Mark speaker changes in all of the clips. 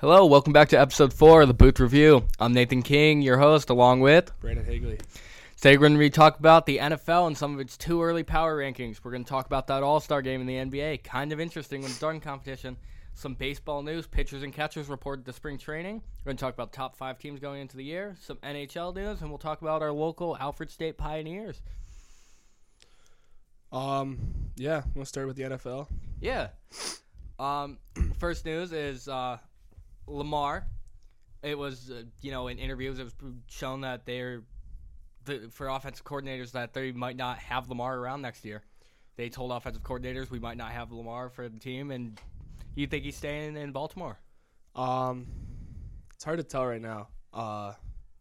Speaker 1: Hello, welcome back to episode four of the Booth Review. I'm Nathan King, your host, along with.
Speaker 2: Brandon Higley.
Speaker 1: Today we're going to be talking about the NFL and some of its too early power rankings. We're going to talk about that All Star game in the NBA, kind of interesting when it's done competition. Some baseball news, pitchers and catchers reported to spring training. We're going to talk about top five teams going into the year, some NHL news, and we'll talk about our local Alfred State Pioneers.
Speaker 2: Um, yeah, we'll start with the NFL.
Speaker 1: Yeah. Um, first news is uh, Lamar. It was uh, you know in interviews it was shown that they're the, for offensive coordinators that they might not have Lamar around next year. They told offensive coordinators we might not have Lamar for the team, and you think he's staying in Baltimore?
Speaker 2: Um, it's hard to tell right now. Uh,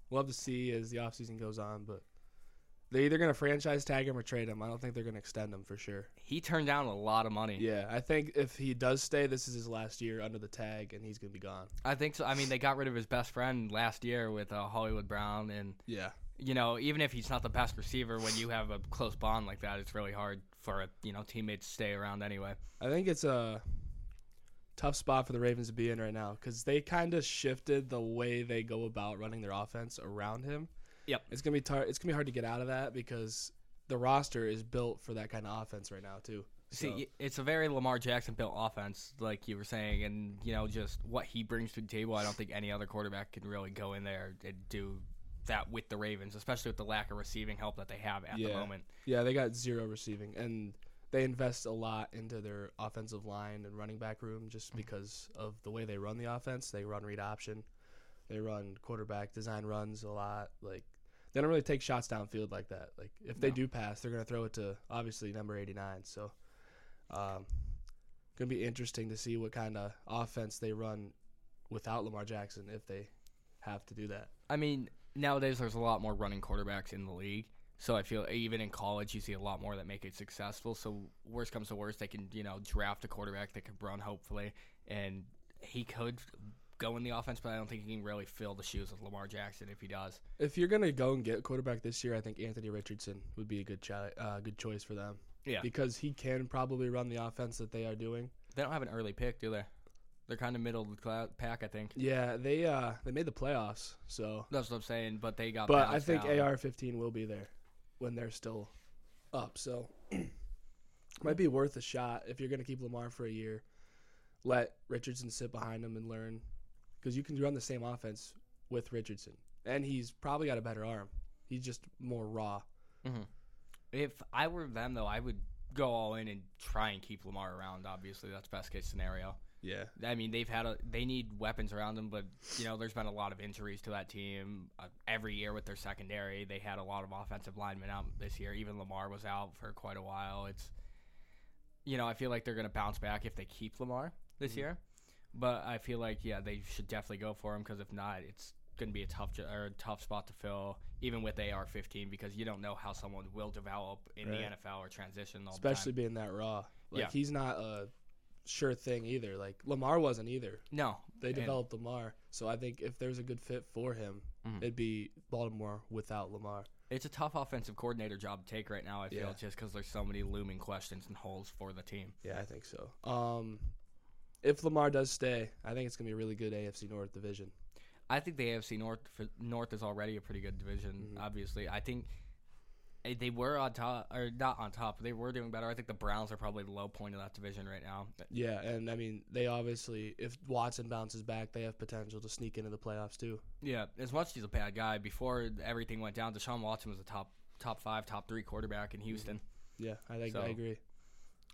Speaker 2: we'll have to see as the offseason goes on, but they're either going to franchise tag him or trade him. I don't think they're going to extend him for sure.
Speaker 1: He turned down a lot of money.
Speaker 2: Yeah, I think if he does stay, this is his last year under the tag, and he's going to be gone.
Speaker 1: I think so. I mean, they got rid of his best friend last year with uh, Hollywood Brown, and
Speaker 2: Yeah.
Speaker 1: you know, even if he's not the best receiver, when you have a close bond like that, it's really hard for a, you know teammates to stay around anyway.
Speaker 2: I think it's a tough spot for the Ravens to be in right now because they kind of shifted the way they go about running their offense around him.
Speaker 1: Yep.
Speaker 2: It's gonna be tar- it's gonna be hard to get out of that because the roster is built for that kind of offense right now too.
Speaker 1: See,
Speaker 2: So-
Speaker 1: y it's a very Lamar Jackson built offense, like you were saying, and you know just what he brings to the table. I don't think any other quarterback can really go in there and do that with the Ravens, especially with the lack of receiving help that they have at the
Speaker 2: Yeah.
Speaker 1: moment.
Speaker 2: Yeah, they got zero receiving, and they invest a lot into their offensive line and running back room just because of the way they run the offense. They run read option, they run quarterback design runs a lot. Like they don't really take shots downfield like that. Like if they
Speaker 1: No.
Speaker 2: do pass, they're gonna throw it to obviously number eighty nine. So, um, gonna be interesting to see what kind of offense they run without Lamar Jackson if they have to do that.
Speaker 1: I mean, nowadays there's a lot more running quarterbacks in the league, so I feel even in college you see a lot more that make it successful. So worst comes to worst, they can you know draft a quarterback that can run hopefully, and he could go in the offense, but I don't think he can really fill the shoes of Lamar Jackson if he does.
Speaker 2: If you're gonna go and get quarterback this year, I think Anthony Richardson would be a good cho- uh, good choice for them.
Speaker 1: Yeah.
Speaker 2: because he can probably run the offense that they are doing.
Speaker 1: They don't have an early pick, do they? They're kind of middle of the cla- pack, I think.
Speaker 2: Yeah, they uh they made the playoffs, so
Speaker 1: That's what I'm saying. But they got.
Speaker 2: but I
Speaker 1: bounced
Speaker 2: think
Speaker 1: out.
Speaker 2: AR15 will be there when they're still up. So might be worth a shot if you're gonna keep Lamar for a year. Let Richardson sit behind him and learn, because you can run the same offense with Richardson, and he's probably got a better arm. He's just more raw.
Speaker 1: If I were them, though, I would go all in and try and keep Lamar around. Obviously, that's best case scenario.
Speaker 2: Yeah,
Speaker 1: I mean, they've had a they need weapons around them, but you know, there's been a lot of injuries to that team uh, every year with their secondary. They had a lot of offensive linemen out this year. Even Lamar was out for quite a while. It's you know, I feel like they're gonna bounce back if they keep Lamar this
Speaker 2: Mhm.
Speaker 1: year, but I feel like yeah, they should definitely go for him because if not, it's gonna be a tough jo- or a tough spot to fill, even with AR-15, because you don't know how someone will develop in
Speaker 2: Right.
Speaker 1: the NFL or transition. All
Speaker 2: especially
Speaker 1: the
Speaker 2: being that raw. Like
Speaker 1: Yeah.
Speaker 2: he's not a sure thing either. Like Lamar wasn't either.
Speaker 1: time. no,
Speaker 2: They
Speaker 1: and-
Speaker 2: developed Lamar, so I think if there's a good fit for him,
Speaker 1: Mhm.
Speaker 2: it'd be Baltimore without Lamar.
Speaker 1: It's a tough offensive coordinator job to take right now. I feel
Speaker 2: Yeah.
Speaker 1: just because there's so many looming questions and holes for the team.
Speaker 2: Yeah, I think so. Um, if Lamar does stay, I think it's gonna be a really good AFC North division.
Speaker 1: I think the AFC North for, North is already a pretty good division.
Speaker 2: Mhm.
Speaker 1: Obviously, I think eh, they were on top or not on top. They were doing better. I think the Browns are probably the low point of that division right now.
Speaker 2: Yeah, and I mean they obviously, if Watson bounces back, they have potential to sneak into the playoffs too.
Speaker 1: Yeah, as much as he's a bad guy, before everything went down, Deshaun Watson was a top top five, top three quarterback in Houston.
Speaker 2: Yeah, I think
Speaker 1: So-
Speaker 2: I agree.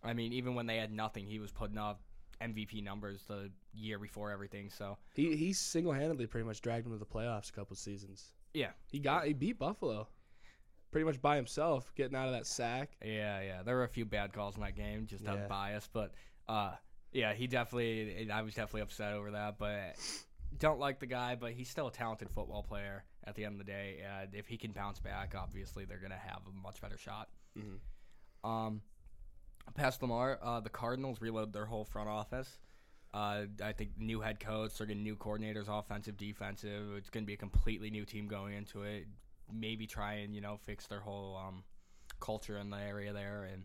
Speaker 1: I mean, even when they had nothing, he was putting up MVP numbers the year before everything. So
Speaker 2: He he single handedly pretty much dragged him to the playoffs a couple seasons.
Speaker 1: Yeah.
Speaker 2: he got he beat Buffalo, pretty much by himself, getting out of that sack.
Speaker 1: Yeah, yeah. There were a few bad calls in that game, just out
Speaker 2: Yeah.
Speaker 1: of bias. But uh, yeah, he definitely. and I was definitely upset over that, but don't like the guy. But he's still a talented football player. At the end of the day, and if he can bounce back, obviously they're gonna have a much better shot.
Speaker 2: Mhm.
Speaker 1: Um, past Lamar, uh, the Cardinals reload their whole front office. Uh, I think new head coach, they're getting new coordinators, offensive, defensive. It's going to be a completely new team going into it. Maybe try and you know fix their whole um, culture in the area there, and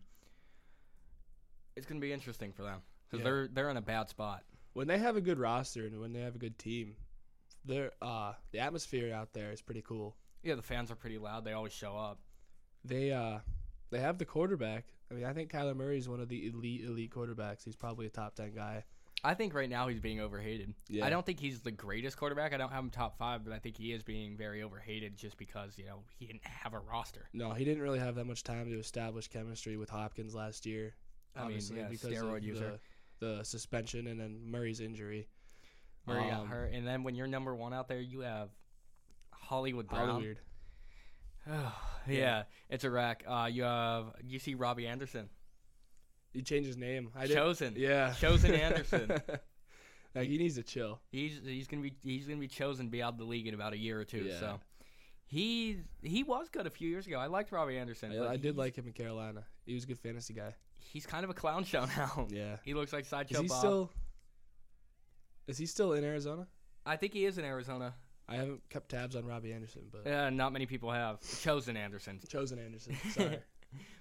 Speaker 1: it's going to be interesting for them because
Speaker 2: Yeah.
Speaker 1: they're they're in a bad spot.
Speaker 2: when they have a good roster and when they have a good team, their uh the atmosphere out there is pretty cool.
Speaker 1: Yeah, the fans are pretty loud. They always show up.
Speaker 2: They uh they have the quarterback. I mean, I think Kyler Murray is one of the elite elite quarterbacks. He's probably a top ten guy.
Speaker 1: I think right now he's being overhated.
Speaker 2: Yeah.
Speaker 1: I don't think he's the greatest quarterback. I don't have him top five, but I think he is being very overhated just because you know he didn't have a roster.
Speaker 2: No, he didn't really have that much time to establish chemistry with Hopkins last year.
Speaker 1: I mean, yeah, steroid user.
Speaker 2: The, the suspension and then Murray's injury.
Speaker 1: Murray got
Speaker 2: Um,
Speaker 1: hurt, and then when you're number one out there, you have Hollywood Brown.
Speaker 2: Probably weird.
Speaker 1: yeah. it's a rack. Uh, you have you see Robbie Anderson,
Speaker 2: He changed his name. I did.
Speaker 1: chosen.
Speaker 2: Yeah.
Speaker 1: Chosen Anderson.
Speaker 2: like he needs to chill.
Speaker 1: He's he's gonna be he's gonna be chosen to be out of the league in about a year or two.
Speaker 2: Yeah.
Speaker 1: So he he was good a few years ago. I liked Robbie Anderson.
Speaker 2: I,
Speaker 1: but
Speaker 2: I did
Speaker 1: he's-
Speaker 2: like him in Carolina. He was a good fantasy guy.
Speaker 1: He's kind of a clown show now.
Speaker 2: Yeah.
Speaker 1: He looks like
Speaker 2: Is
Speaker 1: sideshow
Speaker 2: he
Speaker 1: Bob.
Speaker 2: still? Is he still in Arizona?
Speaker 1: I think he is in Arizona.
Speaker 2: I haven't kept tabs on Robbie Anderson, but
Speaker 1: Yeah, not many people have chosen Anderson.
Speaker 2: chosen Anderson. Sorry.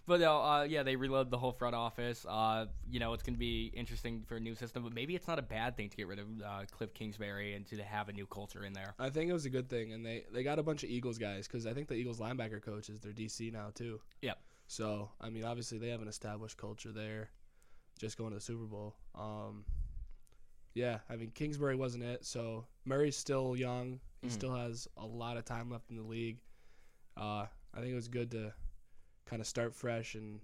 Speaker 1: But no, uh, yeah, they reload the whole front office. Uh, you know, it's going to be interesting for a new system, but maybe it's not a bad thing to get rid of uh, Cliff Kingsbury and to have a new culture in there.
Speaker 2: I think it was a good thing, and they they got a bunch of Eagles guys because I think the Eagles linebacker coach is their DC now too.
Speaker 1: Yep.
Speaker 2: So I mean, obviously they have an established culture there, just going to the Super Bowl. Um, yeah, I mean Kingsbury wasn't it, so Murray's still young. He
Speaker 1: Mhm.
Speaker 2: still has a lot of time left in the league. Uh, I think it was good to kind of start fresh and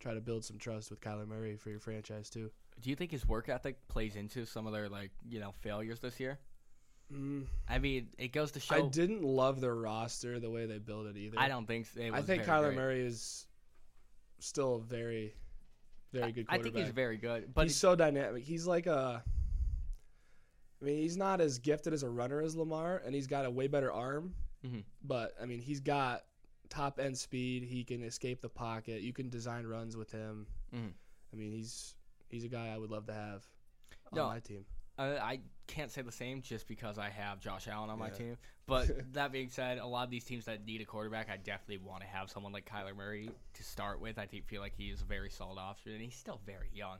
Speaker 2: try to build some trust with Kyler Murray for your franchise too.
Speaker 1: Do you think his work ethic plays into some of their like you know failures this year?
Speaker 2: Mm,
Speaker 1: I mean, it goes to show.
Speaker 2: I didn't love their roster the way they built it either.
Speaker 1: I don't think so. It
Speaker 2: I
Speaker 1: was
Speaker 2: think
Speaker 1: very
Speaker 2: Kyler
Speaker 1: great.
Speaker 2: Murray is still a very, very good
Speaker 1: I
Speaker 2: quarterback.
Speaker 1: think he's very good, but
Speaker 2: he's so dynamic. He's like a. I mean, he's not as gifted as a runner as Lamar, and he's got a way better arm.
Speaker 1: Mhm.
Speaker 2: But I mean, he's got top end speed. He can escape the pocket. You can design runs with him.
Speaker 1: Mhm.
Speaker 2: I mean, he's he's a guy I would love to have on
Speaker 1: No.
Speaker 2: my team.
Speaker 1: Uh, I can't say the same just because I have Josh Allen on my
Speaker 2: Yeah.
Speaker 1: team. But that being said, a lot of these teams that need a quarterback, I definitely want to have someone like Kyler Murray to start with. I think feel like he is a very solid option, and he's still very young.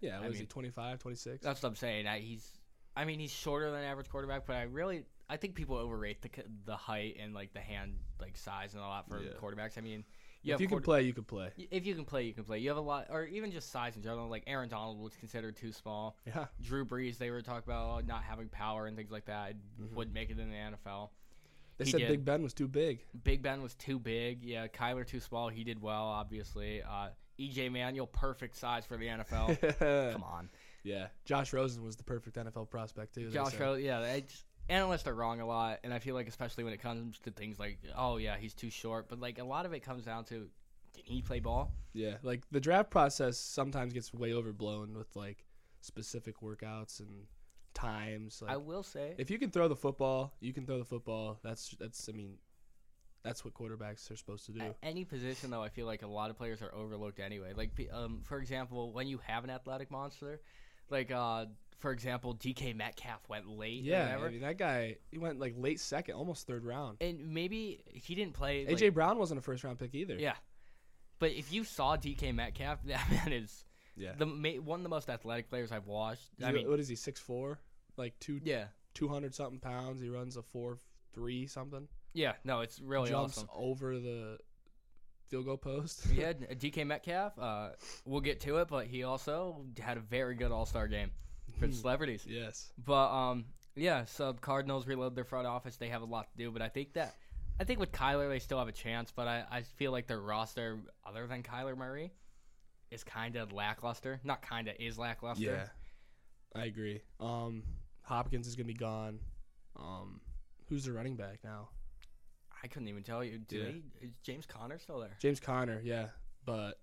Speaker 2: Yeah,
Speaker 1: I
Speaker 2: what is he
Speaker 1: mean-
Speaker 2: 25, 26?
Speaker 1: That's what I'm saying. I, he's, I mean, he's shorter than average quarterback, but I really, I think people overrate the c- the height and like the hand like size and all that for
Speaker 2: Yeah.
Speaker 1: quarterbacks. I mean, you
Speaker 2: if
Speaker 1: have
Speaker 2: you
Speaker 1: quarter-
Speaker 2: can play, you can play.
Speaker 1: if you can play, you can play. You have a lot, or even just size in general. Like Aaron Donald was considered too small.
Speaker 2: Yeah,
Speaker 1: Drew Brees, they were talking about oh, not having power and things like that. Wouldn't make it in the NFL.
Speaker 2: they
Speaker 1: He
Speaker 2: said
Speaker 1: did.
Speaker 2: Big Ben was too big.
Speaker 1: Big Ben was too big. Yeah, Kyler too small. He did well, obviously. Uh, EJ Manuel, perfect size for the NFL. Come on,
Speaker 2: Yeah, Josh Rosen was the perfect NFL prospect too. they
Speaker 1: Josh.
Speaker 2: said.
Speaker 1: Ro- yeah, they just, analysts are wrong a lot, and I feel like especially when it comes to things like, oh yeah, he's too short. But like a lot of it comes down to, did he play ball?
Speaker 2: Yeah, like the draft process sometimes gets way overblown with like specific workouts and times. Like,
Speaker 1: I will say,
Speaker 2: if you can throw the football, you can throw the football. That's that's I mean, that's what quarterbacks are supposed to do.
Speaker 1: At any position, though, I feel like a lot of players are overlooked anyway. Like, pe- um, for example, when you have an athletic monster, like, uh, for example, DK Metcalf went late. or
Speaker 2: yeah,
Speaker 1: whatever,
Speaker 2: I mean, that guy he went like late second, almost third round.
Speaker 1: and maybe he didn't play. like-
Speaker 2: AJ Brown wasn't a first round pick either.
Speaker 1: yeah. But if you saw DK Metcalf, that man is
Speaker 2: yeah.
Speaker 1: the ma- one of the most athletic players I've watched. I
Speaker 2: He's-
Speaker 1: mean,
Speaker 2: what is he six four? Like two
Speaker 1: yeah,
Speaker 2: two hundred something pounds. He runs a four three something.
Speaker 1: yeah. No, it's really
Speaker 2: jumps
Speaker 1: awesome.
Speaker 2: over the field goal post.
Speaker 1: Yeah, DK Metcalf. Uh, we'll get to it, but he also had a very good All Star game
Speaker 2: Hmm.
Speaker 1: for the celebrities.
Speaker 2: yes.
Speaker 1: But um, yeah. So the Cardinals reload their front office. They have a lot to do, but I think that I think with Kyler they still have a chance. But I, I feel like their roster, other than Kyler Murray, is kind of lackluster. Not kind of is lackluster.
Speaker 2: Yeah. I agree. Um Hopkins is going to be gone. Um who's the running back now?
Speaker 1: I couldn't even tell you. Do
Speaker 2: Yeah.
Speaker 1: they- is James Conner still there?
Speaker 2: James Conner, yeah, but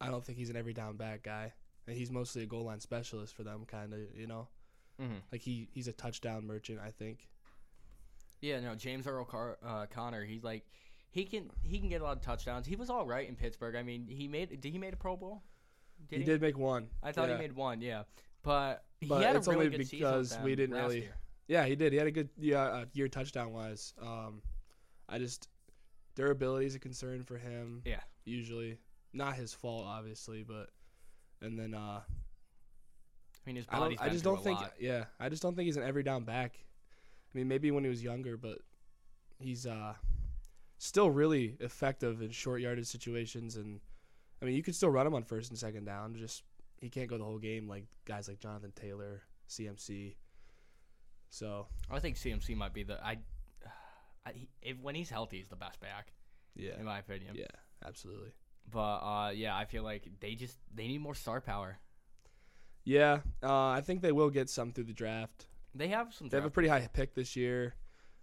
Speaker 2: I don't think he's an every down back guy. And he's mostly a goal line specialist for them kind of, you know.
Speaker 1: Mhm.
Speaker 2: Like he he's a touchdown merchant, I think.
Speaker 1: Yeah. No. James Earl Car- uh, Conner. He's like. He can he can get a lot of touchdowns. He was all right in Pittsburgh. I mean, he made did he made a Pro Bowl?
Speaker 2: he, did make one.
Speaker 1: I thought
Speaker 2: yeah.
Speaker 1: he made one. Yeah, but,
Speaker 2: But
Speaker 1: he had
Speaker 2: it's
Speaker 1: a really
Speaker 2: only
Speaker 1: good season
Speaker 2: because
Speaker 1: with them
Speaker 2: we didn't
Speaker 1: last
Speaker 2: really-
Speaker 1: year.
Speaker 2: Yeah, he did. He had a good yeah, uh, year touchdown wise. Um I just durability is a concern for him.
Speaker 1: Yeah.
Speaker 2: Usually not his fault obviously, but and then
Speaker 1: I
Speaker 2: uh
Speaker 1: mean, his
Speaker 2: I,
Speaker 1: body's
Speaker 2: don't, I
Speaker 1: been
Speaker 2: just
Speaker 1: through
Speaker 2: don't
Speaker 1: a
Speaker 2: think.
Speaker 1: lot.
Speaker 2: Yeah, I just don't think he's an every down back. I mean, maybe when he was younger, but he's uh, still really effective in short yardage situations. And I mean, you could still run him on first and second down. Just he can't go the whole game like guys like Jonathan Taylor, CMC. So
Speaker 1: I think CMC might be the I. I he- if, when he's healthy, he's the best back
Speaker 2: yeah,
Speaker 1: in my opinion.
Speaker 2: yeah, absolutely.
Speaker 1: But uh, yeah, I feel like they just they need more star power.
Speaker 2: Yeah, uh, I think they will get some through the draft.
Speaker 1: They have some.
Speaker 2: They have a
Speaker 1: Draft,
Speaker 2: pretty high pick this year.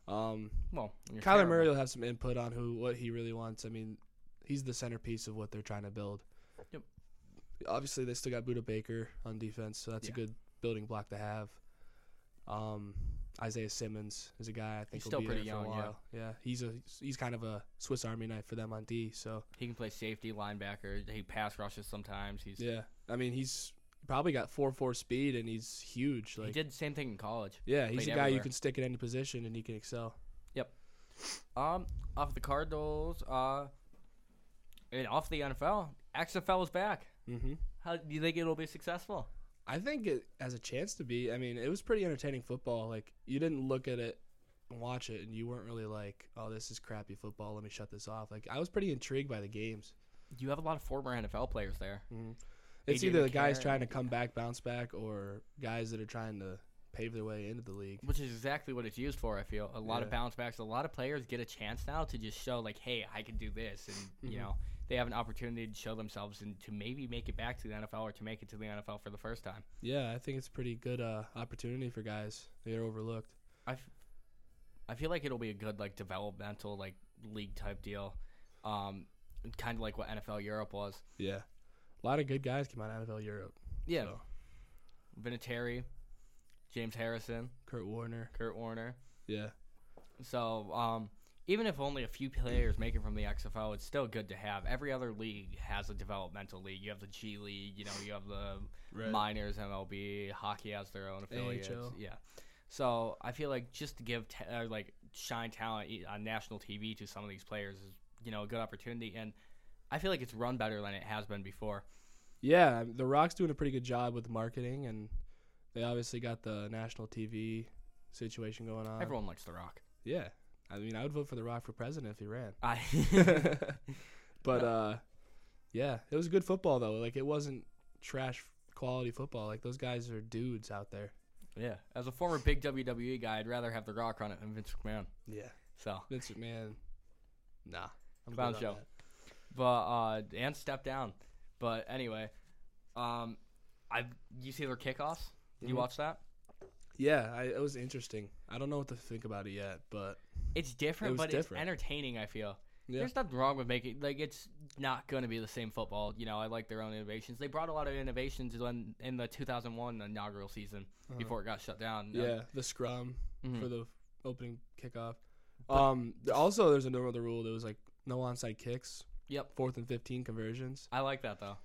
Speaker 2: Um,
Speaker 1: well, you're
Speaker 2: Kyler
Speaker 1: terrible.
Speaker 2: Murray will have some input on who what he really wants. I mean, he's the centerpiece of what they're trying to build.
Speaker 1: Yep.
Speaker 2: Obviously, they still got Buda Baker on defense, so that's
Speaker 1: Yeah.
Speaker 2: a good building block to have. Um, Isaiah Simmons is a guy I think
Speaker 1: He's
Speaker 2: will
Speaker 1: still
Speaker 2: be
Speaker 1: pretty
Speaker 2: there for
Speaker 1: young,
Speaker 2: a
Speaker 1: yeah.
Speaker 2: while. Yeah. he's a he's kind of a Swiss Army knife for them on D. So
Speaker 1: He can play safety, linebacker. He pass rushes sometimes. He's
Speaker 2: yeah, I mean he's probably got four four speed and he's huge. Like
Speaker 1: he did the same thing in college.
Speaker 2: yeah, he's
Speaker 1: played
Speaker 2: a guy you
Speaker 1: everywhere.
Speaker 2: can stick in any position and he can excel.
Speaker 1: Um, off the Cardinals, uh, and off the NFL, XFL is back.
Speaker 2: Mm-hmm.
Speaker 1: How do you think it'll be successful?
Speaker 2: I think it has a chance to be. I mean, it was pretty entertaining football. Like you didn't look at it and watch it, and you weren't really like, "Oh, this is crappy football. Let me shut this off." Like I was pretty intrigued by the games.
Speaker 1: You have a lot of former NFL players there.
Speaker 2: It's
Speaker 1: AJ
Speaker 2: either the guys
Speaker 1: McCarron.
Speaker 2: trying to come back, bounce back, or guys that are trying to pave their way into the league.
Speaker 1: Which is exactly what it's used for. I feel a lot of
Speaker 2: Yeah.
Speaker 1: bounce backs, a lot of players get a chance now to just show like, hey, I can do this, and you
Speaker 2: Mhm.
Speaker 1: know they have an opportunity to show themselves and to maybe make it back to the NFL or to make it to the NFL for the first time.
Speaker 2: Yeah, I think it's a pretty good uh, opportunity for guys. They're overlooked.
Speaker 1: I, f- I feel like it'll be a good like developmental like league type deal, um, kind of like what NFL Europe was.
Speaker 2: Yeah, a lot of good guys came out of NFL Europe.
Speaker 1: Yeah,
Speaker 2: so,
Speaker 1: Vinatieri, James Harrison,
Speaker 2: Kurt Warner.
Speaker 1: Kurt Warner.
Speaker 2: Yeah,
Speaker 1: So um, even if only a few players make it from the XFL, it's still good to have. Every other league has a developmental league. You have the G League, you know, you have the minors, MLB, hockey has their own affiliates.
Speaker 2: AHL.
Speaker 1: Yeah. So I feel like just to give ta- uh, like shine talent e- on national TV to some of these players is you know a good opportunity, and I feel like it's run better than it has been before.
Speaker 2: Yeah, um, The Rock's doing a pretty good job with marketing, and they obviously got the national TV situation going on.
Speaker 1: Everyone likes The Rock.
Speaker 2: Yeah, I mean, I would vote for The Rock for president if he ran.
Speaker 1: I
Speaker 2: but uh, yeah, it was good football though. Like it wasn't trash quality football. Like those guys are dudes out there.
Speaker 1: yeah. As a former big WWE guy, I'd rather have The Rock run it than Vince McMahon.
Speaker 2: Yeah,
Speaker 1: So.
Speaker 2: Vince McMahon. Nah, I'm
Speaker 1: Clown
Speaker 2: good on
Speaker 1: show.
Speaker 2: that.
Speaker 1: but uh, and step down. But anyway, um, I you see their kickoffs? Did You
Speaker 2: Mhm.
Speaker 1: watch that?
Speaker 2: Yeah, I, it was interesting. I don't know what to think about it yet, but
Speaker 1: It's different,
Speaker 2: was
Speaker 1: but
Speaker 2: different.
Speaker 1: it's entertaining. I feel
Speaker 2: Yeah.
Speaker 1: there's nothing wrong with making like it's not going to be the same football. You know, I like their own innovations. They brought a lot of innovations when in the 2001 inaugural season before it got shut down. Uh,
Speaker 2: Uh-huh. Yeah, the scrum
Speaker 1: Mhm.
Speaker 2: for the opening kickoff. Um, th- also, there's another rule that was like no onside kicks.
Speaker 1: Yep.
Speaker 2: Fourth and fifteen conversions.
Speaker 1: I like that though.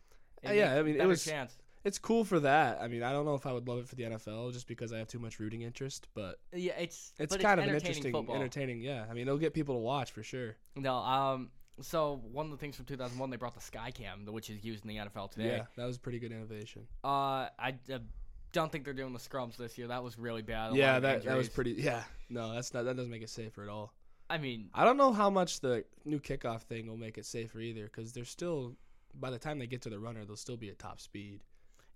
Speaker 2: Uh, yeah,
Speaker 1: makes
Speaker 2: I mean, it
Speaker 1: better
Speaker 2: was-
Speaker 1: chance.
Speaker 2: It's cool for that. I mean, I don't know if I would love it for the NFL just because I have too much rooting interest, but
Speaker 1: Yeah, it's
Speaker 2: it's
Speaker 1: but
Speaker 2: kind of an
Speaker 1: entertaining
Speaker 2: interesting,
Speaker 1: football.
Speaker 2: entertaining. Yeah, I mean, it'll get people to watch for sure.
Speaker 1: no, um, so one of the things from 2001, they brought the sky cam, which is used in the NFL today.
Speaker 2: Yeah, that was a pretty good innovation.
Speaker 1: Uh, I uh, don't think they're doing the scrums this year. That was really bad. A lot
Speaker 2: yeah,
Speaker 1: of
Speaker 2: that that
Speaker 1: injuries.
Speaker 2: was pretty. Yeah, no, that's not that doesn't make it safer at all.
Speaker 1: I mean,
Speaker 2: I don't know how much the new kickoff thing will make it safer either, because they're still by the time they get to the runner, they'll still be at top speed.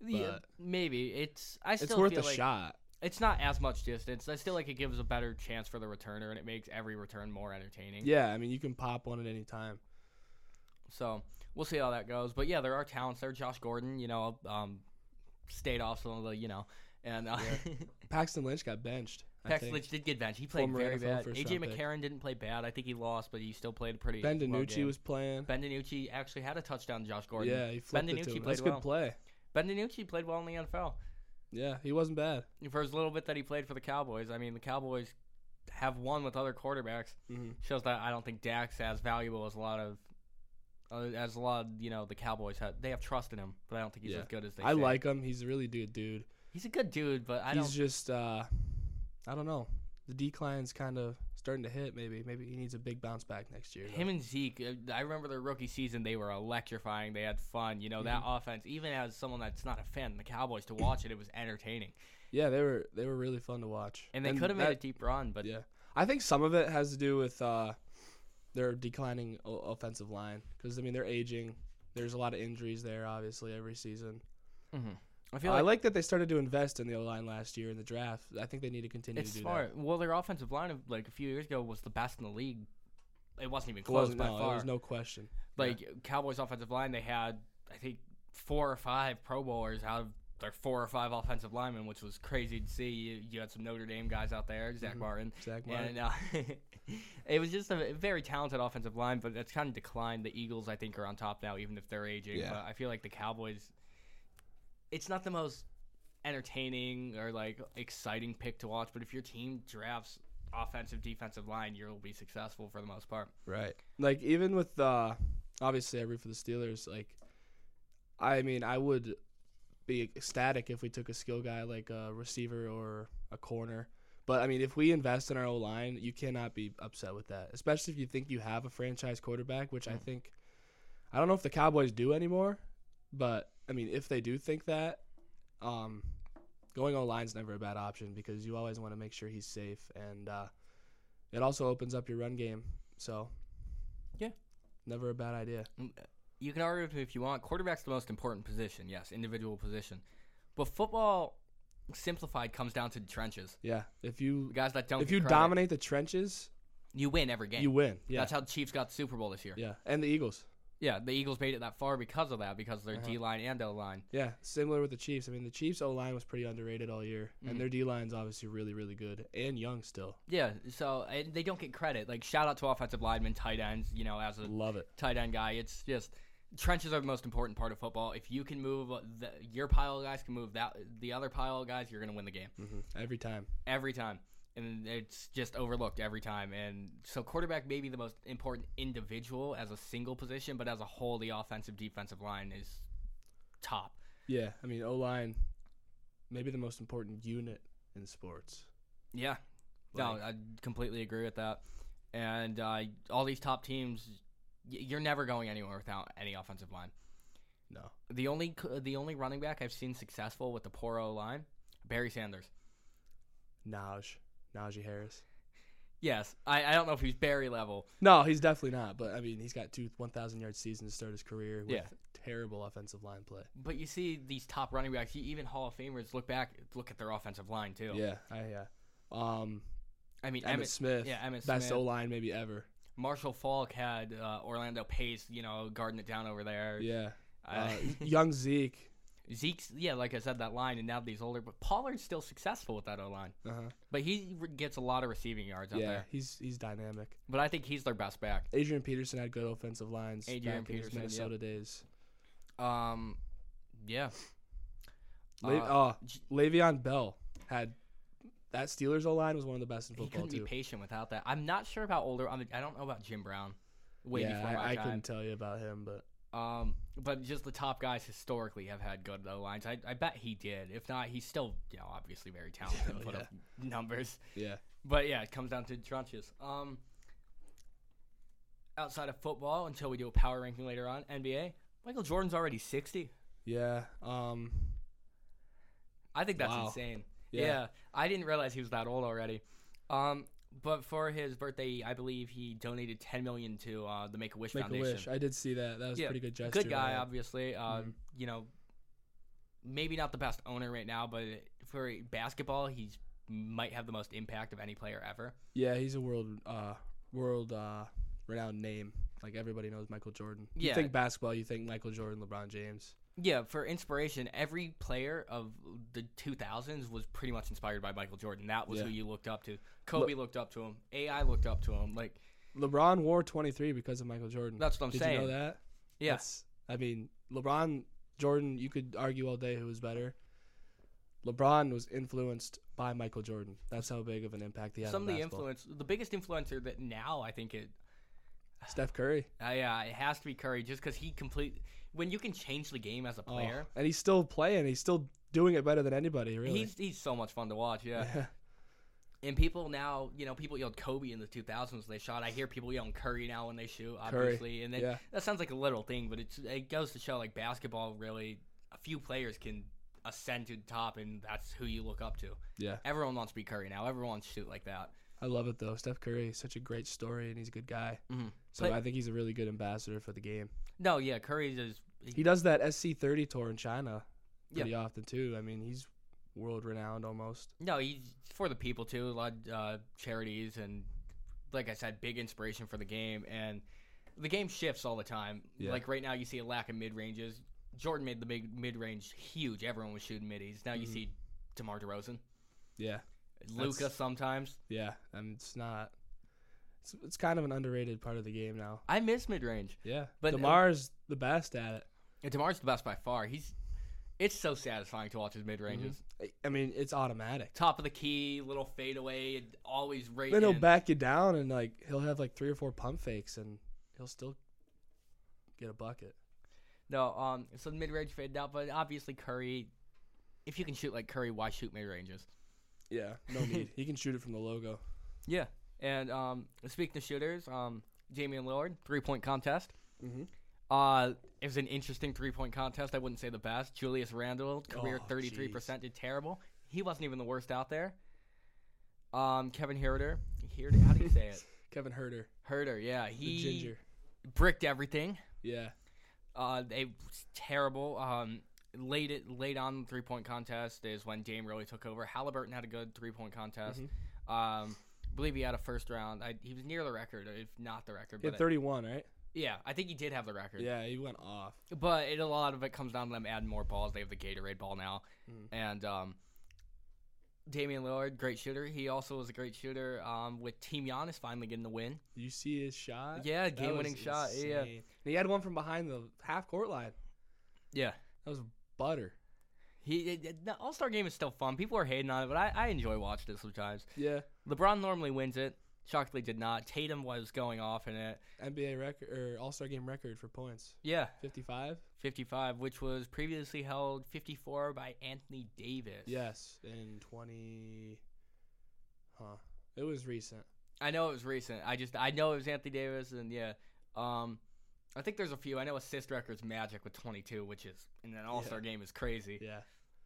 Speaker 1: yeah, maybe it's. I still
Speaker 2: It's worth
Speaker 1: feel
Speaker 2: a
Speaker 1: like
Speaker 2: shot.
Speaker 1: it's not as much distance. I still like it gives a better chance for the returner, and it makes every return more entertaining.
Speaker 2: Yeah, I mean, you can pop one at any time.
Speaker 1: So we'll see how that goes. But yeah, there are talents there. Josh Gordon, you know, um, stayed off some of the, you know, and uh,
Speaker 2: Paxton Lynch got benched. I
Speaker 1: Paxton
Speaker 2: think.
Speaker 1: Lynch did get benched. He played
Speaker 2: Former
Speaker 1: very
Speaker 2: NFL
Speaker 1: bad.
Speaker 2: first
Speaker 1: AJ
Speaker 2: round pick.
Speaker 1: McCarron didn't play bad. I think he lost, but he still played a pretty.
Speaker 2: Ben
Speaker 1: well
Speaker 2: DiNucci
Speaker 1: game.
Speaker 2: was playing.
Speaker 1: Ben DiNucci actually had a touchdown. to Josh Gordon.
Speaker 2: Yeah, he
Speaker 1: Ben
Speaker 2: flipped it to
Speaker 1: DiNucci
Speaker 2: him.
Speaker 1: played
Speaker 2: That's a good
Speaker 1: well.
Speaker 2: play.
Speaker 1: Ben DiNucci played well in the NFL.
Speaker 2: Yeah, he wasn't bad.
Speaker 1: For his little bit that he played for the Cowboys, I mean, the Cowboys have won with other quarterbacks.
Speaker 2: Mhm.
Speaker 1: Shows that I don't think Dak's as valuable as a lot of, uh, as a lot of, you know, the Cowboys have. They have trust in him, but I don't think he's
Speaker 2: Yeah.
Speaker 1: as good as they
Speaker 2: I
Speaker 1: say.
Speaker 2: like him. He's a really good dude.
Speaker 1: He's a good dude, but I
Speaker 2: He's
Speaker 1: don't.
Speaker 2: just, uh, I don't know. the decline's kind of starting to hit. Maybe maybe he needs a big bounce back next year. though.
Speaker 1: Him and Zeke, uh, I remember their rookie season. They were electrifying. They had fun. You know that
Speaker 2: Mm-hmm.
Speaker 1: offense. Even as someone that's not a fan of the Cowboys, to watch it, it was entertaining.
Speaker 2: Yeah, they were they were really fun to watch.
Speaker 1: And they could have made
Speaker 2: that-
Speaker 1: a deep run, but
Speaker 2: Yeah, I think some of it has to do with uh, their declining o- offensive line because I mean they're aging. There's a lot of injuries there, obviously, every season.
Speaker 1: I feel
Speaker 2: I
Speaker 1: like
Speaker 2: like that they started to invest in the O line last year in the draft. I think they need to continue
Speaker 1: it's
Speaker 2: to do
Speaker 1: smart. Well, their offensive line of like a few years ago was the best in the league. It wasn't even
Speaker 2: that. It
Speaker 1: close
Speaker 2: wasn't,
Speaker 1: by
Speaker 2: no, it
Speaker 1: far.
Speaker 2: was no question.
Speaker 1: like Cowboys offensive line, they had I think four or five Pro Bowlers out of their four or five offensive linemen, which was crazy to see. You, you had some Notre Dame guys out there, Zach
Speaker 2: Mm-hmm.
Speaker 1: Martin,
Speaker 2: Zach Martin.
Speaker 1: and uh, it was just a very talented offensive line, but it's kind of declined. The Eagles, I think, are on top now, even if they're aging.
Speaker 2: Yeah.
Speaker 1: But I feel like the Cowboys, it's not the most entertaining or like exciting pick to watch, but if your team drafts offensive defensive line, you'll be successful for the most part.
Speaker 2: Right. Like even with uh obviously I root for the Steelers, like I mean I would be ecstatic if we took a skill guy like a receiver or a corner. But I mean if we invest in our O line, you cannot be upset with that. Especially if you think you have a franchise quarterback, which I think I don't know if the Cowboys do anymore, but I mean if they do think that, um going O line's never a bad option because you always want to make sure he's safe and uh it also opens up your run game. So,
Speaker 1: Yeah.
Speaker 2: never a bad idea.
Speaker 1: you can argue with me if you want. Quarterback's the most important position, yes, individual position. But football simplified comes down to the trenches.
Speaker 2: Yeah, if you
Speaker 1: The guys that don't
Speaker 2: if
Speaker 1: get
Speaker 2: you
Speaker 1: credit,
Speaker 2: dominate the trenches,
Speaker 1: you win every game.
Speaker 2: you win. Yeah,
Speaker 1: That's how the Chiefs got the Super Bowl this year. Yeah,
Speaker 2: yeah, and the Eagles.
Speaker 1: the Eagles made it that far because of that, because of their D line and O line.
Speaker 2: Yeah, similar with the Chiefs. I mean, the Chiefs O line was pretty underrated all year, and their D line's obviously really, really good and young still.
Speaker 1: Yeah, so and they don't get credit. Like shout out to offensive linemen, tight ends. You know, as a
Speaker 2: Love it.
Speaker 1: tight end guy. It's just trenches are the most important part of football. If you can move the, your pile of guys, can move that the other pile of guys, you're gonna win the game.
Speaker 2: hmm Every time.
Speaker 1: every time. And it's just overlooked every time. And so quarterback may be the most important individual as a single position, but as a whole, the offensive defensive line is top.
Speaker 2: Yeah, I mean O line, maybe the most important unit in sports.
Speaker 1: Yeah. no, I completely agree with that. And uh, all these top teams, y- you're never going anywhere without any offensive line.
Speaker 2: No.
Speaker 1: The only c- the only running back I've seen successful with the poor O line, Barry Sanders.
Speaker 2: Naj, Najee Harris.
Speaker 1: Yes, I, I don't know if he's Barry level,
Speaker 2: No, he's definitely not. But I mean, he's got two 1,000 yard seasons to start his career with
Speaker 1: Yeah.
Speaker 2: terrible offensive line play.
Speaker 1: But you see these top running backs, you- even Hall of Famers, look back, look at their offensive line too.
Speaker 2: Yeah, I yeah. Um,
Speaker 1: I mean,
Speaker 2: Emmett,
Speaker 1: Emmett,
Speaker 2: Smith.
Speaker 1: yeah, Emmitt
Speaker 2: Best
Speaker 1: Smith.
Speaker 2: O line maybe ever.
Speaker 1: Marshall Falk had uh, Orlando Pace, you know, guarding it down over there.
Speaker 2: Yeah.
Speaker 1: Uh,
Speaker 2: Uh, young Zeke.
Speaker 1: Zeke's, yeah, like I said, that line, and now these older, but Pollard's still successful with that O line,
Speaker 2: Uh-huh.
Speaker 1: but he re- gets a lot of receiving yards out
Speaker 2: Yeah,
Speaker 1: there.
Speaker 2: he's he's dynamic.
Speaker 1: But I think he's their best back.
Speaker 2: Adrian Peterson had good offensive lines
Speaker 1: Adrian
Speaker 2: back in his
Speaker 1: Peterson,
Speaker 2: Minnesota days.
Speaker 1: Um, yeah,
Speaker 2: Le-
Speaker 1: Uh,
Speaker 2: uh,
Speaker 1: J-
Speaker 2: Le'Veon Bell had that Steelers O line was one of the best in
Speaker 1: he
Speaker 2: football
Speaker 1: couldn't be
Speaker 2: too.
Speaker 1: patient without that. I'm not sure about older. I, mean, I don't know about Jim Brown. Way
Speaker 2: yeah,
Speaker 1: before my
Speaker 2: I, I
Speaker 1: time.
Speaker 2: couldn't tell you about him, but
Speaker 1: Um, but just the top guys historically have had good O lines. I, I bet he did. If not, he's still you know obviously very talented and
Speaker 2: Oh,
Speaker 1: put up numbers.
Speaker 2: yeah,
Speaker 1: But yeah, it comes down to trenches. Um, outside of football, until we do a power ranking later on, NBA. Michael Jordan's already sixty.
Speaker 2: yeah. Um,
Speaker 1: I think that's
Speaker 2: Wow.
Speaker 1: insane.
Speaker 2: Yeah.
Speaker 1: Yeah. I didn't realize he was that old already. Um, but for his birthday, I believe he donated ten million to uh, the Make a Wish
Speaker 2: make
Speaker 1: Foundation.
Speaker 2: a wish. I did see that. That was a
Speaker 1: Yeah,
Speaker 2: pretty good gesture.
Speaker 1: good
Speaker 2: by
Speaker 1: guy,
Speaker 2: him.
Speaker 1: obviously. Uh,
Speaker 2: Mm-hmm.
Speaker 1: You know, maybe not the best owner right now, but for basketball, he's might have the most impact of any player ever.
Speaker 2: Yeah, he's a world uh world uh renowned name. Like everybody knows Michael Jordan. You
Speaker 1: Yeah.
Speaker 2: think basketball, you think Michael Jordan, LeBron James.
Speaker 1: Yeah, for inspiration, every player of the 2000s was pretty much inspired by Michael Jordan. That was
Speaker 2: Yeah.
Speaker 1: who you looked up to. Kobe looked up to him. AI looked up to him. Like
Speaker 2: LeBron wore 23 because of Michael Jordan.
Speaker 1: that's what I'm
Speaker 2: Did
Speaker 1: saying.
Speaker 2: you know that?
Speaker 1: Yeah.
Speaker 2: That's- I mean, LeBron Jordan, you could argue all day who was better. LeBron was influenced by Michael Jordan. That's how big of an impact he had.
Speaker 1: Some
Speaker 2: on
Speaker 1: of the
Speaker 2: basketball.
Speaker 1: influence, the biggest influencer that now I think it
Speaker 2: Steph Curry.
Speaker 1: Uh, yeah, it has to be Curry, just because he complete. When you can change the game as a
Speaker 2: Oh,
Speaker 1: player,
Speaker 2: And he's still playing. He's still doing it better than anybody, really.
Speaker 1: he's he's so much fun to watch. Yeah. And people now, you know, people yelled Kobe in the 2000s when they shot. I hear people yelling Curry now when they shoot,
Speaker 2: Curry,
Speaker 1: obviously. And then
Speaker 2: yeah.
Speaker 1: that sounds like a little thing, but it's, it goes to show like basketball really, a few players can ascend to the top, and that's who you look up to.
Speaker 2: Yeah.
Speaker 1: Everyone wants to be Curry now. Everyone wants to shoot like that.
Speaker 2: I love it though. Steph Curry is such a great story, and he's a good guy.
Speaker 1: Mhm.
Speaker 2: So
Speaker 1: But-
Speaker 2: I think he's a really good ambassador for the game.
Speaker 1: No, yeah, Curry's is.
Speaker 2: He does that SC30 tour in China
Speaker 1: Yeah.
Speaker 2: pretty often too. I mean, he's world renowned almost.
Speaker 1: No, he's for the people too. A lot of uh, charities and, like I said, big inspiration for the game. And the game shifts all the time.
Speaker 2: Yeah.
Speaker 1: Like right now, you see a lack of mid ranges. Jordan made the big mid range huge. Everyone was shooting middies. Now you
Speaker 2: Mhm.
Speaker 1: see DeMar DeRozan,
Speaker 2: Yeah,
Speaker 1: Luca
Speaker 2: That's-
Speaker 1: sometimes.
Speaker 2: yeah. I mean, it's not. It's, it's kind of an underrated part of the game now.
Speaker 1: I miss mid range.
Speaker 2: Yeah,
Speaker 1: But-
Speaker 2: but uh, Demar's the best at it.
Speaker 1: DeMar's the best by far. He's. It's so satisfying to watch his mid ranges.
Speaker 2: I- I mean, it's automatic.
Speaker 1: Top of the key, little fadeaway, and always right.
Speaker 2: Then he'll
Speaker 1: in.
Speaker 2: back you down and like he'll have like three or four pump fakes and he'll still get a bucket.
Speaker 1: No, um, so mid range faded out, but obviously Curry, if you can shoot like Curry, why shoot mid ranges?
Speaker 2: Yeah, no need. he can shoot it from the logo.
Speaker 1: Yeah, and um, speaking of shooters, um, Damian Lillard three point contest.
Speaker 2: Mhm.
Speaker 1: Uh, it was an interesting three point contest. I wouldn't say the best. Julius Randle career
Speaker 2: Oh,
Speaker 1: thirty three percent did terrible. He wasn't even the worst out there. Um, Kevin Herder, Herder, how do you say it?
Speaker 2: Kevin Herter,
Speaker 1: Herder, yeah,
Speaker 2: the
Speaker 1: he
Speaker 2: ginger.
Speaker 1: bricked everything.
Speaker 2: Yeah,
Speaker 1: Uh, they was terrible. Um, late it late on three point contest is when Dame really took over. Halliburton had a good three point contest.
Speaker 2: Mm-hmm.
Speaker 1: Um, I believe he had a first round. I, he was near the record, if not the record.
Speaker 2: he
Speaker 1: But
Speaker 2: had 31, right?
Speaker 1: yeah, I think he did have the record.
Speaker 2: Yeah, he went off.
Speaker 1: But it, a lot of it comes down to them adding more balls. They have the Gatorade ball now,
Speaker 2: Mhm.
Speaker 1: and um, Damian Lillard, great shooter. He also was a great shooter. Um, with Team Giannis finally getting the win.
Speaker 2: You see his shot?
Speaker 1: Yeah,
Speaker 2: That was
Speaker 1: game-winning shot, yeah.
Speaker 2: insane. And he had one from behind the half court line.
Speaker 1: Yeah.
Speaker 2: That was butter.
Speaker 1: He it, it- the All Star game is still fun. People are hating on it, but I, I enjoy watching it sometimes.
Speaker 2: Yeah,
Speaker 1: LeBron normally wins it. Shockley did not. Tatum was going off in it.
Speaker 2: NBA record or All Star game record for points,
Speaker 1: Yeah,
Speaker 2: 55.
Speaker 1: 55, which was previously held 54 by Anthony Davis.
Speaker 2: Yes, in 20. Huh. It was recent.
Speaker 1: I know it was recent. I just I know it was Anthony Davis, and yeah, um, I think there's a few. I know assist records Magic with 22, which is in an All Star game is crazy.
Speaker 2: Yeah.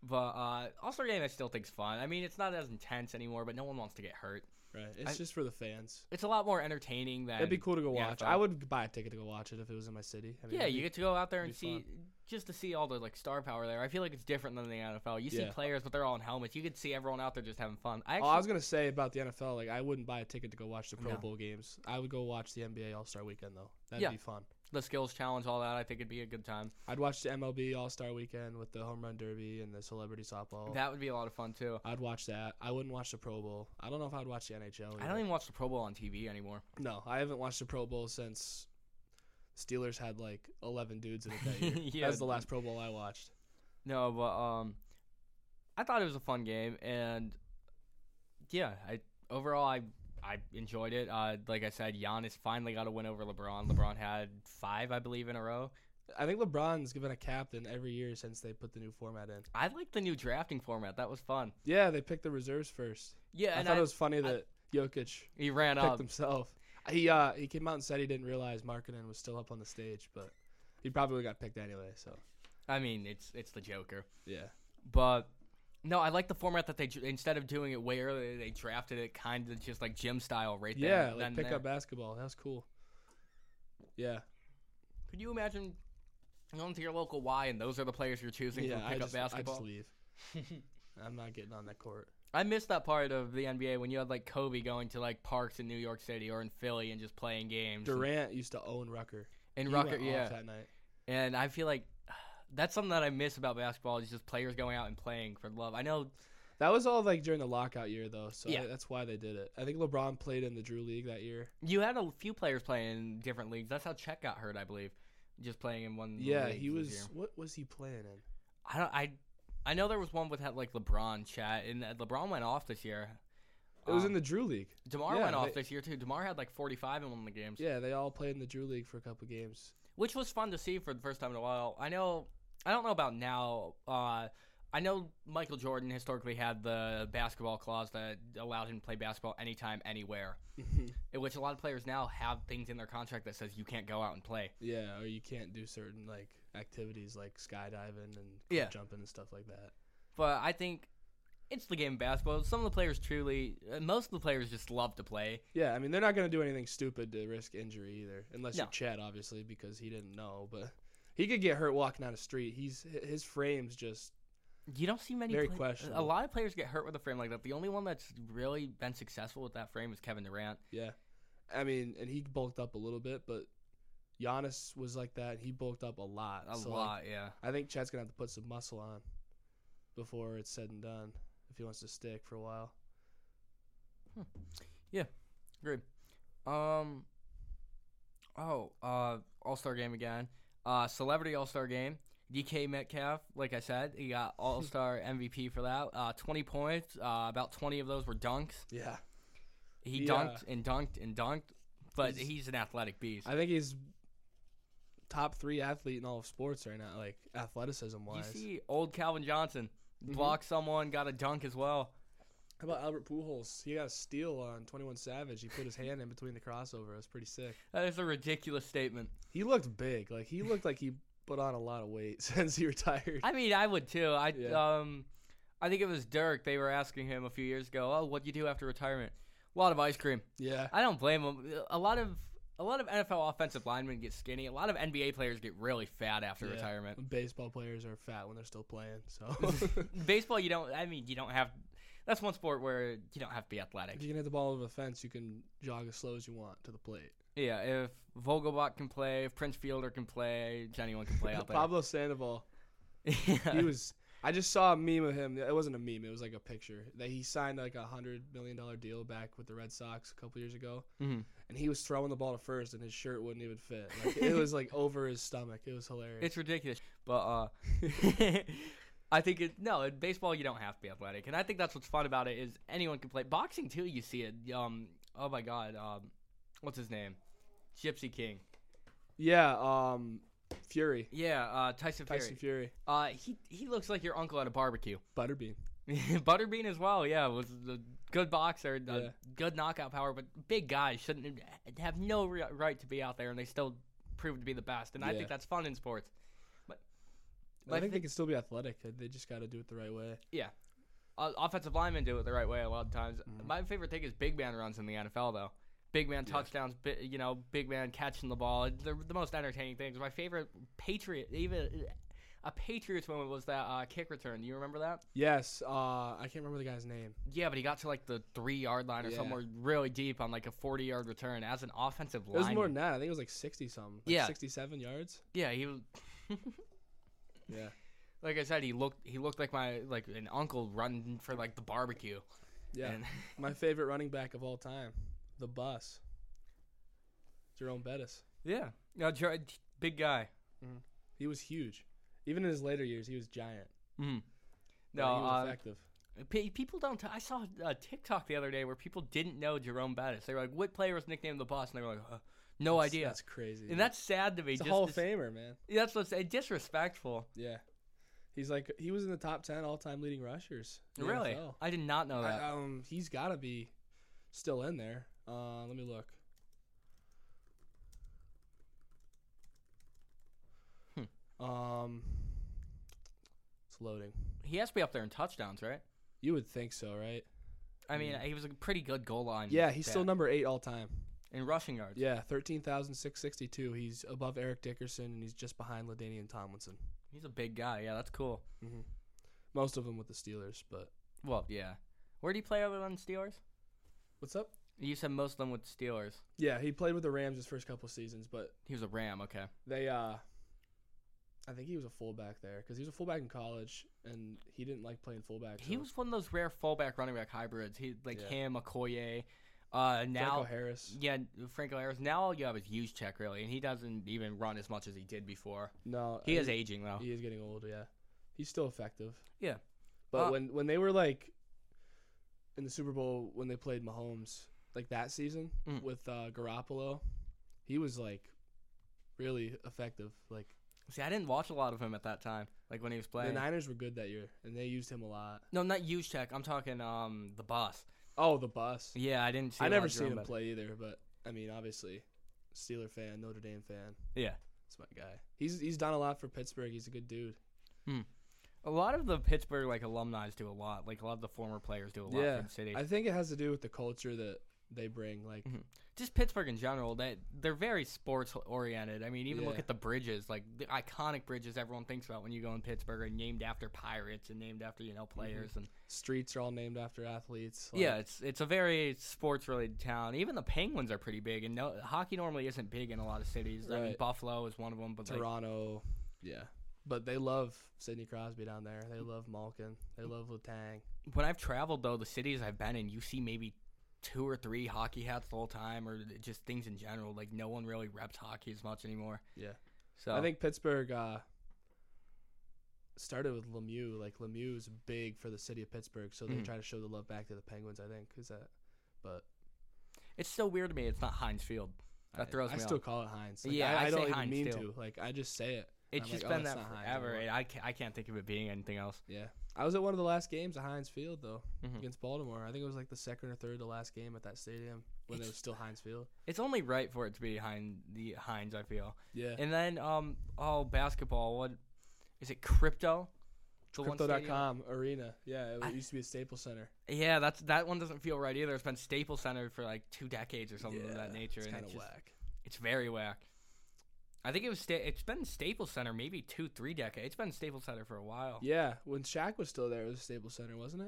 Speaker 1: But uh, All Star game I still think's fun. I mean, it's not as intense anymore, but no one wants to get hurt.
Speaker 2: Right. It's
Speaker 1: I-
Speaker 2: just for the fans.
Speaker 1: It's a lot more entertaining than
Speaker 2: It'd be cool to go
Speaker 1: the
Speaker 2: watch.
Speaker 1: NFL.
Speaker 2: I would buy a ticket to go watch it if it was in my city. I mean,
Speaker 1: Yeah,
Speaker 2: it'd
Speaker 1: you
Speaker 2: be-
Speaker 1: get to go out there and
Speaker 2: it'd be
Speaker 1: see just to see all the like star power there. I feel like it's different than the NFL. You see
Speaker 2: Yeah.
Speaker 1: players, but they're all in helmets. You could see everyone out there just having fun. I
Speaker 2: Oh, I
Speaker 1: actually,
Speaker 2: was gonna say about the NFL. Like, I wouldn't buy a ticket to go watch the Pro
Speaker 1: No.
Speaker 2: Bowl games. I would go watch the NBA All Star Weekend though. That'd
Speaker 1: Yeah.
Speaker 2: be fun.
Speaker 1: the skills challenge, all that. I think it'd be a good time.
Speaker 2: I'd watch the MLB All Star Weekend with the home run derby and the celebrity softball.
Speaker 1: That would be a lot of fun too.
Speaker 2: I'd watch that. I wouldn't watch the Pro Bowl. I don't know if I'd watch the NHL.
Speaker 1: I
Speaker 2: either.
Speaker 1: don't even watch the Pro Bowl on TV anymore.
Speaker 2: No, I haven't watched the Pro Bowl since Steelers had like eleven dudes in it that year.
Speaker 1: Yeah.
Speaker 2: That was the last Pro Bowl I watched.
Speaker 1: No, but um, I thought it was a fun game, and yeah, I overall I I enjoyed it. Uh, like I said, Giannis finally got a win over LeBron. LeBron had five, I believe, in a row.
Speaker 2: I think LeBron's been a captain every year since they put the new format in.
Speaker 1: I like the new drafting format. That was fun.
Speaker 2: Yeah, they picked the reserves first.
Speaker 1: Yeah,
Speaker 2: I
Speaker 1: and
Speaker 2: thought
Speaker 1: I
Speaker 2: it was funny that Jokic
Speaker 1: he ran
Speaker 2: picked
Speaker 1: up.
Speaker 2: himself. He uh he came out and said he didn't realize Markkinen was still up on the stage, but he probably got picked anyway. So
Speaker 1: I mean, it's it's the Joker,
Speaker 2: yeah,
Speaker 1: but no, I like the format that they dr- instead of doing it way earlier, they drafted it kind of just like gym style, right there.
Speaker 2: yeah,
Speaker 1: then
Speaker 2: like
Speaker 1: and
Speaker 2: pick
Speaker 1: there.
Speaker 2: up basketball. That was cool. Yeah,
Speaker 1: Could you imagine going to your local Y and those are the players you're choosing
Speaker 2: yeah.
Speaker 1: for
Speaker 2: I
Speaker 1: pick
Speaker 2: just,
Speaker 1: up basketball?
Speaker 2: I just leave. I'm not getting on that court.
Speaker 1: I missed that part of the NBA when you had like Kobe going to like parks in New York City or in Philly and just playing games.
Speaker 2: Durant used to own Rucker.
Speaker 1: and, and
Speaker 2: He
Speaker 1: Rucker,
Speaker 2: went off
Speaker 1: yeah.
Speaker 2: that night.
Speaker 1: And I feel like that's something that I miss about basketball is just players going out and playing for love. I know
Speaker 2: That was all like during the lockout year though, so
Speaker 1: Yeah.
Speaker 2: I- that's why they did it. I think LeBron played in the Drew League that year.
Speaker 1: You had a few players playing in different leagues. That's how Chet got hurt, I believe, just playing in one.
Speaker 2: Yeah,
Speaker 1: league
Speaker 2: he
Speaker 1: this
Speaker 2: was.
Speaker 1: year.
Speaker 2: What was he playing in?
Speaker 1: I don't. I, I know there was one with had like LeBron, Chet, and that LeBron went off this year.
Speaker 2: It was
Speaker 1: Um,
Speaker 2: in the Drew League.
Speaker 1: Demar
Speaker 2: yeah,
Speaker 1: went off
Speaker 2: they-
Speaker 1: this year too. Demar had like 45 in one of the games,
Speaker 2: Yeah, they all played in the Drew League for a couple games.
Speaker 1: which was fun to see for the first time in a while. I know. I don't know about now. Uh, I know Michael Jordan historically had the basketball clause that allowed him to play basketball anytime, anywhere, in which a lot of players now have things in their contract that says you can't go out and play.
Speaker 2: yeah, or you can't do certain like activities like skydiving and
Speaker 1: Yeah.
Speaker 2: jumping and stuff like that.
Speaker 1: But I think it's the game of basketball. Some of the players truly, uh, most of the players just love to play.
Speaker 2: Yeah, I mean they're not going to do anything stupid to risk injury either, unless
Speaker 1: No.
Speaker 2: you're Chad, obviously, because he didn't know. But he could get hurt walking down the street. He's hi- his frame's just
Speaker 1: You don't see many.
Speaker 2: Very
Speaker 1: play-
Speaker 2: questionable.
Speaker 1: A lot of players get hurt with a frame like that. The only one that's really been successful with that frame is Kevin Durant.
Speaker 2: yeah. I mean, and he bulked up a little bit, but Giannis was like that. He bulked up a lot.
Speaker 1: A
Speaker 2: So, like,
Speaker 1: lot, yeah.
Speaker 2: I think Chad's gonna have to put some muscle on before it's said and done if he wants to stick for a while.
Speaker 1: Agreed. Um. Oh, uh, All Star Game again. Uh, celebrity All Star Game. DK Metcalf, like I said, he got All Star MVP for that. Uh, twenty points. Uh, about twenty of those were dunks.
Speaker 2: Yeah,
Speaker 1: He
Speaker 2: Yeah.
Speaker 1: dunked and dunked and dunked, but he's,
Speaker 2: He's-
Speaker 1: an athletic beast.
Speaker 2: I think he's top three athlete in all of sports right now, like athleticism
Speaker 1: you
Speaker 2: wise. Mm-hmm.
Speaker 1: see, old Calvin Johnson blocked someone, got a dunk as well.
Speaker 2: How about Albert Pujols? He got a steal on 21 Savage. He put his hand in between the crossover. It was pretty sick.
Speaker 1: That is a ridiculous statement.
Speaker 2: He looked big. Like he looked like he put on a lot of weight since he retired.
Speaker 1: I mean, I would too. I
Speaker 2: Yeah.
Speaker 1: um, I think it was Dirk. They were asking him a few years ago, "Oh, what do you do after retirement?" A lot of ice cream.
Speaker 2: Yeah.
Speaker 1: I don't blame him. A lot of a lot of NFL offensive linemen get skinny. A lot of NBA players get really fat after
Speaker 2: Yeah.
Speaker 1: retirement.
Speaker 2: Baseball players are fat when they're still playing. So
Speaker 1: Baseball, you don't. I mean, you don't have. That's one sport where you don't have to be athletic.
Speaker 2: if you can hit the ball over the fence, you can jog as slow as you want to the plate.
Speaker 1: Yeah, if Vogelbach can play, if Prince Fielder can play, if anyone can play out there.
Speaker 2: Pablo Sandoval. He was. I just saw a meme of him. It wasn't a meme. It was like a picture that he signed like a hundred million dollar deal back with the Red Sox a couple years ago.
Speaker 1: Mhm.
Speaker 2: and he was throwing the ball to first, and his shirt wouldn't even fit. Like, it was like over his stomach. It was hilarious.
Speaker 1: It's ridiculous, but uh, I think it. No, in baseball you don't have to be athletic, and I think that's what's fun about it is anyone can play. Boxing too, you see it. Um, oh my God, um, what's his name? Gypsy King.
Speaker 2: yeah, um, Fury,
Speaker 1: Yeah, uh, Tyson Fury.
Speaker 2: Tyson Fury,
Speaker 1: Uh, he he looks like your uncle at a barbecue.
Speaker 2: Butterbean.
Speaker 1: Butterbean as well. Yeah, was a good boxer, a
Speaker 2: Yeah.
Speaker 1: good knockout power, but big guys shouldn't have no re- right to be out there, and they still prove to be the best. And I
Speaker 2: Yeah.
Speaker 1: think that's fun in sports.
Speaker 2: I
Speaker 1: I
Speaker 2: think they can still be athletic. uh, They just got to do it the right way.
Speaker 1: Uh, offensive linemen do it the right way a lot of times. My favorite thing is big man runs in the NFL though. Big man touchdowns, bi- you know, big man catching the ball. They're the most entertaining things. My favorite Patriot, even a Patriots moment was that uh, kick return. Do you remember that?
Speaker 2: Yes, uh, I can't remember the guy's name.
Speaker 1: Yeah, but he got to like the three yard line or
Speaker 2: Yeah.
Speaker 1: somewhere really deep on like a forty yard return as an offensive
Speaker 2: It was
Speaker 1: line.
Speaker 2: more than that. I think it was like sixty something. Like
Speaker 1: Yeah.
Speaker 2: sixty-seven yards.
Speaker 1: yeah, he was-
Speaker 2: Yeah,
Speaker 1: like I said, he looked he looked like my like an uncle running for like the barbecue.
Speaker 2: yeah.
Speaker 1: And
Speaker 2: My favorite running back of all time, the bus, Jerome Bettis.
Speaker 1: yeah, no, Jer- big guy.
Speaker 2: He was huge. Even in his later years, he was giant.
Speaker 1: No,
Speaker 2: Like, he was
Speaker 1: uh,
Speaker 2: effective.
Speaker 1: pe- people don't. T- I saw a TikTok the other day where people didn't know Jerome Bettis. They were like, "What player was nicknamed the boss?" And they were like, uh, "No
Speaker 2: That's-
Speaker 1: idea."
Speaker 2: That's crazy.
Speaker 1: and that's sad to me.
Speaker 2: He's a
Speaker 1: just
Speaker 2: Hall of
Speaker 1: dis-
Speaker 2: Famer, man.
Speaker 1: That's what I say. Disrespectful.
Speaker 2: Yeah. He's like he was in the top ten all time leading rushers. in the
Speaker 1: Really,
Speaker 2: NFL.
Speaker 1: I did not know that.
Speaker 2: I- um, he's got to be still in there. Uh, let me look.
Speaker 1: Hmm.
Speaker 2: Um, it's loading.
Speaker 1: he has to be up there in touchdowns, right?
Speaker 2: You would think so, right?
Speaker 1: I mean, he was a pretty good goal line.
Speaker 2: Mm. Yeah, he's still
Speaker 1: back.
Speaker 2: number eight all time.
Speaker 1: in rushing yards.
Speaker 2: Yeah, thirteen thousand six sixty two. He's above Eric Dickerson, and he's just behind Ladainian Tomlinson.
Speaker 1: He's a big guy. Yeah, that's cool.
Speaker 2: Most of them with the Steelers, but
Speaker 1: Well, yeah. Where did he play other than Steelers?
Speaker 2: what's up?
Speaker 1: You said most of them with Steelers.
Speaker 2: Yeah, he played with the Rams his first couple seasons, but
Speaker 1: He was a Ram. Okay.
Speaker 2: They, uh, I think he was a fullback there because he was a fullback in college and he didn't like playing fullback.
Speaker 1: He
Speaker 2: so
Speaker 1: was one of those rare fullback running back hybrids. He like
Speaker 2: Yeah.
Speaker 1: him, Okoye. Uh,
Speaker 2: Franco
Speaker 1: now
Speaker 2: Harris.
Speaker 1: yeah, Franco Harris. Now all you have is use check really, and he doesn't even run as much as he did before.
Speaker 2: No,
Speaker 1: He
Speaker 2: I
Speaker 1: is
Speaker 2: think
Speaker 1: aging though.
Speaker 2: Uh, He is getting old. Yeah, he's still effective.
Speaker 1: Oh. Yeah.
Speaker 2: but
Speaker 1: Uh,
Speaker 2: when when they were like in the Super Bowl when they played Mahomes like that season
Speaker 1: Mm.
Speaker 2: with uh, Garoppolo, he was like really effective. Like
Speaker 1: See, I didn't watch a lot of him at that time, like when he was
Speaker 2: The
Speaker 1: playing.
Speaker 2: Niners were good that year, and they used him a lot.
Speaker 1: no, not check. I'm talking um the boss.
Speaker 2: Oh, the bus.
Speaker 1: Yeah, I didn't see.
Speaker 2: I
Speaker 1: a lot
Speaker 2: never
Speaker 1: of
Speaker 2: seen
Speaker 1: Jerome
Speaker 2: him
Speaker 1: Bettis.
Speaker 2: play either, but I mean, obviously, Steeler fan, Notre Dame fan.
Speaker 1: Yeah,
Speaker 2: That's my guy. He's he's done a lot for Pittsburgh. He's a good dude.
Speaker 1: a lot of the Pittsburgh like alumni do a lot. Like a lot of the former players do a lot
Speaker 2: Yeah,
Speaker 1: for the city.
Speaker 2: I think it has to do with the culture that they bring. Like,
Speaker 1: Mhm. Just Pittsburgh in general. They they're very sports oriented. I mean, even look
Speaker 2: Yeah.
Speaker 1: at the bridges, like the iconic bridges everyone thinks about when you go in Pittsburgh, are named after pirates and named after you know players
Speaker 2: Mm-hmm.
Speaker 1: and
Speaker 2: streets are all named after athletes. Like,
Speaker 1: yeah, it's it's a very sports related town. Even the Penguins are pretty big, and no, hockey normally isn't big in a lot of cities. I mean,
Speaker 2: Right.
Speaker 1: Buffalo is one of them, but like,
Speaker 2: Toronto. Yeah, but they love Sidney Crosby down there. They love Malkin. They love Letang.
Speaker 1: when I've traveled though, the cities I've been in, you see maybe two or three hockey hats the whole time, or just things in general. Like no one really reps hockey as much anymore.
Speaker 2: Yeah.
Speaker 1: so
Speaker 2: I think Pittsburgh uh, started with Lemieux. Like Lemieux is big for the city of Pittsburgh, so they
Speaker 1: Mhm.
Speaker 2: try to show the love back to the Penguins. I think is that, but
Speaker 1: it's still weird to me. It's not Heinz Field. That
Speaker 2: I-
Speaker 1: throws
Speaker 2: I
Speaker 1: me
Speaker 2: still
Speaker 1: off.
Speaker 2: call it Heinz. Like,
Speaker 1: Yeah,
Speaker 2: I,
Speaker 1: I
Speaker 2: I
Speaker 1: say
Speaker 2: don't even
Speaker 1: Heinz
Speaker 2: mean
Speaker 1: too.
Speaker 2: to. Like I just say it.
Speaker 1: It's
Speaker 2: I'm
Speaker 1: just
Speaker 2: like, "Oh,
Speaker 1: been
Speaker 2: that's
Speaker 1: that
Speaker 2: not Heinz
Speaker 1: forever.
Speaker 2: anymore."
Speaker 1: and I can't, I can't think of it being anything else.
Speaker 2: Yeah, I was at one of the last games at Heinz Field though
Speaker 1: Mhm.
Speaker 2: against Baltimore. I think it was like the second or third to last game at that stadium when it
Speaker 1: It's-
Speaker 2: was still Heinz Field.
Speaker 1: It's only right for it to be Heinz. The Heinz, I feel.
Speaker 2: Yeah,
Speaker 1: And then um oh basketball what is it crypto? The one stadium-
Speaker 2: Crypto.com Arena. Yeah, it
Speaker 1: I-
Speaker 2: used to be a Staples Center.
Speaker 1: Yeah, that's that one doesn't feel right either. It's been Staples Center for like two decades or something of that
Speaker 2: Yeah,
Speaker 1: nature,
Speaker 2: It's
Speaker 1: and
Speaker 2: kind
Speaker 1: it's
Speaker 2: of
Speaker 1: just,
Speaker 2: whack.
Speaker 1: it's very whack. I think it was sta- it's been Staples Center maybe two three decades. It's been Staples Center for a while. Yeah,
Speaker 2: Yeah, when Shaq was still there, it was Staples Center, wasn't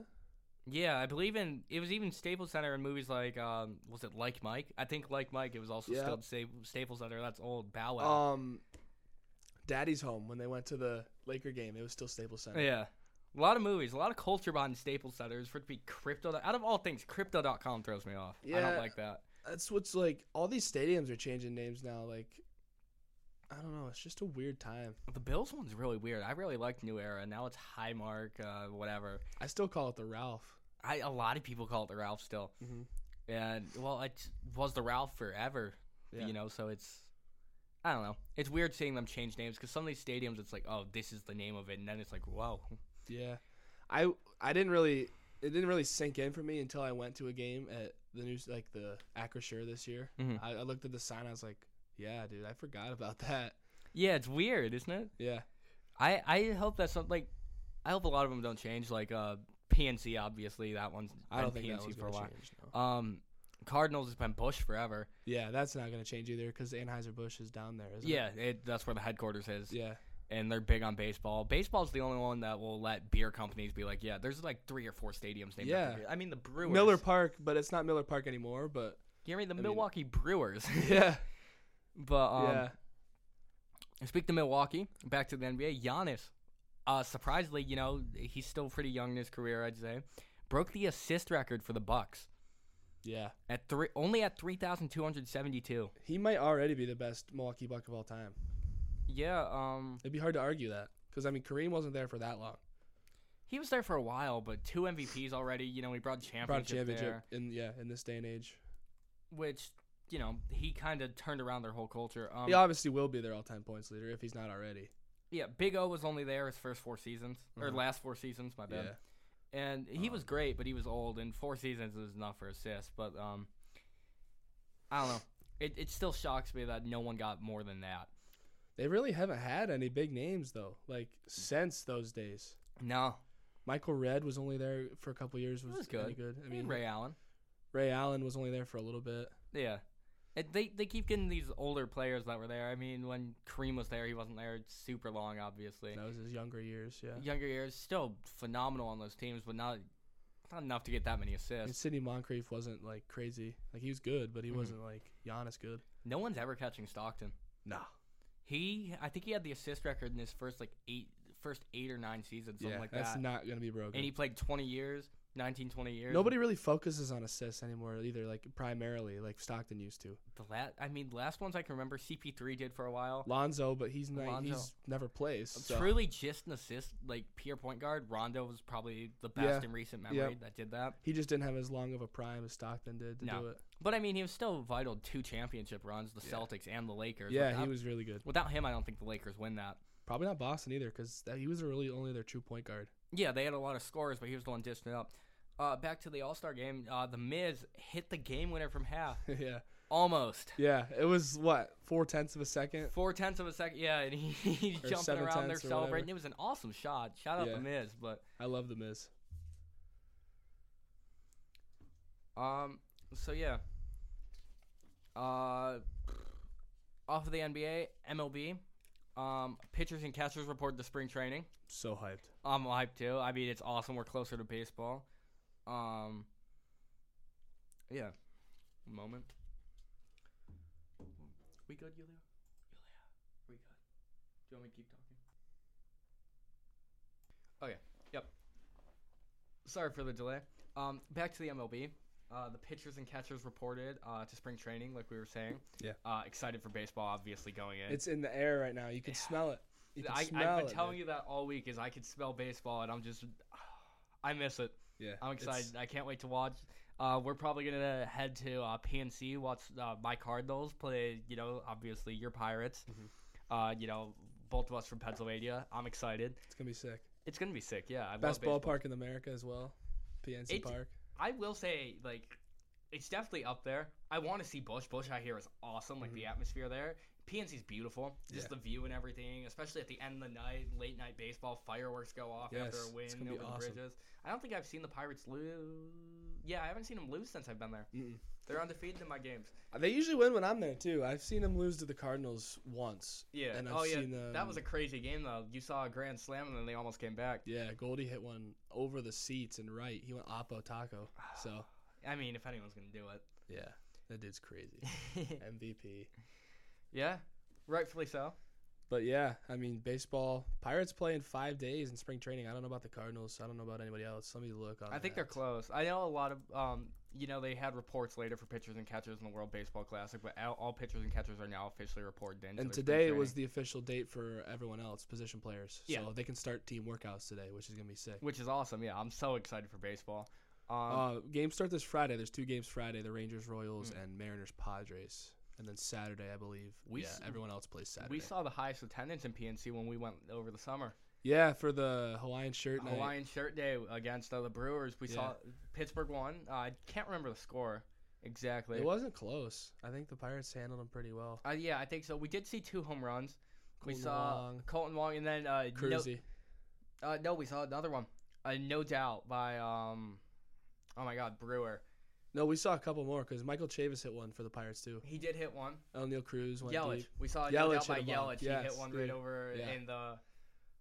Speaker 2: it?
Speaker 1: I believe in it was even Staples Center in movies like um was it Like Mike? I think Like Mike. It was also
Speaker 2: Yeah.
Speaker 1: still Sta- Staples Center. That's old Bow Wow.
Speaker 2: Um, Daddy's home when they went to the Laker game, it was still Staples Center.
Speaker 1: Yeah. A lot of movies, a lot of culture behind Staples Centers for it to be crypto. Out of all things, crypto.com throws me off. I don't
Speaker 2: Yeah.
Speaker 1: like that.
Speaker 2: That's what's like. All these stadiums are changing names now. Like, I don't know. It's just a weird time.
Speaker 1: The Bills one's really weird. I really liked New Era. Now it's Highmark, uh, whatever.
Speaker 2: I still call it the Ralph.
Speaker 1: I a lot of people call it the Ralph still.
Speaker 2: Mhm.
Speaker 1: And well, it was the Ralph forever,
Speaker 2: Yeah.
Speaker 1: you know. So it's I don't know. It's weird seeing them change names because some of these stadiums, it's like, oh, this is the name of it, and then it's like, whoa.
Speaker 2: Yeah, I I didn't really it didn't really sink in for me until I went to a game at the news like the Acrisure this year.
Speaker 1: Mhm.
Speaker 2: I, I looked at the sign. I was like, yeah, dude, I forgot about that.
Speaker 1: Yeah, it's weird, isn't it?
Speaker 2: Yeah,
Speaker 1: I I hope that's some, like I hope a lot of them don't change. Like uh PNC, obviously that one's
Speaker 2: I don't
Speaker 1: been
Speaker 2: think that was
Speaker 1: PNC for a
Speaker 2: gonna
Speaker 1: while.
Speaker 2: change. No.
Speaker 1: Um, Cardinals has been Bush forever.
Speaker 2: Yeah, that's not gonna change either because Anheuser Busch is down there, isn't
Speaker 1: yeah,
Speaker 2: it?
Speaker 1: it, that's where the headquarters is,
Speaker 2: Yeah,
Speaker 1: and they're big on baseball. Baseball's the only one that will let beer companies be like, yeah, there's like three or four stadiums named.
Speaker 2: Yeah.
Speaker 1: after beer. I mean the Brewers.
Speaker 2: Miller Park, but it's not Miller Park anymore. But
Speaker 1: You know what I mean? The
Speaker 2: I mean-
Speaker 1: Milwaukee Brewers.
Speaker 2: yeah,
Speaker 1: but um,
Speaker 2: yeah,
Speaker 1: Speak to Milwaukee. Back to the NBA. Giannis, uh, surprisingly, you know, he's still pretty young in his career. I'd say broke the assist record for the Bucks
Speaker 2: yeah.
Speaker 1: at three, only at three thousand two hundred seventy-two.
Speaker 2: He might already be the best Milwaukee Buck of all time.
Speaker 1: Yeah, um,
Speaker 2: It'd be hard to argue that because I mean Kareem wasn't there for that long.
Speaker 1: he was there for a while, but two MVPs already. You know, he brought a championship,
Speaker 2: Brought a championship
Speaker 1: there,
Speaker 2: in yeah in this day and age.
Speaker 1: which you know he kind of turned around their whole culture. Um,
Speaker 2: he obviously will be their all-time points leader if he's not already.
Speaker 1: yeah, Big O was only there his first four seasons or
Speaker 2: Mhm.
Speaker 1: last four seasons. My bad. and he was
Speaker 2: Um,
Speaker 1: great, but he was old, and four seasons is enough for assists. But um, I don't know. It it still shocks me that no one got more than that.
Speaker 2: They really haven't had any big names though, like since those days.
Speaker 1: No,
Speaker 2: Michael Red was only there for a couple years. Was,
Speaker 1: was
Speaker 2: any good.
Speaker 1: I
Speaker 2: I
Speaker 1: mean
Speaker 2: mean,
Speaker 1: Ray Allen.
Speaker 2: Ray Allen was only there for a little bit.
Speaker 1: Yeah, it, they they keep getting these older players that were there. I mean, when Kareem was there, he wasn't there super long, obviously.
Speaker 2: That was his younger years. Yeah.
Speaker 1: Younger years, still phenomenal on those teams, but not not enough to get that many assists.
Speaker 2: And Sidney Moncrief wasn't like crazy. Like he was good, but he wasn't like Giannis good.
Speaker 1: no one's ever catching Stockton.
Speaker 2: Nah.
Speaker 1: He, I think he had the assist record in his first like eight, first eight or nine seasons, something
Speaker 2: yeah,
Speaker 1: like
Speaker 2: that's
Speaker 1: that.
Speaker 2: not gonna be broken.
Speaker 1: and he played 20 years, 19, 20 years.
Speaker 2: Nobody really focuses on assists anymore either. Like primarily, like Stockton used to.
Speaker 1: The la- I mean, last ones I can remember, CP3 did for a while.
Speaker 2: Lonzo, but he's not.
Speaker 1: Lonzo.
Speaker 2: He's never plays. so-
Speaker 1: Truly just an assist, like pure point guard. Rondo was probably the best in recent memory
Speaker 2: Yep.
Speaker 1: that did that.
Speaker 2: He just didn't have as long of a prime as Stockton did to
Speaker 1: No.
Speaker 2: do it.
Speaker 1: But I mean, he was still vital two championship runs, the
Speaker 2: Yeah.
Speaker 1: Celtics and the Lakers.
Speaker 2: Yeah,
Speaker 1: without,
Speaker 2: he was really good.
Speaker 1: without him, I don't think the Lakers win that.
Speaker 2: Probably not Boston either, because he was really only their true point guard.
Speaker 1: Yeah, they had a lot of scores, but he was the one dishing it up. Uh, back to the All Star game, uh, the Miz hit the game winner from half,
Speaker 2: yeah,
Speaker 1: almost
Speaker 2: yeah. It was what four tenths of a second.
Speaker 1: four tenths of a second. Yeah, and he, he's
Speaker 2: Or
Speaker 1: jumping
Speaker 2: seven
Speaker 1: around there
Speaker 2: tenths or whatever.
Speaker 1: celebrating. It was an awesome shot. Shout out
Speaker 2: Yeah.
Speaker 1: the Miz, but
Speaker 2: I love the Miz.
Speaker 1: Um. So yeah. Uh, off of the NBA, MLB, um, pitchers and catchers report to spring training.
Speaker 2: So hyped.
Speaker 1: I'm hyped too. I mean, it's awesome. We're closer to baseball. Um. Yeah. Moment. We good, Yulia? Yulia, we good? Do you want me to keep talking? Okay. Yep. Sorry for the delay. Um, back to the MLB. Uh, the pitchers and catchers reported uh, to spring training, like we were saying.
Speaker 2: Yeah.
Speaker 1: Uh, excited for baseball, obviously going in.
Speaker 2: It's in the air right now. You can smell it. You can
Speaker 1: I,
Speaker 2: smell
Speaker 1: I've been
Speaker 2: it,
Speaker 1: telling
Speaker 2: man.
Speaker 1: you that all week. Is I could smell baseball, and I'm just, I miss it.
Speaker 2: Yeah,
Speaker 1: I'm
Speaker 2: it's-
Speaker 1: excited. I can't wait to watch. Uh, we're probably gonna head to uh, PNC, watch uh, my Cardinals play. You know, obviously your Pirates.
Speaker 2: Mm-hmm.
Speaker 1: Uh, you know, both of us from Pennsylvania. I'm excited.
Speaker 2: It's gonna be sick.
Speaker 1: It's gonna be sick. Yeah, I
Speaker 2: Best
Speaker 1: love baseball.
Speaker 2: ballpark in America as well. PNC
Speaker 1: It's-
Speaker 2: Park.
Speaker 1: I will say, like, it's definitely up there. I want to see Bush. Bush, I hear, is awesome. Like the atmosphere there. PNC's beautiful. Just
Speaker 2: Mm-hmm. Yeah.
Speaker 1: the view and everything, especially at the end of the night, late night baseball, fireworks go off after
Speaker 2: Yes,
Speaker 1: a win
Speaker 2: it's gonna be
Speaker 1: over the
Speaker 2: awesome.
Speaker 1: bridges. I don't think I've seen the Pirates lose. Yeah, I haven't seen them lose since I've been there.
Speaker 2: Mm-mm.
Speaker 1: They're undefeated in my games.
Speaker 2: Uh, They usually win when I'm there too. I've seen them lose to the Cardinals once.
Speaker 1: Yeah.
Speaker 2: And I've
Speaker 1: oh yeah.
Speaker 2: seen um, them,
Speaker 1: That was a crazy game though. You saw a grand slam and then they almost came back.
Speaker 2: yeah. Goldie hit one over the seats and right. He went oppo taco. So
Speaker 1: I mean, if anyone's gonna do
Speaker 2: yeah, that dude's crazy.
Speaker 1: it.
Speaker 2: MVP.
Speaker 1: yeah. Rightfully so.
Speaker 2: But yeah, I mean baseball. Pirates play in five days in spring training. I don't know about the Cardinals. I don't know about anybody else. Somebody look. On
Speaker 1: I think they're
Speaker 2: that.
Speaker 1: close. I know a lot of, um, you know, they had reports later for pitchers and catchers in the World Baseball Classic, but all, all pitchers and catchers are now officially reported in. so
Speaker 2: And
Speaker 1: there's been
Speaker 2: today
Speaker 1: training,
Speaker 2: was the official date for everyone else, position players.
Speaker 1: Yeah.
Speaker 2: So they can start team workouts today, which is gonna be sick.
Speaker 1: which is awesome. Yeah, I'm so excited for baseball. Um,
Speaker 2: Uh, games start this Friday. There's two games Friday: the Rangers, Royals,
Speaker 1: Hmm.
Speaker 2: and Mariners, Padres. And then Saturday, I believe.
Speaker 1: We
Speaker 2: yeah,
Speaker 1: s-
Speaker 2: everyone else plays Saturday.
Speaker 1: we saw the highest attendance in PNC when we went over the summer.
Speaker 2: yeah, for the Hawaiian shirt night.
Speaker 1: Hawaiian Shirt Day against uh, the Brewers. We
Speaker 2: Yeah.
Speaker 1: saw Pittsburgh won. Uh, I can't remember the score exactly.
Speaker 2: It wasn't close. I think the Pirates handled them pretty well.
Speaker 1: Uh, yeah, I think so. We did see two home runs. we
Speaker 2: Colton
Speaker 1: saw
Speaker 2: Wong.
Speaker 1: Colton Wong and then uh, no,
Speaker 2: Cruzy.
Speaker 1: Uh, no, we saw another one. Uh, no doubt by um, oh my God, Brewer.
Speaker 2: No, we saw a couple more because Michael Chavis hit one for the Pirates too.
Speaker 1: He did hit one.
Speaker 2: O'Neill Cruz went
Speaker 1: Yelich.
Speaker 2: deep.
Speaker 1: We saw a no
Speaker 2: Yelich
Speaker 1: doubt by
Speaker 2: hit a ball.
Speaker 1: Yelich. he hit
Speaker 2: Yes,
Speaker 1: one
Speaker 2: dude.
Speaker 1: right over
Speaker 2: Yeah.
Speaker 1: in the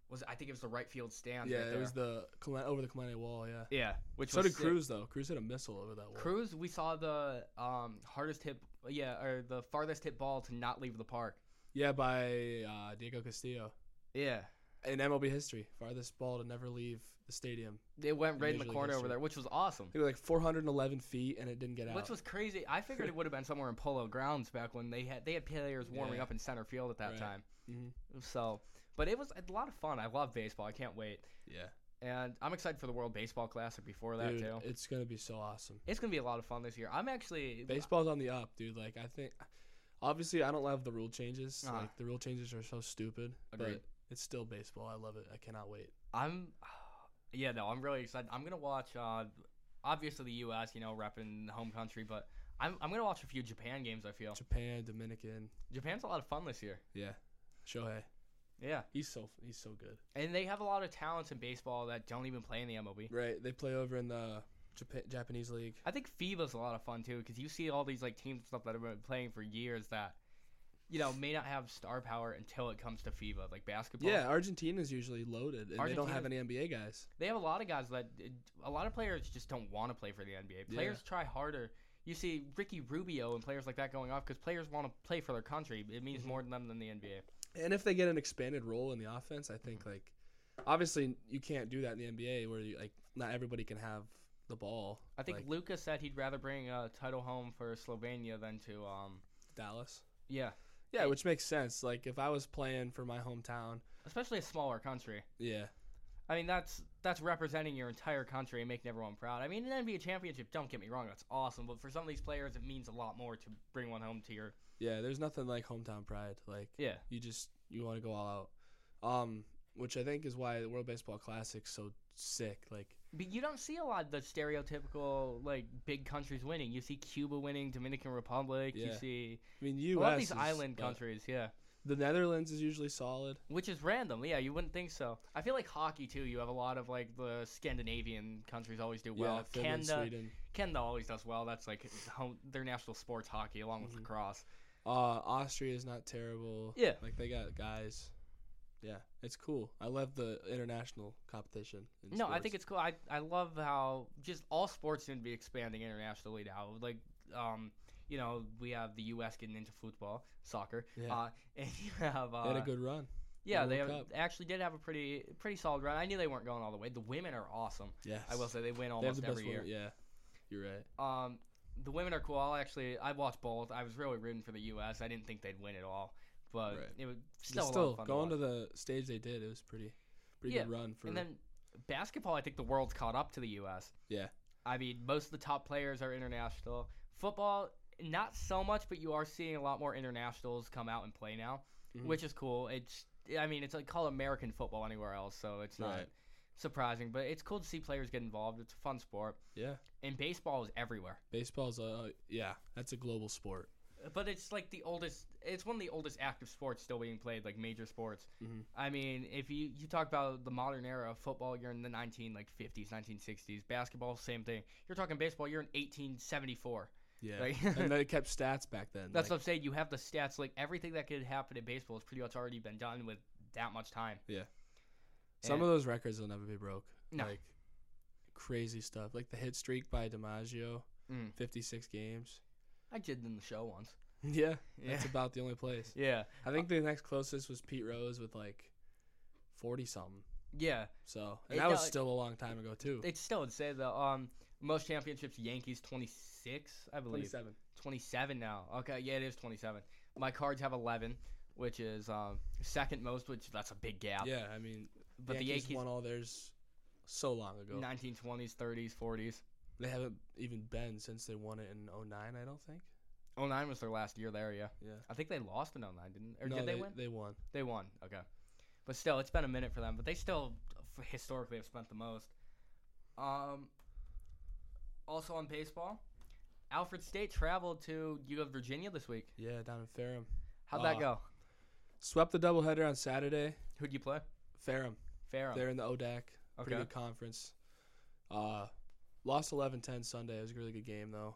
Speaker 1: was I think it was the right field stand.
Speaker 2: Yeah,
Speaker 1: right there.
Speaker 2: it was the Kalen- over the Kalene wall. Yeah.
Speaker 1: yeah. Which
Speaker 2: So
Speaker 1: was
Speaker 2: did
Speaker 1: sick.
Speaker 2: Cruz though. Cruz hit a missile over that wall.
Speaker 1: Cruz, we saw the um hardest hit, yeah, or the farthest hit ball to not leave the park.
Speaker 2: yeah, by uh, Diego Castillo
Speaker 1: Yeah,
Speaker 2: in MLB history, farthest ball to never leave the stadium.
Speaker 1: it went right in the
Speaker 2: Major League
Speaker 1: corner over
Speaker 2: history.
Speaker 1: there, which was awesome.
Speaker 2: It was like 411 feet, and it didn't get out.
Speaker 1: Which was crazy. I figured it would have been somewhere in Polo Grounds back when they had they had players warming
Speaker 2: Yeah.
Speaker 1: up in center field at that
Speaker 2: Right.
Speaker 1: time.
Speaker 2: Mhm.
Speaker 1: So, but it was a lot of fun. I love baseball. I can't wait,
Speaker 2: yeah,
Speaker 1: and I'm excited for the World Baseball Classic before that
Speaker 2: dude,
Speaker 1: too.
Speaker 2: it's gonna be so awesome.
Speaker 1: It's gonna be a lot of fun this year. I'm actually
Speaker 2: Baseball's on the up, dude. Like I think, obviously, I don't love the rule changes.
Speaker 1: Ah.
Speaker 2: Like the rule changes are so stupid.
Speaker 1: Agreed.
Speaker 2: But it's still baseball. I love it. I cannot wait.
Speaker 1: I'm yeah no I'm really excited. I'm gonna watch uh, obviously the U.S. You know repping home country, but I'm I'm gonna watch a few Japan games. I feel
Speaker 2: Japan, Dominican,
Speaker 1: Japan's a lot of fun this year.
Speaker 2: yeah, Shohei.
Speaker 1: Yeah,
Speaker 2: He's so he's so good.
Speaker 1: and they have a lot of talents in baseball that don't even play in the MLB.
Speaker 2: Right. They play over in the Jap- Japanese league.
Speaker 1: I think FIBA's a lot of fun too because you see all these like teams and stuff that have been playing for years that you know may not have star power until it comes to FIBA like basketball.
Speaker 2: Yeah, Argentina's usually loaded, and they don't have any NBA guys.
Speaker 1: they have a lot of guys that a lot of players just don't want to play for the NBA.
Speaker 2: Yeah.
Speaker 1: Players try harder. You see Ricky Rubio and players like that going off because players want to play for their country. It
Speaker 2: Mm-hmm.
Speaker 1: means more to them than the NBA.
Speaker 2: And if they get an expanded role in the offense, I think like obviously you can't do that in the NBA where you, like not everybody can have the ball.
Speaker 1: I think
Speaker 2: like
Speaker 1: Luca said he'd rather bring a title home for Slovenia than to um
Speaker 2: Dallas.
Speaker 1: yeah,
Speaker 2: Yeah, which makes sense. Like if I was playing for my hometown,
Speaker 1: especially a smaller country.
Speaker 2: yeah,
Speaker 1: I mean, that's that's representing your entire country and making everyone proud. I mean, an NBA championship, don't get me wrong, that's awesome. But for some of these players, it means a lot more to bring one home to your
Speaker 2: yeah. There's nothing like hometown pride. Like
Speaker 1: yeah.
Speaker 2: you just you want to go all out. um, which I think is why the World Baseball Classic's so sick. Like,
Speaker 1: But you don't see a lot of the stereotypical like big countries winning. You see Cuba winning, Dominican Republic. You
Speaker 2: Yeah.
Speaker 1: see
Speaker 2: I mean, U.S.
Speaker 1: a lot of these
Speaker 2: is-
Speaker 1: island
Speaker 2: but
Speaker 1: countries, yeah.
Speaker 2: The Netherlands is usually solid.
Speaker 1: Which is random, yeah. You wouldn't think so. I feel like hockey too. You have a lot of like the Scandinavian countries always do well.
Speaker 2: yeah, Finland,
Speaker 1: Canada,
Speaker 2: Sweden.
Speaker 1: Canada always does well. That's like home, their national sports hockey, along with
Speaker 2: Mhm.
Speaker 1: lacrosse.
Speaker 2: Uh, Austria is not terrible.
Speaker 1: Yeah.
Speaker 2: like they got guys. Yeah, it's cool. I love the international competition. In
Speaker 1: No, I
Speaker 2: sports.
Speaker 1: think it's cool. I, I love how just all sports seem to be expanding internationally now. Like, um, you know, we have the U.S. getting into football, soccer,
Speaker 2: Yeah.
Speaker 1: uh, and you have uh,
Speaker 2: they had a good run.
Speaker 1: yeah,
Speaker 2: World
Speaker 1: they have,
Speaker 2: Cup.
Speaker 1: they actually did have a pretty pretty solid run. I knew they weren't going all the way. The women are awesome.
Speaker 2: Yes,
Speaker 1: I will say they win
Speaker 2: They have
Speaker 1: almost
Speaker 2: the best
Speaker 1: every year.
Speaker 2: one. Yeah, you're right.
Speaker 1: Um, the women are cool. I'll actually, I watched both. I was really rooting for the U.S. I didn't think they'd win at all, but
Speaker 2: Right.
Speaker 1: it was still,
Speaker 2: Still,
Speaker 1: a lot
Speaker 2: still
Speaker 1: of fun
Speaker 2: going
Speaker 1: to
Speaker 2: to
Speaker 1: watch.
Speaker 2: the stage they did. It was pretty, pretty
Speaker 1: Yeah,
Speaker 2: good run for.
Speaker 1: And then basketball, I think the world's caught up to the U.S.
Speaker 2: Yeah.
Speaker 1: I mean, most of the top players are international. Football, not so much, but you are seeing a lot more internationals come out and play now,
Speaker 2: Mhm.
Speaker 1: which is cool. It's, I mean, it's like called American football anywhere else, so it's not
Speaker 2: Right.
Speaker 1: surprising. But it's cool to see players get involved. It's a fun sport,
Speaker 2: yeah,
Speaker 1: and baseball is everywhere.
Speaker 2: baseball's uh yeah, that's a global sport.
Speaker 1: But it's like the oldest. It's one of the oldest active sports still being played, like major sports.
Speaker 2: Mhm.
Speaker 1: I mean, if you you talk about the modern era of football, you're in the 19 like 50s, 1960s. Basketball, same thing. You're talking baseball, you're in 1874.
Speaker 2: Yeah,
Speaker 1: Like-
Speaker 2: and they kept stats back then.
Speaker 1: That's what
Speaker 2: like,
Speaker 1: I'm saying. You have the stats. Like everything that could happen in baseball has pretty much already been done with that much time.
Speaker 2: some of those records will never be broke.
Speaker 1: No.
Speaker 2: Like crazy stuff, like the hit streak by DiMaggio,
Speaker 1: Mm.
Speaker 2: 56 games.
Speaker 1: I did in the show once.
Speaker 2: Yeah,
Speaker 1: Yeah.
Speaker 2: that's about the only place.
Speaker 1: yeah.
Speaker 2: I think the next closest was Pete Rose with like 40 something.
Speaker 1: Yeah.
Speaker 2: So, and
Speaker 1: It-
Speaker 2: that was
Speaker 1: no, it-
Speaker 2: still a long time ago too.
Speaker 1: It's still insane though. Um, most championships, Yankees 26, I believe.
Speaker 2: 27.
Speaker 1: 27 now. Okay, yeah, it is 27. My cards have 11, which is um, second most, which that's a big gap.
Speaker 2: Yeah, I mean,
Speaker 1: But the Yankees-
Speaker 2: won all theirs so long ago.
Speaker 1: 1920s, 30s, 40s.
Speaker 2: They haven't even been since they won it in 09, I don't think.
Speaker 1: 09 was their last year there, yeah.
Speaker 2: Yeah.
Speaker 1: I think they lost in 09, didn't Or
Speaker 2: no,
Speaker 1: did they, win?
Speaker 2: They won.
Speaker 1: They won, okay. But still, it's been a minute for them, but they still f- historically have spent the most. Um, also on baseball, Alfred State traveled to U of Virginia this week.
Speaker 2: Yeah, down in Ferrum.
Speaker 1: How'd that
Speaker 2: Ah.
Speaker 1: go?
Speaker 2: Swept the doubleheader on Saturday.
Speaker 1: Who'd you play?
Speaker 2: Ferrum.
Speaker 1: Farrow.
Speaker 2: They're in the ODAC. Pretty
Speaker 1: Oh. Okay.
Speaker 2: good conference. Uh, lost 11-10 Sunday. It was a really good game though.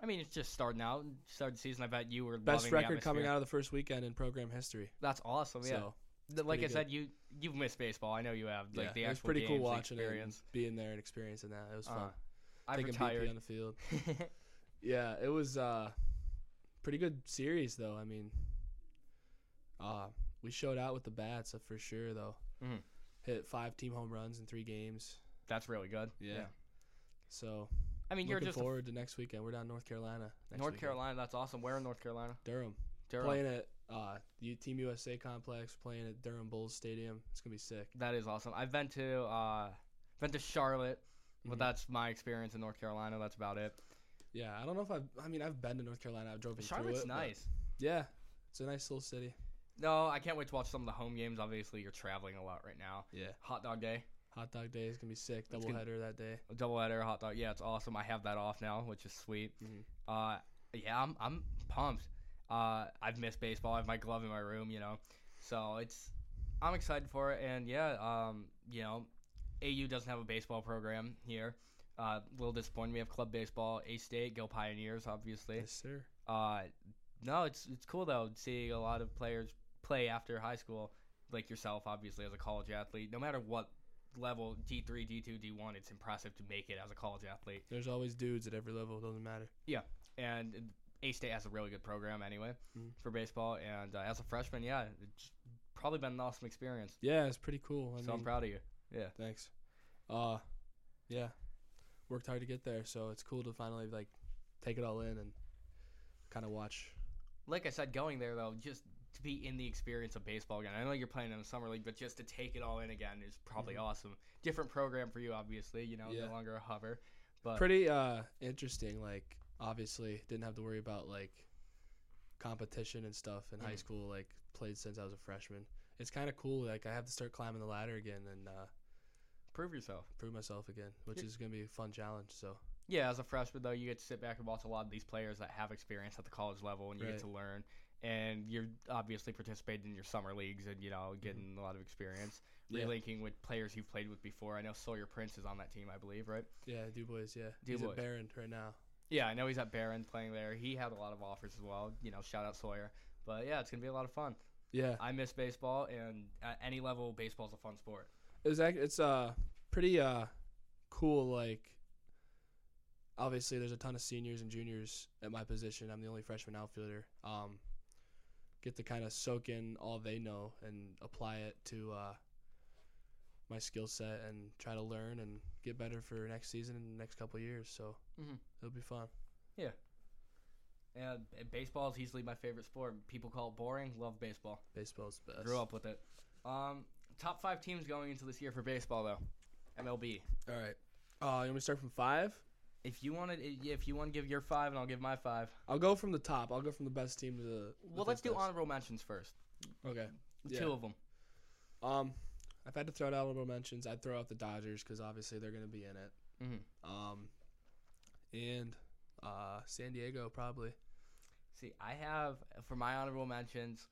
Speaker 1: I mean, it's just starting out, started the season. I bet you were
Speaker 2: Best
Speaker 1: loving the
Speaker 2: record coming
Speaker 1: atmosphere.
Speaker 2: out of the first weekend in program history.
Speaker 1: That's awesome. Yeah.
Speaker 2: So
Speaker 1: Th- like I
Speaker 2: pretty
Speaker 1: said, you you've missed baseball. I know you have. Like
Speaker 2: yeah,
Speaker 1: the
Speaker 2: it was
Speaker 1: actual
Speaker 2: pretty cool
Speaker 1: games, the
Speaker 2: watching it, and
Speaker 1: experience.
Speaker 2: being there and experiencing that. It was fun.
Speaker 1: Uh, I've
Speaker 2: Taking BP on
Speaker 1: retired.
Speaker 2: the field. Yeah, it was uh pretty good series though. I mean, uh we showed out with the bats uh, for sure though.
Speaker 1: Mhm.
Speaker 2: Hit five team home runs in three games.
Speaker 1: That's really good.
Speaker 2: So
Speaker 1: I mean, you're
Speaker 2: looking
Speaker 1: just a-
Speaker 2: forward to next weekend. We're down in North Carolina. Next
Speaker 1: North
Speaker 2: weekend.
Speaker 1: Carolina. That's awesome. Where in North Carolina?
Speaker 2: Durham.
Speaker 1: Durham.
Speaker 2: Playing at uh U- Team USA complex. Playing at Durham Bulls Stadium. It's gonna be sick.
Speaker 1: That is awesome. I've been to uh, been to Charlotte, but
Speaker 2: Mhm.
Speaker 1: that's my experience in North Carolina. That's about it.
Speaker 2: Yeah, I don't know if I've. I mean, I've been to North Carolina. I've driven
Speaker 1: But
Speaker 2: through
Speaker 1: Charlotte's
Speaker 2: it. but
Speaker 1: nice.
Speaker 2: Yeah, it's a nice little city.
Speaker 1: No, I can't wait to watch some of the home games. Obviously, you're traveling a lot right now.
Speaker 2: Yeah.
Speaker 1: Hot dog day,
Speaker 2: Hot dog day is gonna be sick.
Speaker 1: gonna-
Speaker 2: Double header that day.
Speaker 1: double header hot dog. Yeah, it's awesome. I have that off now, which is sweet.
Speaker 2: Mhm.
Speaker 1: Uh, yeah, I'm I'm pumped. Uh, I've missed baseball. I have my glove in my room, you know, so it's I'm excited for it. And yeah, um, you know, AU doesn't have a baseball program here. Uh, a little disappointed. We have club baseball, A State, Go Pioneers, obviously.
Speaker 2: Yes, sir.
Speaker 1: Uh, no, it's it's cool though seeing a lot of players play after high school, like yourself, obviously as a college athlete. No matter what level D three, D two, D one, it's impressive to make it as a college athlete.
Speaker 2: There's always dudes at every level. Doesn't matter.
Speaker 1: And A State has a really good program anyway
Speaker 2: Mhm.
Speaker 1: for baseball. And uh, as a freshman, yeah, it's probably been an awesome experience.
Speaker 2: Yeah, it's pretty cool. I
Speaker 1: so I'm
Speaker 2: mean,
Speaker 1: proud of you.
Speaker 2: Thanks. Uh, yeah, worked hard to get there, so it's cool to finally like take it all in and kind of watch.
Speaker 1: Like I said, going there though, just to be in the experience of baseball again. I know you're playing in the summer league, but just to take it all in again is probably
Speaker 2: Mhm.
Speaker 1: awesome. Different program for you, obviously. You know,
Speaker 2: Yeah.
Speaker 1: no longer a hover. But
Speaker 2: Pretty uh interesting. Like obviously didn't have to worry about like competition and stuff in high
Speaker 1: Mhm.
Speaker 2: Mm. school. Like played since I was a freshman. it's kind of cool. Like I have to start climbing the ladder again and uh,
Speaker 1: Prove yourself.
Speaker 2: prove myself again, which
Speaker 1: Yeah.
Speaker 2: is gonna be a fun challenge. So
Speaker 1: Yeah, as a freshman though, you get to sit back and watch a lot of these players that have experience at the college level, and you
Speaker 2: Right.
Speaker 1: get to learn. And you're obviously participating in your summer leagues, and you know getting a lot of experience,
Speaker 2: Mm-hmm. Yeah.
Speaker 1: relinking with players you've played with before. I know Sawyer Prince is on that team, I believe, right?
Speaker 2: yeah, Du Bois. Yeah, he's
Speaker 1: Bois.
Speaker 2: at Barron right now.
Speaker 1: Yeah, I know he's at Barron playing there. He had a lot of offers as well. You know, shout out Sawyer. But yeah, it's gonna be a lot of fun.
Speaker 2: Yeah,
Speaker 1: I miss baseball, and at any level, baseball's a fun sport.
Speaker 2: it was act- it's uh pretty uh cool like obviously there's a ton of seniors and juniors at my position i'm the only freshman outfielder um get to kind of soak in all they know and apply it to uh my skill set and try to learn and get better for next season and next couple of years so
Speaker 1: Mhm.
Speaker 2: it'll be fun
Speaker 1: And, and baseball is easily my favorite sport. People call it boring. Love baseball.
Speaker 2: baseball's best
Speaker 1: Grew up with it. Um, top five teams going into this year for baseball though, MLB.
Speaker 2: all right uh you want me to start from five
Speaker 1: If you want to, if you want to give your five, and I'll give my five.
Speaker 2: i'll go from the top i'll go from the best team to the
Speaker 1: Well, let's do
Speaker 2: on
Speaker 1: honorable mentions first.
Speaker 2: okay Yeah.
Speaker 1: Two of them.
Speaker 2: Um, I've had to throw out honorable mentions. I'd throw out the Dodgers because obviously they're going to be in it.
Speaker 1: Mhm.
Speaker 2: Um, and uh, San Diego probably.
Speaker 1: See, I have for my honorable mentions,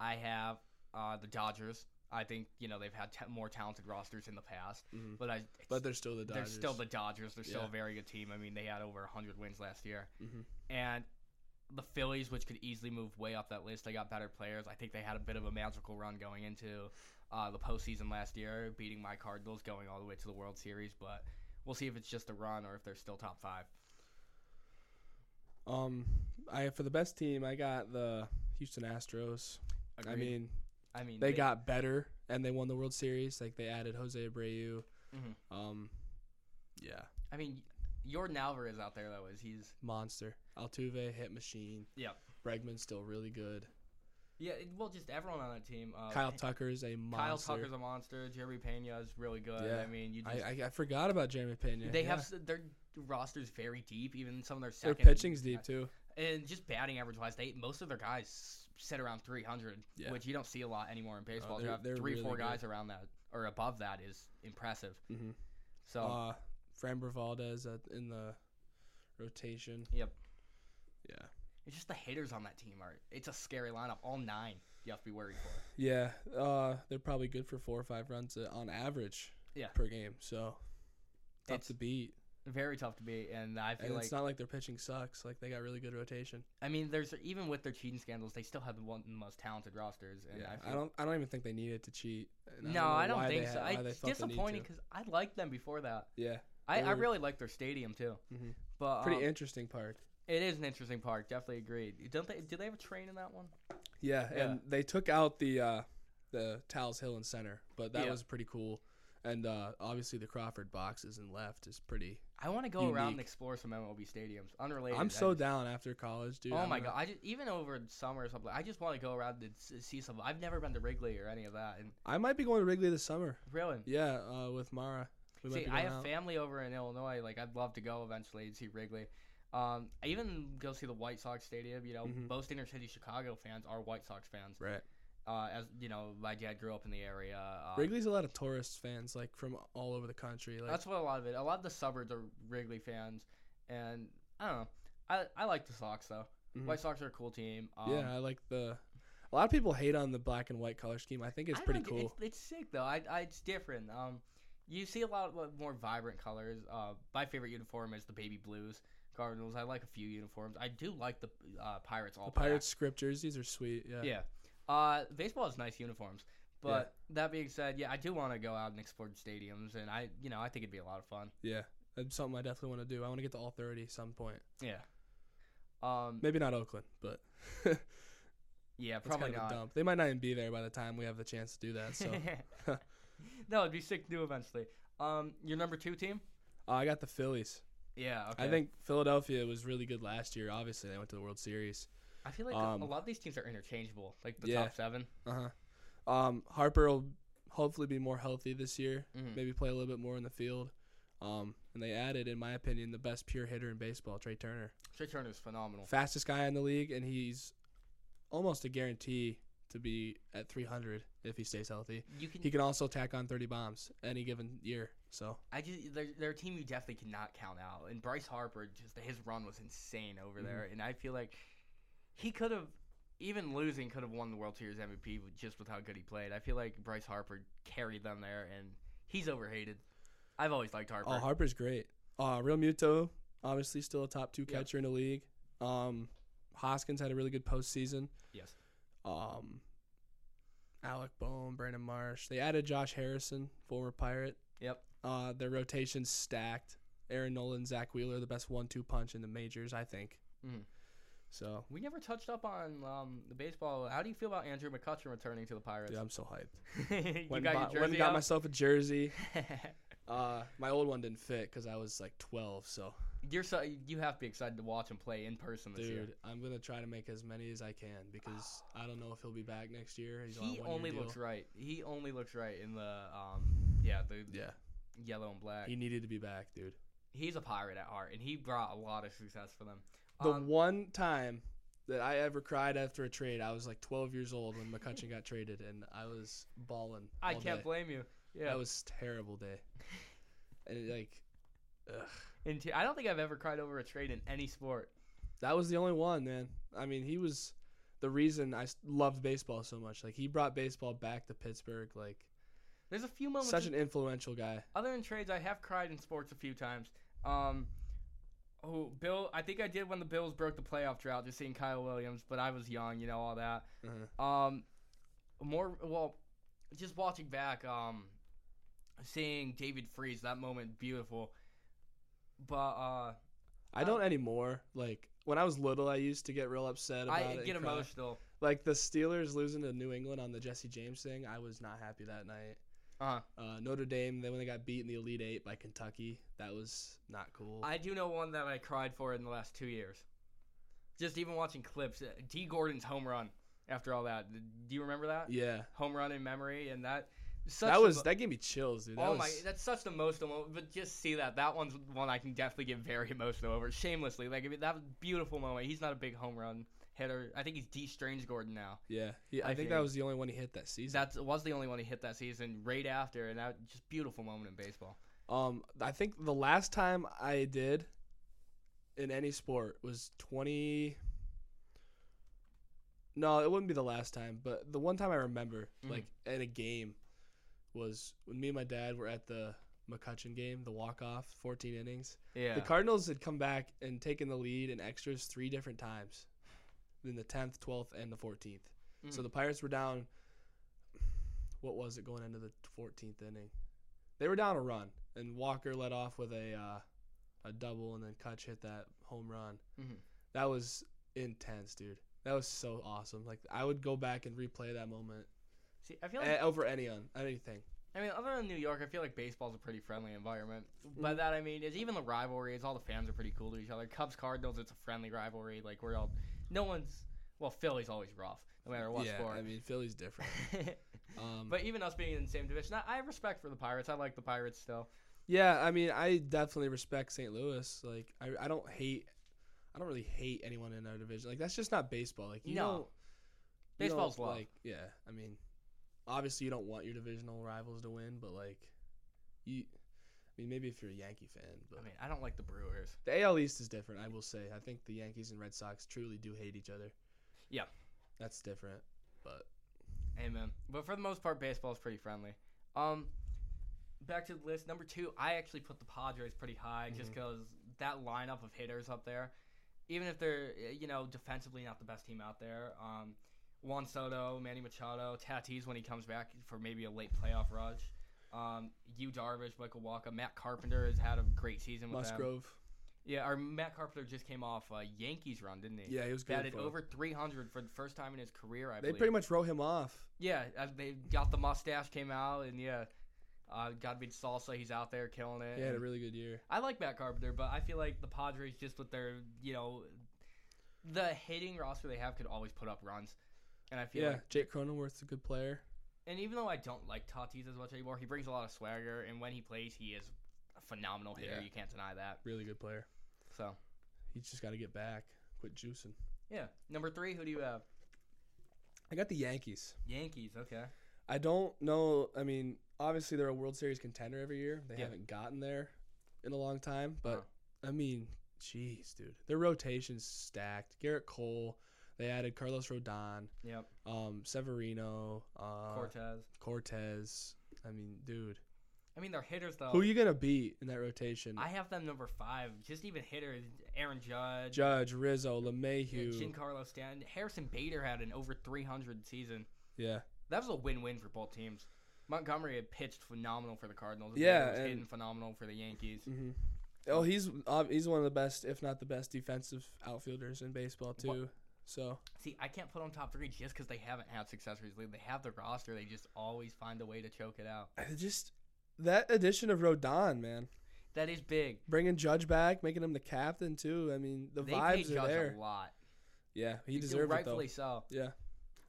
Speaker 1: I have uh, the Dodgers. I think you know they've had t- more talented rosters in the past,
Speaker 2: Mhm.
Speaker 1: but I
Speaker 2: But they're still the
Speaker 1: Mm-hmm. they're
Speaker 2: Dodgers.
Speaker 1: still the Dodgers. They're still
Speaker 2: Yeah.
Speaker 1: a very good team. I mean, they had over 100 wins last year,
Speaker 2: Mhm.
Speaker 1: and the Phillies, which could easily move way up that list. They got better players. I think they had a bit of a magical run going into uh, the postseason last year, beating my Cardinals, going all the way to the World Series. But we'll see if it's just a run or if they're still top five.
Speaker 2: um, I for the best team I got the Houston Astros. I
Speaker 1: Agreed.
Speaker 2: mean,
Speaker 1: I mean,
Speaker 2: they got better and they won the World Series. Like they added Jose Abreu.
Speaker 1: Mhm.
Speaker 2: Um, yeah,
Speaker 1: I mean, Jordan Alvarez out there though is he's
Speaker 2: monster. Altuve hit machine.
Speaker 1: Yep.
Speaker 2: Bregman's still really good.
Speaker 1: yeah. it- Well, just everyone on that team. Uh,
Speaker 2: Kyle Tucker is a
Speaker 1: Kyle
Speaker 2: monster.
Speaker 1: Tucker's a monster. Jerry Pena is really good.
Speaker 2: Yeah.
Speaker 1: I mean, you just
Speaker 2: I, I, I forgot about Jeremy Pena.
Speaker 1: They
Speaker 2: yeah.
Speaker 1: have have their roster's very deep. Even some of their
Speaker 2: Their
Speaker 1: second
Speaker 2: pitching's deep too.
Speaker 1: and just batting average wise. They most of their guys sit around 300,
Speaker 2: Yeah. Uh,
Speaker 1: which you don't see a lot anymore in baseball.
Speaker 2: they're-
Speaker 1: to have
Speaker 2: they're
Speaker 1: three,
Speaker 2: really
Speaker 1: four
Speaker 2: good.
Speaker 1: guys around that or above that is impressive.
Speaker 2: Mhm.
Speaker 1: So
Speaker 2: Uh, Framber Valdez at, in the rotation.
Speaker 1: Yep.
Speaker 2: Yeah.
Speaker 1: it's just the hitters on that team are. It's a scary lineup. All nine you have to be worried for.
Speaker 2: Yeah. Uh, they're probably good for four or five runs uh, on average.
Speaker 1: Yeah.
Speaker 2: Per game. So tough
Speaker 1: It's
Speaker 2: to beat.
Speaker 1: very tough to beat, and I feel
Speaker 2: And
Speaker 1: like
Speaker 2: it's not like their pitching sucks. Like they got really good rotation.
Speaker 1: I mean, there's even with their cheating scandals, they still have the one of the most talented rosters. And
Speaker 2: yeah.
Speaker 1: I,
Speaker 2: I,
Speaker 1: feel,
Speaker 2: don't. I don't even think they needed to cheat. And
Speaker 1: No,
Speaker 2: know
Speaker 1: I
Speaker 2: why
Speaker 1: don't
Speaker 2: they
Speaker 1: think
Speaker 2: had-
Speaker 1: so.
Speaker 2: why
Speaker 1: I,
Speaker 2: they
Speaker 1: it's
Speaker 2: felt the need
Speaker 1: disappointing
Speaker 2: to.
Speaker 1: because I liked them before that.
Speaker 2: Yeah.
Speaker 1: I, I
Speaker 2: They were-
Speaker 1: really like their stadium too.
Speaker 2: Mhm.
Speaker 1: But
Speaker 2: Pretty
Speaker 1: um,
Speaker 2: interesting park.
Speaker 1: it is an interesting park. Definitely agreed. Don't they? Do they have a train in that one?
Speaker 2: Yeah,
Speaker 1: Yeah.
Speaker 2: and they took out the uh, the Towles Hill and Center, but that
Speaker 1: Yeah.
Speaker 2: was pretty cool. And uh, obviously the Crawford boxes and left is pretty.
Speaker 1: I want to go around and
Speaker 2: Unique.
Speaker 1: explore some MLB stadiums. Unrelated. I
Speaker 2: I'm so
Speaker 1: just-
Speaker 2: down after college, dude.
Speaker 1: oh
Speaker 2: I'm
Speaker 1: my
Speaker 2: gonna-
Speaker 1: god! I just even over summer or something. I just want to go around and s- see some. I've never been to Wrigley or any of that. And
Speaker 2: I might be going to Wrigley this summer.
Speaker 1: really,
Speaker 2: Yeah, uh, with Mara. We might
Speaker 1: See,
Speaker 2: be
Speaker 1: I
Speaker 2: going
Speaker 1: have
Speaker 2: out.
Speaker 1: family over in Illinois. Like, I'd love to go eventually and see Wrigley. Um, I even go see the White Sox Stadium. You know,
Speaker 2: Mhm.
Speaker 1: most inner city Chicago fans are White Sox fans.
Speaker 2: right.
Speaker 1: Uh, as you know, my dad grew up in the area. Uh,
Speaker 2: Wrigley's a lot of tourist fans, like from all over the country. Like,
Speaker 1: That's what a lot of it. A lot of the suburbs are Wrigley fans, and I don't know. I I like the Sox though.
Speaker 2: Mhm.
Speaker 1: White Sox are a cool team. Um,
Speaker 2: yeah, I like the. A lot of people hate on the black and white color scheme. I think it's
Speaker 1: I
Speaker 2: pretty
Speaker 1: like it.
Speaker 2: cool.
Speaker 1: It's, it's sick though. I, I it's different. Um, you see a lot of more vibrant colors. Uh, my favorite uniform is the baby blues Cardinals. I like a few uniforms. I do like the uh, Pirates all
Speaker 2: the
Speaker 1: black.
Speaker 2: Pirates script jerseys are sweet. Yeah.
Speaker 1: Yeah. Uh, baseball is nice uniforms. But that being said, yeah, I do want to go out and explore stadiums, and I, you know, I think it'd be a lot of fun.
Speaker 2: yeah. That's something I definitely want to do. I want to get to all 30 some point.
Speaker 1: Yeah. Um.
Speaker 2: Maybe not Oakland, but
Speaker 1: Yeah.
Speaker 2: It's
Speaker 1: Probably
Speaker 2: kind of
Speaker 1: not.
Speaker 2: a dump. They might not even be there by the time we have the chance to do that. So Uh,
Speaker 1: no, it'd be sick to do eventually. Um, your number two team?
Speaker 2: uh, I got the Phillies.
Speaker 1: Yeah, okay.
Speaker 2: I think Philadelphia was really good last year. Obviously, they went to the World Series.
Speaker 1: I feel like
Speaker 2: um,
Speaker 1: a lot of these teams are interchangeable, like the
Speaker 2: Yeah.
Speaker 1: top seven.
Speaker 2: Uh huh. Um, Harper will hopefully be more healthy this year.
Speaker 1: Mhm.
Speaker 2: Maybe play a little bit more in the field. Um, and they added, in my opinion, the best pure hitter in baseball, Trey Turner,
Speaker 1: Trey Turner's phenomenal.
Speaker 2: fastest guy in the league, and he's almost a guarantee to be at 300 if he stays healthy.
Speaker 1: You can.
Speaker 2: He can also tack on 30 bombs any given year. So
Speaker 1: I just they're, they're a team you definitely cannot count out. And Bryce Harper, just his run was insane over
Speaker 2: Mm-hmm.
Speaker 1: there, and I feel like he could have. Even losing could have won the World Series MVP with- just with how good he played. I feel like Bryce Harper carried them there, and he's overhated. I've always liked Harper.
Speaker 2: Oh, Harper's great. Uh, Real Muto, obviously still a top two
Speaker 1: Yep.
Speaker 2: catcher in the league. Um, Hoskins had a really good postseason.
Speaker 1: yes.
Speaker 2: Um, Alec Bohm, Brandon Marsh. They added Josh Harrison, former Pirate.
Speaker 1: Yep.
Speaker 2: Uh, their rotation's stacked. Aaron Nolan, Zach Wheeler, the best one-two punch in the majors, I think.
Speaker 1: Mhm.
Speaker 2: So,
Speaker 1: We never touched up on um, the baseball. How do you feel about Andrew McCutcheon returning to the Pirates?
Speaker 2: dude, I'm so hyped.
Speaker 1: you
Speaker 2: Went
Speaker 1: got your
Speaker 2: and bought- went and
Speaker 1: jersey
Speaker 2: got
Speaker 1: out?
Speaker 2: myself a jersey. Uh, my old one didn't fit because I was like 12. So,
Speaker 1: You're so you have to be excited to watch him play in person this year.
Speaker 2: dude, I'm gonna try to make as many as I can because I don't know if he'll be back next year. He's on a
Speaker 1: He
Speaker 2: one-year
Speaker 1: only
Speaker 2: deal.
Speaker 1: looks right. He only looks right in the um yeah the
Speaker 2: Yeah,
Speaker 1: yellow and black.
Speaker 2: he needed to be back, dude.
Speaker 1: He's a pirate at heart, and he brought a lot of success for them.
Speaker 2: The
Speaker 1: Um,
Speaker 2: one time that I ever cried after a trade, I was like 12 years old when McCutcheon got traded, and I was bawling.
Speaker 1: I
Speaker 2: all
Speaker 1: can't
Speaker 2: day.
Speaker 1: blame you. Yeah,
Speaker 2: That was a terrible day. and like, ugh.
Speaker 1: and t- I don't think I've ever cried over a trade in any sport.
Speaker 2: that was the only one, man. I mean, he was the reason I s- loved baseball so much. Like, he brought baseball back to Pittsburgh. Like,
Speaker 1: There's a few moments
Speaker 2: such an influential guy.
Speaker 1: other than trades, I have cried in sports a few times. Um, oh, Bill, I think I did when the Bills broke the playoff drought, just seeing Kyle Williams, but I was young, you know, all that.
Speaker 2: Uh-huh.
Speaker 1: Um, more, well, just watching back, um, seeing David Freeze, that moment, beautiful. But uh,
Speaker 2: I don't anymore. Like, when I was little, I used to get real upset about
Speaker 1: I
Speaker 2: it. and
Speaker 1: get
Speaker 2: cry.
Speaker 1: emotional.
Speaker 2: Like, the Steelers losing to New England on the Jesse James thing, I was not happy that night.
Speaker 1: Uh,
Speaker 2: Uh, Notre Dame, then when they got beat in the Elite Eight by Kentucky, that was not cool.
Speaker 1: I do know one that I cried for in the last two years. Just even watching clips, uh, D. Gordon's home run. After all that, do you remember that
Speaker 2: yeah,
Speaker 1: home run in memory? And that such
Speaker 2: that
Speaker 1: a
Speaker 2: was
Speaker 1: mo-
Speaker 2: that gave me chills, dude. That
Speaker 1: oh
Speaker 2: was,
Speaker 1: my, that's such the most emo- but just see that. That one's one I can definitely get very emotional over. Shamelessly, like I mean, that was a beautiful moment. He's not a big home run hitter. I think he's D. Strange Gordon now.
Speaker 2: yeah. He,
Speaker 1: I
Speaker 2: I, think,
Speaker 1: think-
Speaker 2: that was the only one he hit that season.
Speaker 1: That was the only one he hit that season right after, and that just beautiful moment in baseball.
Speaker 2: um, I think the last time I did in any sport was twenty. No, it wouldn't be the last time, but the one time I remember,
Speaker 1: Mhm.
Speaker 2: like at a game, was when me and my dad were at the McCutcheon game, the walk off, fourteen innings.
Speaker 1: Yeah,
Speaker 2: The Cardinals had come back and taken the lead in extras three different times, in the tenth, twelfth, and the fourteenth. So
Speaker 1: Mm.
Speaker 2: the Pirates were down. What was it going into the fourteenth inning? They were down a run, and Walker led off with a uh, a double, and then Kutch hit that home run.
Speaker 1: Mhm.
Speaker 2: That was intense, dude. That was so awesome. Like I would go back and replay that moment
Speaker 1: see, I feel like
Speaker 2: eh, over any on anything.
Speaker 1: I mean, other than New York, I feel like baseball's a pretty friendly environment.
Speaker 2: Mm-hmm.
Speaker 1: By that I mean is even the rivalry is all the fans are pretty cool to each other. Cubs Cardinals, it's a friendly rivalry. Like we're all no one's well, Philly's always rough, no matter what
Speaker 2: yeah,
Speaker 1: sport.
Speaker 2: I mean Philly's different. Um,
Speaker 1: but even us being in the same division, I, I have respect for the Pirates. I like the Pirates still.
Speaker 2: Yeah, I mean, I definitely respect St. Louis. Like, I, I don't hate, I don't really hate anyone in our division. Like, that's just not baseball. Like, you
Speaker 1: No.
Speaker 2: don't. you
Speaker 1: Baseball's
Speaker 2: don't,
Speaker 1: love.
Speaker 2: like, yeah. I mean, obviously, you don't want your divisional rivals to win, but like, you. I mean, maybe if you're a Yankee fan, but
Speaker 1: I mean, I don't like the Brewers.
Speaker 2: the AL East is different. I will say, I think the Yankees and Red Sox truly do hate each other.
Speaker 1: Yeah.
Speaker 2: that's different. But
Speaker 1: Amen. But for the most part, baseball's pretty friendly. Um, back to the list number two. I actually put the Padres pretty high just 'cause just because that lineup of hitters up there, even if they're eh, you know defensively not the best team out there. Um, Juan Soto, Manny Machado, Tatis when he comes back for maybe a late playoff rush. Um, Yu Darvish, Michael Walker, Matt Carpenter has had a great season with them.
Speaker 2: Musgrove,
Speaker 1: Yeah, our Matt Carpenter just came off a Yankees run, didn't he?
Speaker 2: yeah, he was good.
Speaker 1: batted
Speaker 2: for 'em.
Speaker 1: over 300 for the first time in his career. I
Speaker 2: They
Speaker 1: believe.
Speaker 2: pretty much wrote him off.
Speaker 1: Yeah, uh, they got the mustache came out, and yeah, uh, God be salsa. He's out there killing it.
Speaker 2: He had a
Speaker 1: and
Speaker 2: really good year.
Speaker 1: I like Matt Carpenter, but I feel like the Padres just with their you know, the hitting roster they have could always put up runs, and I feel
Speaker 2: Yeah,
Speaker 1: like,
Speaker 2: Jake Cronenworth's a good player.
Speaker 1: and even though I don't like Tatis as much anymore, he brings a lot of swagger, and when he plays, he is a phenomenal hitter.
Speaker 2: Yeah.
Speaker 1: You can't deny that.
Speaker 2: Really good player.
Speaker 1: So
Speaker 2: He's just got to get back. Quit juicing.
Speaker 1: yeah, number three, who do you have?
Speaker 2: I got the Yankees.
Speaker 1: Yankees. Okay.
Speaker 2: I don't know. I mean, obviously they're a World Series contender every year. They
Speaker 1: Yeah.
Speaker 2: haven't gotten there in a long time, but
Speaker 1: Huh.
Speaker 2: I mean, jeez, dude, their rotation's stacked. Garrett Cole. They added Carlos Rodon,
Speaker 1: Yep.
Speaker 2: um, Severino, uh,
Speaker 1: Cortez.
Speaker 2: Cortez. I mean, dude,
Speaker 1: I mean, they're hitters though.
Speaker 2: who are you gonna beat in that rotation?
Speaker 1: Oh. I have them number five. Just even hitters, Aaron Judge,
Speaker 2: Judge, Rizzo,
Speaker 1: yeah,
Speaker 2: LeMahieu.
Speaker 1: Giancarlo Stanton, Harrison Bader had an over 300 season.
Speaker 2: yeah,
Speaker 1: That was a win-win for both teams. Montgomery had pitched phenomenal for the Cardinals.
Speaker 2: Yeah,
Speaker 1: Bader was
Speaker 2: and-
Speaker 1: hitting phenomenal for the Yankees.
Speaker 2: hmm Oh, he's ob he's one of the best, if not the best, defensive outfielders in baseball too. So
Speaker 1: See, I can't put on top three just because they haven't had success recently. They have the roster. They just always find a way to choke it out.
Speaker 2: I just that addition of Rodon, man,
Speaker 1: That is big.
Speaker 2: bringing Judge back, making him the captain too. I mean, the
Speaker 1: they pay
Speaker 2: vibes are
Speaker 1: Judge
Speaker 2: there.
Speaker 1: a lot.
Speaker 2: Yeah, he
Speaker 1: He's
Speaker 2: deserved it though.
Speaker 1: rightfully so.
Speaker 2: Yeah.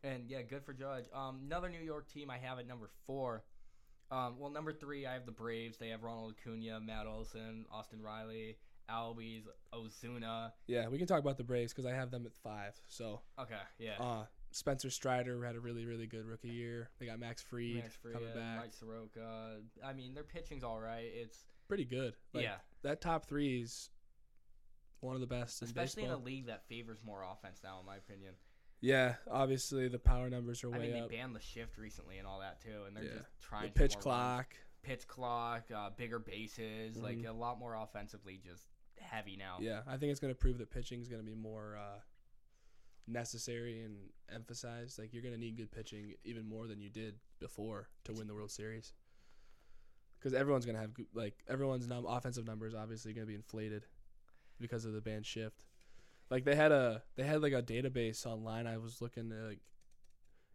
Speaker 1: And yeah, good for Judge. Um, another New York team I have at number four. Um, well, number three, I have the Braves. They have Ronald Acuna, Matt Olson, Austin Riley, Albies, Ozuna.
Speaker 2: Yeah, we can talk about the Braves because I have them at five. So
Speaker 1: Okay, yeah.
Speaker 2: uh, Spencer Strider had a really really good rookie year. They got Max Fried
Speaker 1: Max
Speaker 2: coming
Speaker 1: Freed,
Speaker 2: back,
Speaker 1: Mike Soroka. I mean, their pitching's all right. It's
Speaker 2: pretty good. Like,
Speaker 1: yeah,
Speaker 2: that top three is one of the best, in
Speaker 1: especially in a
Speaker 2: baseball.
Speaker 1: league that favors more offense now, in my opinion.
Speaker 2: yeah, obviously the power numbers are
Speaker 1: I
Speaker 2: way
Speaker 1: mean, they
Speaker 2: up.
Speaker 1: banned the shift recently and all that too, and they're
Speaker 2: Yeah.
Speaker 1: just
Speaker 2: The
Speaker 1: trying to
Speaker 2: pitch
Speaker 1: more runs.
Speaker 2: clock.
Speaker 1: pitch clock, uh, bigger bases, like
Speaker 2: Mhm.
Speaker 1: a lot more offensively, just heavy now.
Speaker 2: Yeah, I think it's going to prove that pitching is going to be more uh, necessary and emphasized. Like you're going to need good pitching even more than you did before to win the World Series. Because everyone's going to have good, like everyone's num- offensive numbers obviously going to be inflated because of the band shift. Like they had a they had like a database online. I was looking at, like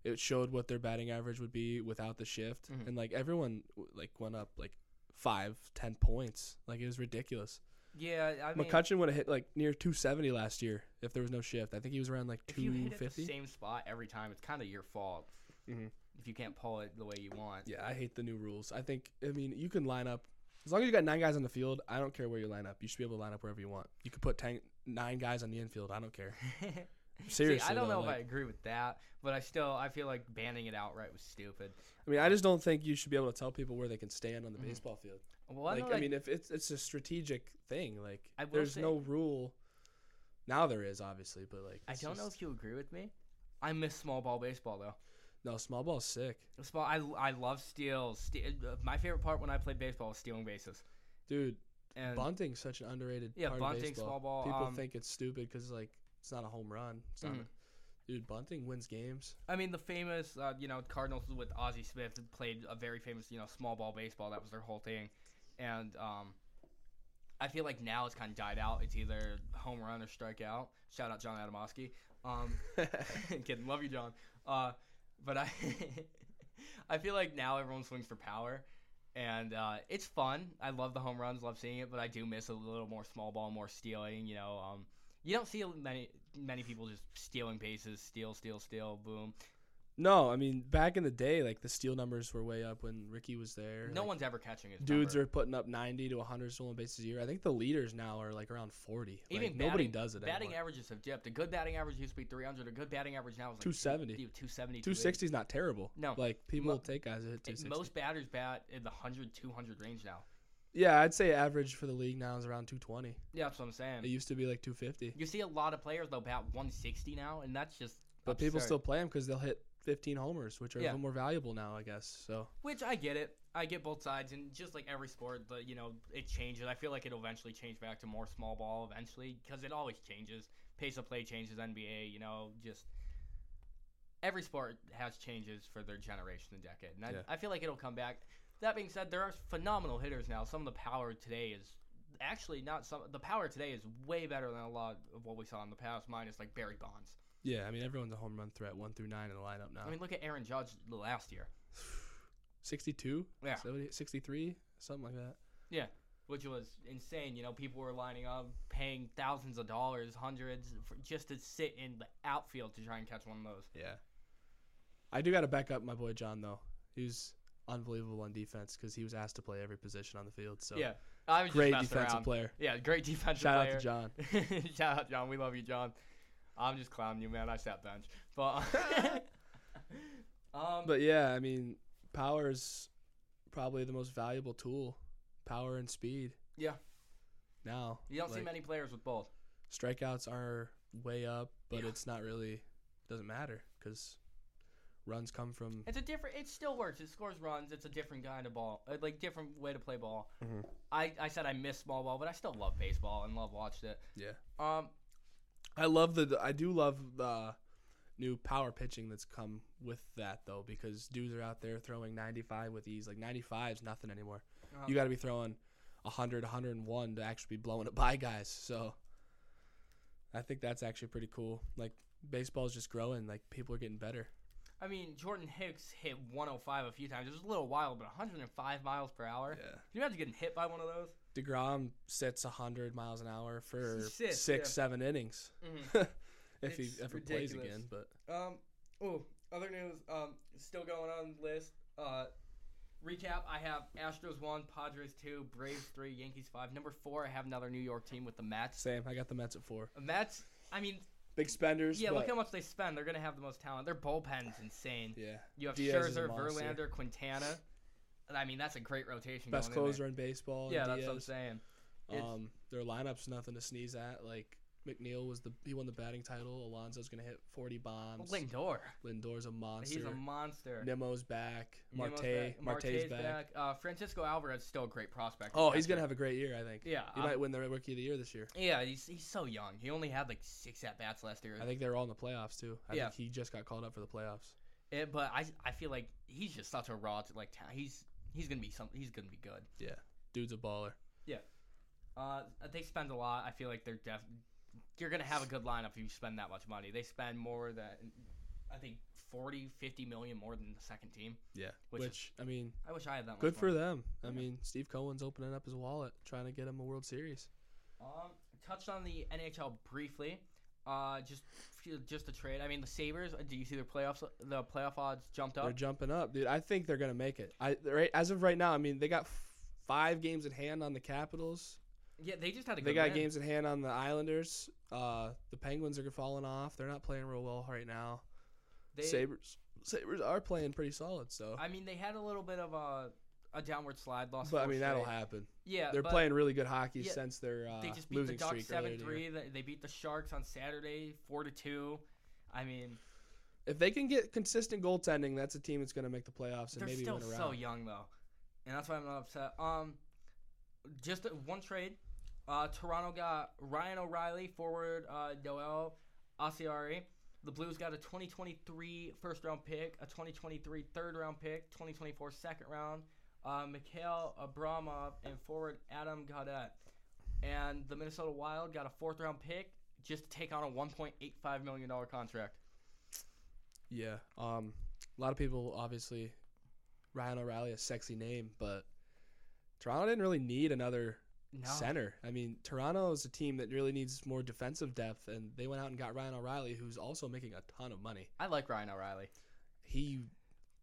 Speaker 2: it showed what their batting average would be without the shift,
Speaker 1: Mhm.
Speaker 2: and like everyone w- like went up like five ten points. Like it was ridiculous.
Speaker 1: Yeah, I mean,
Speaker 2: McCutcheon would have hit like near 270 last year if there was no shift. I think he was around like
Speaker 1: if you hit it the
Speaker 2: 250.
Speaker 1: same spot every time, it's kind of your fault.
Speaker 2: Mhm.
Speaker 1: If you can't pull it the way you want,
Speaker 2: Yeah, I hate the new rules. I think, I mean, you can line up as long as you got nine guys on the field. I don't care where you line up. You should be able to line up wherever you want. You could put ten, nine guys on the infield. I don't care. Seriously,
Speaker 1: See, I don't
Speaker 2: though,
Speaker 1: know if I
Speaker 2: like-
Speaker 1: agree with that, but I still I feel like banning it outright was stupid.
Speaker 2: I mean, I just don't think you should be able to tell people where they can stand on the
Speaker 1: Mhm.
Speaker 2: baseball field.
Speaker 1: Well, I,
Speaker 2: like,
Speaker 1: know,
Speaker 2: I
Speaker 1: like,
Speaker 2: mean, if it's it's a strategic thing, like
Speaker 1: I will
Speaker 2: there's
Speaker 1: say-
Speaker 2: no rule. Now there is obviously, but like
Speaker 1: I
Speaker 2: it's
Speaker 1: don't know
Speaker 2: just-
Speaker 1: if you agree with me. I miss small ball baseball though.
Speaker 2: No, small ball's sick,
Speaker 1: Small, I, I love steals. Ste- uh, my favorite part when I played baseball was stealing bases.
Speaker 2: dude.
Speaker 1: And
Speaker 2: bunting's such an underrated
Speaker 1: Yeah,
Speaker 2: part
Speaker 1: bunting,
Speaker 2: of baseball.
Speaker 1: small ball,
Speaker 2: People
Speaker 1: um,
Speaker 2: think it's stupid because like it's not a home run. It's not
Speaker 1: Mhm.
Speaker 2: a- dude, bunting wins games.
Speaker 1: I mean, the famous, uh, you know, Cardinals with Ozzie Smith played a very famous, you know, small ball baseball. That was their whole thing. And um, I feel like now it's kind of died out. It's either home run or strikeout. Shout out John Adamowski. Um, kidding. Love you, John. Uh, but I, I feel like now everyone swings for power. And uh, it's fun. I love the home runs, love seeing it, but I do miss a little more small ball, more stealing. You know, um, you don't see many many people just stealing bases, steal, steal, steal, boom.
Speaker 2: no, I mean back in the day, like the steal numbers were way up when Ricky was there.
Speaker 1: No
Speaker 2: like,
Speaker 1: one's ever catching his
Speaker 2: Dudes
Speaker 1: number.
Speaker 2: are putting up ninety to hundred stolen bases a year. I think the leaders now are like around forty.
Speaker 1: even
Speaker 2: like, nobody
Speaker 1: batting-
Speaker 2: does it.
Speaker 1: Batting
Speaker 2: anymore.
Speaker 1: averages have dipped. A good batting average used to be 300. A good batting average now is like
Speaker 2: 270.
Speaker 1: Two seventy.
Speaker 2: Two sixty is not terrible.
Speaker 1: No.
Speaker 2: like people
Speaker 1: Mo-
Speaker 2: will take guys that hit two sixty.
Speaker 1: Most batters bat in the 100, 200 range now.
Speaker 2: Yeah, I'd say average for the league now is around two twenty.
Speaker 1: Yeah, that's what I'm saying.
Speaker 2: It used to be like two fifty.
Speaker 1: you see a lot of players though bat 160 now, and that's just.
Speaker 2: But people
Speaker 1: absurd.
Speaker 2: still play them because they'll hit 15 homers, which are
Speaker 1: Yeah.
Speaker 2: even more valuable now, I guess. So
Speaker 1: Which I get it. I get both sides, and just like every sport, the you know it changes. I feel like it'll eventually change back to more small ball eventually because it always changes. Pace of play changes. NBA, you know, just every sport has changes for their generation and decade, and I,
Speaker 2: Yeah.
Speaker 1: I feel like it'll come back. That being said, there are phenomenal hitters now. Some of the power today is actually not some. The power today is way better than a lot of what we saw in the past. Minus like Barry Bonds.
Speaker 2: yeah, I mean everyone's a home run threat one through nine in the lineup now.
Speaker 1: I mean, look at Aaron Judge last year.
Speaker 2: 62,
Speaker 1: Yeah.
Speaker 2: 70, 63, something like that.
Speaker 1: which was insane. You know, people were lining up, paying thousands of dollars, hundreds, for, just to sit in the outfield to try and catch one of those.
Speaker 2: Yeah. I do got to back up my boy John though. He was unbelievable on defense because he was asked to play every position on the field. So
Speaker 1: yeah, I was
Speaker 2: great
Speaker 1: just messing
Speaker 2: defensive
Speaker 1: around.
Speaker 2: player.
Speaker 1: Yeah, great defensive
Speaker 2: Shout
Speaker 1: player.
Speaker 2: out to John.
Speaker 1: Shout out, John. We love you, John. I'm just clowning you, man. I sat bench, but Um,
Speaker 2: But yeah, I mean, power is probably the most valuable tool. Power and speed.
Speaker 1: Yeah.
Speaker 2: Now
Speaker 1: you don't see
Speaker 2: like,
Speaker 1: many players with both.
Speaker 2: strikeouts are way up, but
Speaker 1: Yeah.
Speaker 2: it's not really doesn't matter because runs come from
Speaker 1: It's a different. It still works. It scores runs. It's a different kind of ball, uh, like different way to play ball.
Speaker 2: Mhm.
Speaker 1: I, I said I miss small ball, but I still love baseball and love watched it.
Speaker 2: yeah.
Speaker 1: Um,
Speaker 2: I love the I do love the new power pitching that's come with that though because dudes are out there throwing 95 with ease like 95 is nothing anymore.
Speaker 1: Uh-huh.
Speaker 2: You got to be throwing 100 101 to actually be blowing it by guys. So I think that's actually pretty cool. Like baseball's just growing, like people are getting better.
Speaker 1: I mean Jordan Hicks hit 105 a few times. It was a little wild, but 105 miles per hour.
Speaker 2: Yeah.
Speaker 1: Can you imagine getting hit by one of those?
Speaker 2: DeGrom sits 100 miles an hour for
Speaker 1: He sits,
Speaker 2: 6
Speaker 1: yeah.
Speaker 2: 7 innings. if
Speaker 1: It's
Speaker 2: he if he
Speaker 1: ridiculous.
Speaker 2: plays again, but
Speaker 1: Um. Oh, other news. Um, still going on list. Uh, recap. I have Astros one, Padres two, Braves three, Yankees five. Number four, I have another New York team with the Mets.
Speaker 2: same. I got the Mets at 4.
Speaker 1: Mets. I mean,
Speaker 2: Big spenders.
Speaker 1: yeah. Look
Speaker 2: but-
Speaker 1: how much they spend. They're gonna have the most talent. Their bullpen's insane.
Speaker 2: Yeah.
Speaker 1: You have
Speaker 2: Diaz is a
Speaker 1: Scherzer,
Speaker 2: monster.
Speaker 1: Verlander, Quintana. And I mean, that's a great rotation.
Speaker 2: Best
Speaker 1: going in there.
Speaker 2: closer in baseball.
Speaker 1: Yeah,
Speaker 2: and
Speaker 1: that's what I'm
Speaker 2: Diaz.
Speaker 1: saying. It's-
Speaker 2: Um, their lineup's nothing to sneeze at. Like McNeil was the he won the batting title. Alonso's gonna hit 40 bombs.
Speaker 1: Lindor.
Speaker 2: Lindor's a monster.
Speaker 1: He's a monster.
Speaker 2: Nemo's back. Marte
Speaker 1: Nemo's back.
Speaker 2: Marte's, back.
Speaker 1: Uh, Francisco Alvarez is still a great prospect.
Speaker 2: Oh, he's gonna have a great year, I think.
Speaker 1: Yeah,
Speaker 2: He
Speaker 1: I'm-
Speaker 2: might win the rookie of the year this year.
Speaker 1: Yeah, he's, he's so young. He only had like six at bats last year.
Speaker 2: I think they were all in the playoffs too. I
Speaker 1: Yeah.
Speaker 2: think he just got called up for the playoffs.
Speaker 1: Eh, but I I feel like he's just such a raw t- like ta- he's he's gonna be some he's gonna be good.
Speaker 2: Dude's a baller.
Speaker 1: Uh, they spend a lot. I feel like they're def you're gonna have a good lineup if you spend that much money. They spend more than I think 40, 50 million more than the second team.
Speaker 2: Yeah.
Speaker 1: Which
Speaker 2: Which,
Speaker 1: is-
Speaker 2: I mean,
Speaker 1: I wish I had that.
Speaker 2: good
Speaker 1: much
Speaker 2: for
Speaker 1: money.
Speaker 2: them. I
Speaker 1: Yeah.
Speaker 2: mean, Steve Cohen's opening up his wallet, trying to get him a World Series.
Speaker 1: Um, touched on the NHL briefly. Uh, just just a trade. I mean, the Sabers. Do you see their playoffs? The playoff odds jumped up.
Speaker 2: They're jumping up, dude. I think they're gonna make it. I right as of right now, I mean, they got f- five games in hand on the Capitals.
Speaker 1: yeah, they just had a. Good
Speaker 2: They got
Speaker 1: win.
Speaker 2: games in hand on the Islanders. Uh, the Penguins are falling off. They're not playing real well right now.
Speaker 1: They,
Speaker 2: Sabers, Sabers are playing pretty solid. So,
Speaker 1: I mean, they had a little bit of a a downward slide loss.
Speaker 2: but I mean, that'll happen.
Speaker 1: Yeah,
Speaker 2: They're
Speaker 1: but
Speaker 2: playing really good hockey
Speaker 1: yeah,
Speaker 2: since their uh,
Speaker 1: They just beat the
Speaker 2: losing
Speaker 1: Ducks
Speaker 2: streak. earlier
Speaker 1: seven
Speaker 2: in the year.
Speaker 1: three. They they beat the Sharks on Saturday four to two. I mean,
Speaker 2: If they can get consistent goaltending, that's a team that's going to make the playoffs and
Speaker 1: they're
Speaker 2: maybe
Speaker 1: still
Speaker 2: win around.
Speaker 1: so young though, and that's why I'm not upset. Um, just uh, one trade. Uh, Toronto got Ryan O'Reilly forward. Uh, Noel Asiari. The Blues got a 2023 first round pick, a 2023 third round pick, 2024 second round, uh, Mikhail Abramov, and forward Adam Gaudet. And the Minnesota Wild got a fourth round pick just to take on a 1.85 million dollar contract.
Speaker 2: Yeah. Um, a lot of people obviously Ryan O'Reilly a sexy name, but Toronto didn't really need another
Speaker 1: No,
Speaker 2: center. I mean, Toronto is a team that really needs more defensive depth, and they went out and got Ryan O'Reilly, who's also making a ton of money.
Speaker 1: I like Ryan O'Reilly,
Speaker 2: He uh,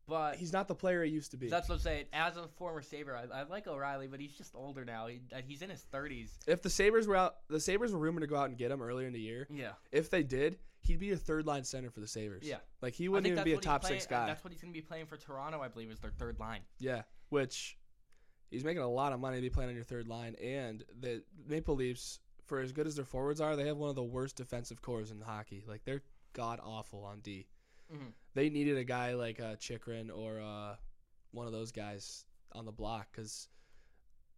Speaker 1: but
Speaker 2: he's not the player he used to be.
Speaker 1: That's what I'm saying. As a former Saber, I, I like O'Reilly, but he's just older now. He, uh, he's in his 30s.
Speaker 2: If the Sabers were out, the Sabers were rumored to go out and get him earlier in the year.
Speaker 1: Yeah,
Speaker 2: If they did, he'd be a third line center for the Sabers.
Speaker 1: Yeah.
Speaker 2: like he wouldn't even be a top six guy.
Speaker 1: That's what he's going to be playing for Toronto, I believe, is their third line.
Speaker 2: Yeah, which he's making a lot of money to be playing on your third line, and the Maple Leafs, for as good as their forwards are, they have one of the worst defensive cores in hockey. Like they're god awful on D.
Speaker 1: Mhm.
Speaker 2: They needed a guy like uh, Chikrin or uh, one of those guys on the block because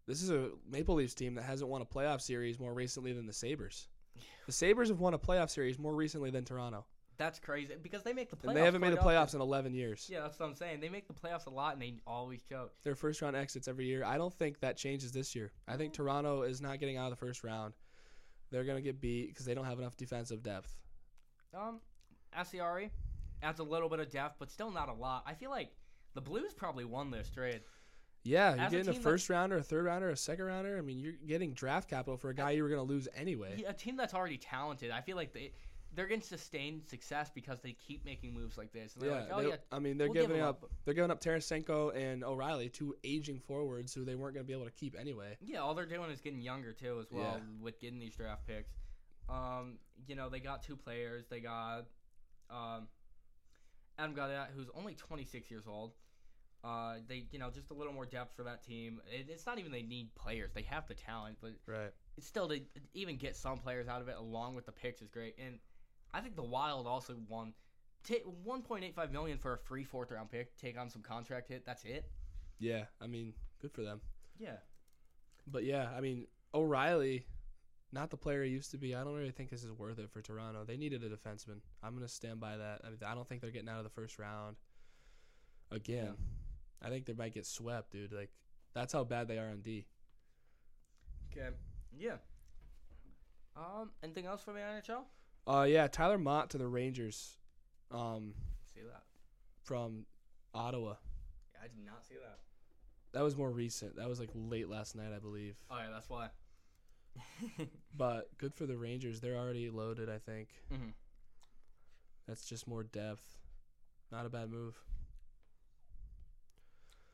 Speaker 2: this is a Maple Leafs team that hasn't won a playoff series more recently than the Sabers. The Sabers have won a playoff series more recently than Toronto,
Speaker 1: That's crazy because they make the playoffs.
Speaker 2: and they haven't made the
Speaker 1: quite often.
Speaker 2: playoffs in 11 years.
Speaker 1: Yeah, that's what I'm saying. They make the playoffs a lot, and they always choke.
Speaker 2: their first round exits every year. I don't think that changes this year. I think
Speaker 1: Mm-hmm.
Speaker 2: Toronto is not getting out of the first round. They're going to get beat because they don't have enough defensive depth.
Speaker 1: Um, Asiari adds a little bit of depth, but still not a lot. I feel like the Blues probably won this trade.
Speaker 2: Yeah,
Speaker 1: As
Speaker 2: you're
Speaker 1: a
Speaker 2: getting a,
Speaker 1: team that-
Speaker 2: first rounder, a third rounder, a second rounder. I mean, you're getting draft capital for a guy you were going to lose anyway.
Speaker 1: He- A team that's already talented, I feel like they they're getting sustained success because they keep making moves like this. And
Speaker 2: Yeah,
Speaker 1: they're like, oh
Speaker 2: they-
Speaker 1: yeah,
Speaker 2: I mean, they're
Speaker 1: we'll give
Speaker 2: giving
Speaker 1: him
Speaker 2: up, They're giving up Tarasenko and O'Reilly, two aging forwards who they weren't going to be able to keep anyway.
Speaker 1: Yeah, all they're doing is getting younger too, as well
Speaker 2: Yeah.
Speaker 1: with getting these draft picks. Um, you know, they got two players. They got um, Adam Gaudet, who's only 26 years old. Uh, they, you know, just a little more depth for that team. It, it's not even they need players; they have the talent, but
Speaker 2: Right.
Speaker 1: it's still to even get some players out of it along with the picks is great. And I think the Wild also won t- 1.85 million for a free fourth round pick. Take on some contract hit. That's it.
Speaker 2: Yeah. I mean, good for them.
Speaker 1: Yeah.
Speaker 2: But yeah, I mean, O'Reilly, not the player he used to be. I don't really think this is worth it for Toronto. They needed a defenseman. I'm going to stand by that. I, mean, I don't think they're getting out of the first round again. I think they might get swept, dude. Like, that's how bad they are on D.
Speaker 1: Okay. Yeah. Um. Anything else from the NHL?
Speaker 2: Uh, yeah, Tyler Mott to the Rangers um,
Speaker 1: See that?
Speaker 2: from Ottawa.
Speaker 1: Yeah, I did not see that.
Speaker 2: That was more recent. That was like late last night, I believe.
Speaker 1: Oh yeah, that's why.
Speaker 2: But good for the Rangers. They're already loaded, I think.
Speaker 1: Mhm.
Speaker 2: That's just more depth. Not a bad move.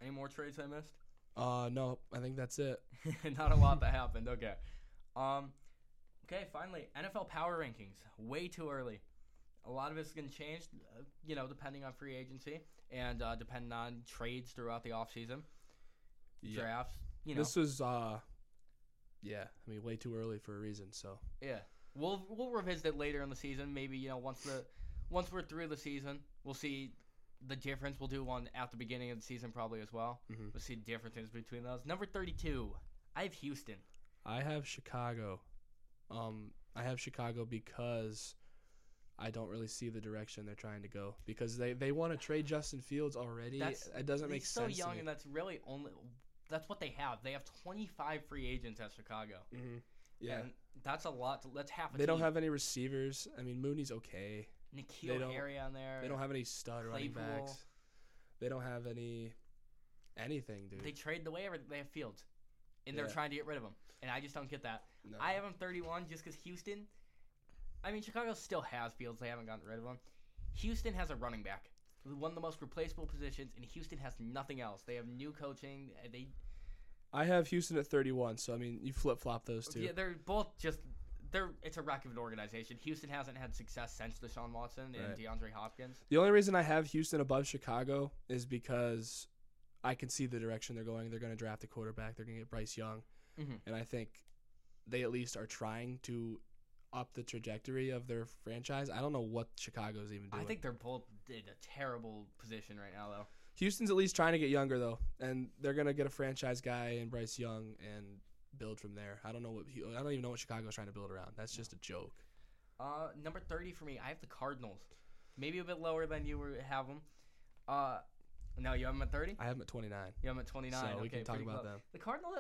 Speaker 1: Any more trades I missed?
Speaker 2: Uh, no, I think that's it.
Speaker 1: Not a lot that happened. Okay. Um, okay, finally, NFL power rankings. Way too early. A lot of it's going to change, uh, you know, depending on free agency and uh, depending on trades throughout the offseason,
Speaker 2: Yeah.
Speaker 1: drafts, you know.
Speaker 2: This was uh, yeah. I mean, way too early for a reason. So
Speaker 1: yeah. We'll we'll revisit it later in the season. Maybe, you know, once the once we're through the season, we'll see the difference. We'll do one at the beginning of the season probably as well.
Speaker 2: Mhm.
Speaker 1: We'll see the differences between those. Number 32, I have Houston.
Speaker 2: I have Chicago. Um, I have Chicago because I don't really see the direction they're trying to go because they they want to trade Justin Fields already.
Speaker 1: That's-
Speaker 2: it doesn't make
Speaker 1: He's so
Speaker 2: sense.
Speaker 1: young, and that's really only that's what they have. They have 25 free agents at Chicago.
Speaker 2: hmm Yeah,
Speaker 1: and that's a lot. To, that's half. A
Speaker 2: they don't
Speaker 1: team.
Speaker 2: have any receivers. I mean, Mooney's okay.
Speaker 1: Nikhil
Speaker 2: they don't-
Speaker 1: Harry on there.
Speaker 2: They don't have any stud running
Speaker 1: Claypool.
Speaker 2: backs. They don't have any anything, dude.
Speaker 1: They trade the way every- they have Fields, and they're
Speaker 2: Yeah.
Speaker 1: trying to get rid of him. And I just don't get that.
Speaker 2: No.
Speaker 1: I have him 31 just because Houston. I mean, Chicago still has Fields. They haven't gotten rid of him. Houston has a running back, one of the most replaceable positions, and Houston has nothing else. They have new coaching. uh, They
Speaker 2: I have Houston at 31, so I mean, you flip flop those two.
Speaker 1: Yeah, they're both just they're it's a wreck of an organization. Houston hasn't had success since Deshaun Watson and
Speaker 2: Right.
Speaker 1: DeAndre Hopkins.
Speaker 2: The only reason I have Houston above Chicago is because I can see the direction they're going. They're going to draft a quarterback. They're going to get Bryce Young,
Speaker 1: Mhm.
Speaker 2: and I think they at least are trying to up the trajectory of their franchise. I don't know what Chicago's even doing.
Speaker 1: I think they're both in a terrible position right now though.
Speaker 2: Houston's at least trying to get younger though, and they're going to get a franchise guy and Bryce Young and build from there. I don't know what I don't even know what Chicago's trying to build around. That's just a joke.
Speaker 1: Uh, number thirty for me, I have the Cardinals. Maybe a bit lower than you were have them. Uh, no, you have them at thirty.
Speaker 2: I have them at 29.
Speaker 1: You have them at twenty nine.
Speaker 2: So
Speaker 1: okay,
Speaker 2: we can talk
Speaker 1: pretty
Speaker 2: about
Speaker 1: close.
Speaker 2: them.
Speaker 1: The Cardinals,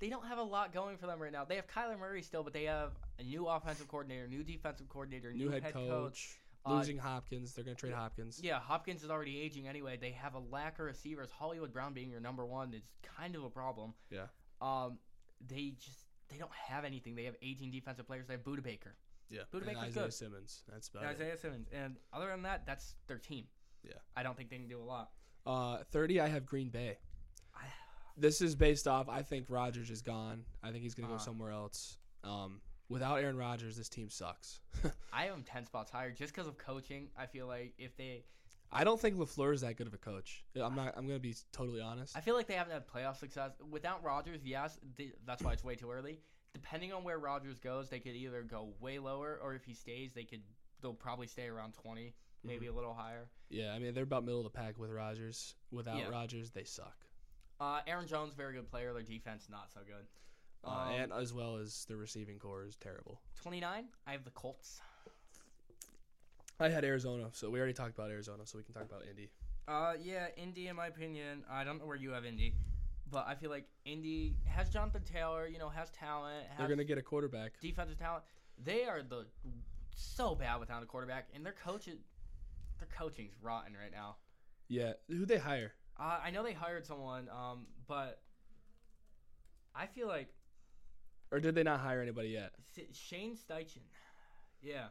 Speaker 1: they don't have a lot going for them right now. They have Kyler Murray still, but they have a new offensive coordinator, new defensive coordinator,
Speaker 2: New, head, coach,
Speaker 1: Uh,
Speaker 2: losing Hopkins. They're going to trade Hopkins.
Speaker 1: Yeah, Hopkins is already aging anyway. They have a lack of receivers. Hollywood Brown being your number one is kind of a problem.
Speaker 2: Yeah.
Speaker 1: Um, they just they don't have anything. They have 18 defensive players. They have Buda Baker,
Speaker 2: Yeah.
Speaker 1: Who to
Speaker 2: and
Speaker 1: make look
Speaker 2: Isaiah
Speaker 1: good?
Speaker 2: Simmons. That's about
Speaker 1: and
Speaker 2: it.
Speaker 1: Isaiah Simmons, and other than that, that's their team.
Speaker 2: Oh, Yeah.
Speaker 1: I don't think they can do a lot.
Speaker 2: Uh, 30, I have Green Bay.
Speaker 1: I-
Speaker 2: This is based off, I think Rodgers is gone. I think he's going to
Speaker 1: Uh-huh.
Speaker 2: go somewhere else. Um, without Aaron Rodgers, this team sucks.
Speaker 1: I have them 10 spots higher just because of coaching. I feel like if they,
Speaker 2: I don't think LaFleur is that good of a coach. I'm not, I'm going to be totally honest.
Speaker 1: I feel like they haven't had playoff success without Rodgers. Yes, th that's why it's way too early. Depending on where Rodgers goes, they could either go way lower, or if he stays, they could they'll probably stay around 20, maybe
Speaker 2: Mm-hmm.
Speaker 1: a little higher.
Speaker 2: yeah, I mean, they're about middle of the pack with Rodgers. Without
Speaker 1: Yeah.
Speaker 2: Rodgers, they suck.
Speaker 1: Uh, Aaron Jones, very good player. Their defense, not so good.
Speaker 2: Uh,
Speaker 1: Um,
Speaker 2: and as well as the receiving core is terrible.
Speaker 1: 29, I have the Colts.
Speaker 2: I had Arizona, so we already talked about Arizona, so we can talk about Indy.
Speaker 1: Uh, yeah, Indy, in my opinion, I don't know where you have Indy, but I feel like Indy has Jonathan Taylor, you know, has talent, has
Speaker 2: They're going to get a quarterback.
Speaker 1: defensive talent. They are the so bad without a quarterback, and their coach is, their coaching's rotten right now.
Speaker 2: Yeah. Who'd they hire?
Speaker 1: Uh, I know they hired someone, um, but I feel like
Speaker 2: Or did they not hire anybody yet?
Speaker 1: S- Shane Steichen. Yeah,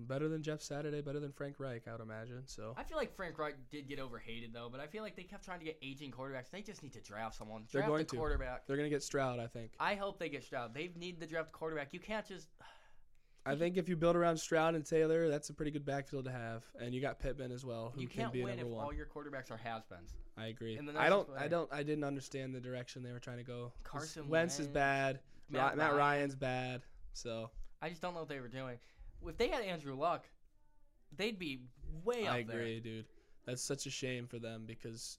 Speaker 2: Better than Jeff Saturday, better than Frank Reich, I would imagine. So
Speaker 1: I feel like Frank Reich did get overhated though, but I feel like they kept trying to get aging quarterbacks. They just need to draft someone. Draft
Speaker 2: They're
Speaker 1: a
Speaker 2: going to.
Speaker 1: quarterback.
Speaker 2: they're gonna get Stroud, I think.
Speaker 1: I hope they get Stroud. They need to draft a quarterback. You can't just
Speaker 2: I think if you build around Stroud and Taylor, that's a pretty good backfield to have, and you got Pittman as well, who
Speaker 1: You
Speaker 2: can
Speaker 1: can't
Speaker 2: be a
Speaker 1: win
Speaker 2: number
Speaker 1: if
Speaker 2: one.
Speaker 1: all your quarterbacks are has-beens.
Speaker 2: I agree.
Speaker 1: in the
Speaker 2: I don't.
Speaker 1: nicest
Speaker 2: I
Speaker 1: way.
Speaker 2: don't. I didn't understand the direction they were trying to go. 'Cause
Speaker 1: Carson
Speaker 2: Wentz is
Speaker 1: Wentz,
Speaker 2: bad. Matt,
Speaker 1: Matt
Speaker 2: Matt
Speaker 1: Ryan.
Speaker 2: Ryan's bad. So
Speaker 1: I just don't know what they were doing. If they had Andrew Luck, they'd be way up
Speaker 2: I
Speaker 1: there.
Speaker 2: agree, dude. That's such a shame for them because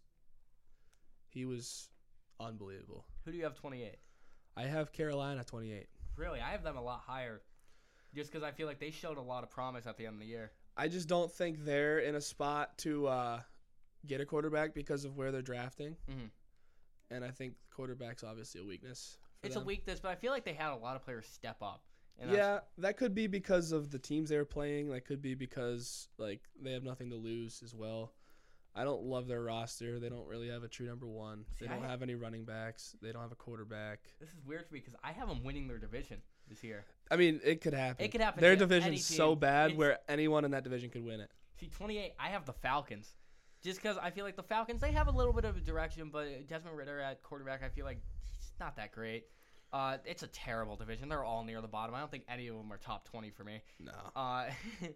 Speaker 2: he was unbelievable.
Speaker 1: Who do you have 28?
Speaker 2: I have Carolina 28.
Speaker 1: Really, I have them a lot higher, just because I feel like they showed a lot of promise at the end of the year.
Speaker 2: I just don't think they're in a spot to uh, get a quarterback because of where they're drafting.
Speaker 1: Mhm.
Speaker 2: And I think quarterback's obviously a weakness. for
Speaker 1: It's
Speaker 2: them.
Speaker 1: a weakness, but I feel like they had a lot of players step up. And that's-
Speaker 2: Yeah, that could be because of the teams they were playing. That could be because like they have nothing to lose as well. I don't love their roster. They don't really have a true number one.
Speaker 1: See,
Speaker 2: They
Speaker 1: I
Speaker 2: don't
Speaker 1: ha-
Speaker 2: have any running backs. They don't have a quarterback.
Speaker 1: this is weird for me because I have them winning their division this year.
Speaker 2: I mean, it could happen.
Speaker 1: It could happen
Speaker 2: Their
Speaker 1: to any
Speaker 2: division's
Speaker 1: team.
Speaker 2: so bad
Speaker 1: It's-
Speaker 2: where anyone in that division could win it.
Speaker 1: See, 28, I have the Falcons. Just because I feel like the Falcons, they have a little bit of a direction, but Desmond Ritter at quarterback, I feel like he's not that great. Uh, it's a terrible division. They're all near the bottom. I don't think any of them are top 20 for me.
Speaker 2: No.
Speaker 1: Uh,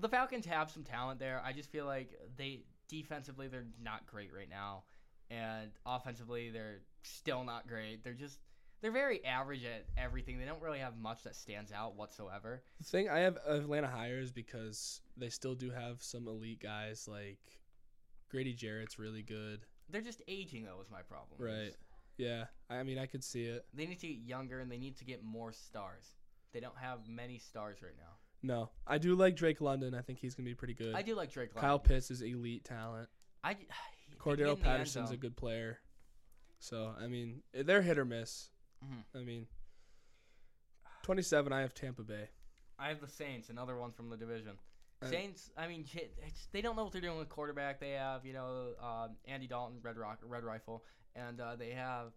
Speaker 1: the Falcons have some talent there. I just feel like they defensively they're not great right now, and offensively they're still not great. They're just they're very average at everything. They don't really have much that stands out whatsoever.
Speaker 2: The thing I have Atlanta higher is because they still do have some elite guys like Grady Jarrett's really good.
Speaker 1: They're just aging though is my problem.
Speaker 2: Right. Yeah. I mean, I could see it.
Speaker 1: They need to get younger and they need to get more stars. They don't have many stars right now.
Speaker 2: No, I do like Drake London. I think he's gonna be pretty good.
Speaker 1: I do like Drake London.
Speaker 2: Kyle Pitts is elite talent.
Speaker 1: I he- he can get in the
Speaker 2: Cordero
Speaker 1: end
Speaker 2: Patterson's a
Speaker 1: zone.
Speaker 2: good player. So I mean, eh, they're hit or miss.
Speaker 1: Mhm.
Speaker 2: I mean, twenty-seven. I have Tampa Bay.
Speaker 1: I have the Saints, another one from the division.
Speaker 2: Uh,
Speaker 1: Saints, I mean, shit, it's, they don't know what they're doing with quarterback. They have, you know, um, Andy Dalton, Red Rock, Red Rifle, and uh, they have